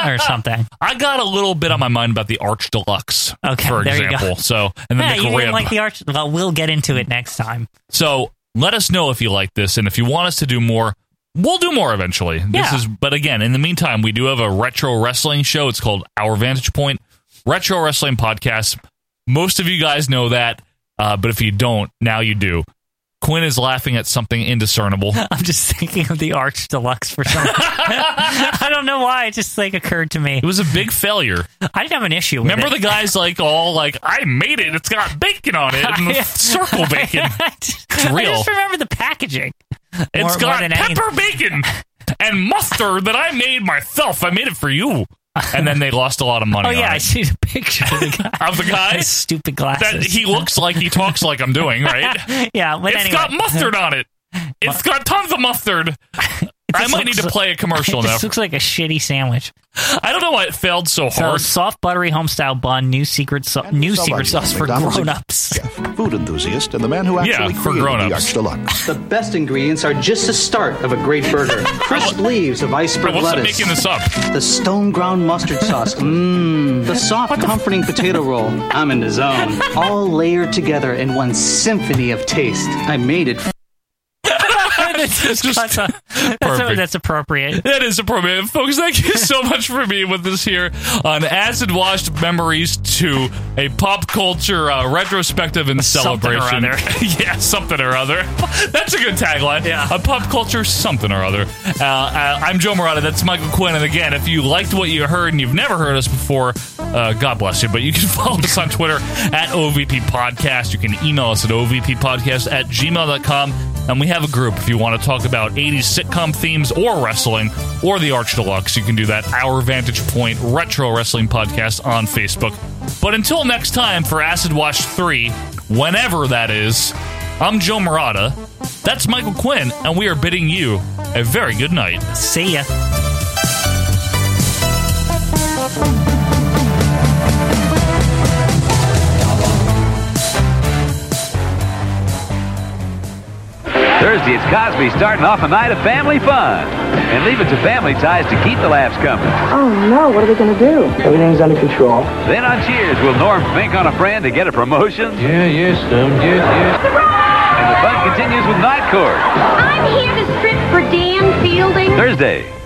[SPEAKER 2] or something.
[SPEAKER 1] I got a little bit on my mind about the Arch Deluxe,
[SPEAKER 2] Okay,
[SPEAKER 1] for
[SPEAKER 2] there you go.
[SPEAKER 1] example. So and
[SPEAKER 2] Yeah,
[SPEAKER 1] then
[SPEAKER 2] you
[SPEAKER 1] the
[SPEAKER 2] didn't
[SPEAKER 1] rib.
[SPEAKER 2] like the arch. Well, we'll get into it next time.
[SPEAKER 1] So let us know if you like this, and if you want us to do more, we'll do more eventually. This
[SPEAKER 2] Yeah.
[SPEAKER 1] is, but again, in the meantime, we do have a retro wrestling show. It's called Our Vantage Point Retro Wrestling Podcast. Most of you guys know that, uh, but if you don't, now you do. Quinn is laughing at something indiscernible.
[SPEAKER 2] I'm just thinking of the Arch Deluxe for some. I don't know why. It just like occurred to me.
[SPEAKER 1] It was a big failure.
[SPEAKER 2] I didn't have an issue. With
[SPEAKER 1] Remember
[SPEAKER 2] it.
[SPEAKER 1] the guys like all like I made it. It's got bacon on it and
[SPEAKER 2] Yeah.
[SPEAKER 1] circle bacon.
[SPEAKER 2] I just,
[SPEAKER 1] real.
[SPEAKER 2] I just remember the packaging.
[SPEAKER 1] It's
[SPEAKER 2] More- more
[SPEAKER 1] got
[SPEAKER 2] than anything.
[SPEAKER 1] pepper bacon and mustard that I made myself. I made it for you. And then they lost a lot of money.
[SPEAKER 2] Oh yeah,
[SPEAKER 1] on
[SPEAKER 2] I
[SPEAKER 1] it.
[SPEAKER 2] see the picture of the guy.
[SPEAKER 1] of the guy
[SPEAKER 2] His
[SPEAKER 1] that
[SPEAKER 2] stupid glasses.
[SPEAKER 1] he looks like he talks like I'm doing. Right? It's
[SPEAKER 2] yeah, but anyway,
[SPEAKER 1] got mustard on it. It's got tons of mustard. I might need to play a commercial
[SPEAKER 2] It
[SPEAKER 1] now.
[SPEAKER 2] just looks like a shitty sandwich.
[SPEAKER 1] I don't know why it failed so
[SPEAKER 2] So
[SPEAKER 1] hard.
[SPEAKER 2] soft, buttery homestyle bun, new secret, sau- new secret sauce for
[SPEAKER 12] McDonald's.
[SPEAKER 2] grown-ups.
[SPEAKER 12] Food enthusiast and the man who actually created the Arch Deluxe.
[SPEAKER 13] The best ingredients are just the start of a great burger. Crisp leaves of iceberg
[SPEAKER 1] What's
[SPEAKER 13] lettuce.
[SPEAKER 1] making this up?
[SPEAKER 13] The stone ground mustard sauce. Mmm. The soft, comforting potato roll. I'm in the zone. All layered together in one symphony of taste. I made it.
[SPEAKER 2] that's, that's,
[SPEAKER 1] Perfect.
[SPEAKER 2] that's appropriate.
[SPEAKER 1] That is appropriate. Folks, thank you so much for being with us here on Acid Washed Memories to a pop culture uh, retrospective and
[SPEAKER 2] Something or
[SPEAKER 1] celebration.
[SPEAKER 2] other.
[SPEAKER 1] yeah, something or other. That's a good tagline. Yeah. A pop culture something or other. Uh, uh, I'm Joe Morata. That's Michael Quinn. And again, if you liked what you heard and you've never heard us before, uh, God bless you. But you can follow us on Twitter at OVP Podcast. You can email us at OVPPodcast at gmail.com. And we have a group if you want to talk about 80s sitcom themes or wrestling or the Arch Deluxe. You can do that. Our Vantage Point Retro Wrestling Podcast on Facebook. But until next time for Acid Wash 3, whenever that is, I'm Joe Morata. That's Michael Quinn, and we are bidding you a very good night.
[SPEAKER 2] See ya.
[SPEAKER 14] Thursday, it's Cosby starting off a night of family fun. And leave it to family ties to keep the laughs coming.
[SPEAKER 10] Oh no, what are they gonna do? Everything's under control.
[SPEAKER 14] Then on Cheers, will Norm think on a friend to get a promotion? Yeah, yes, Slim. Yes, yes. And the fun continues with Night Court.
[SPEAKER 7] I'm here to strip for Dan Fielding.
[SPEAKER 14] Thursday.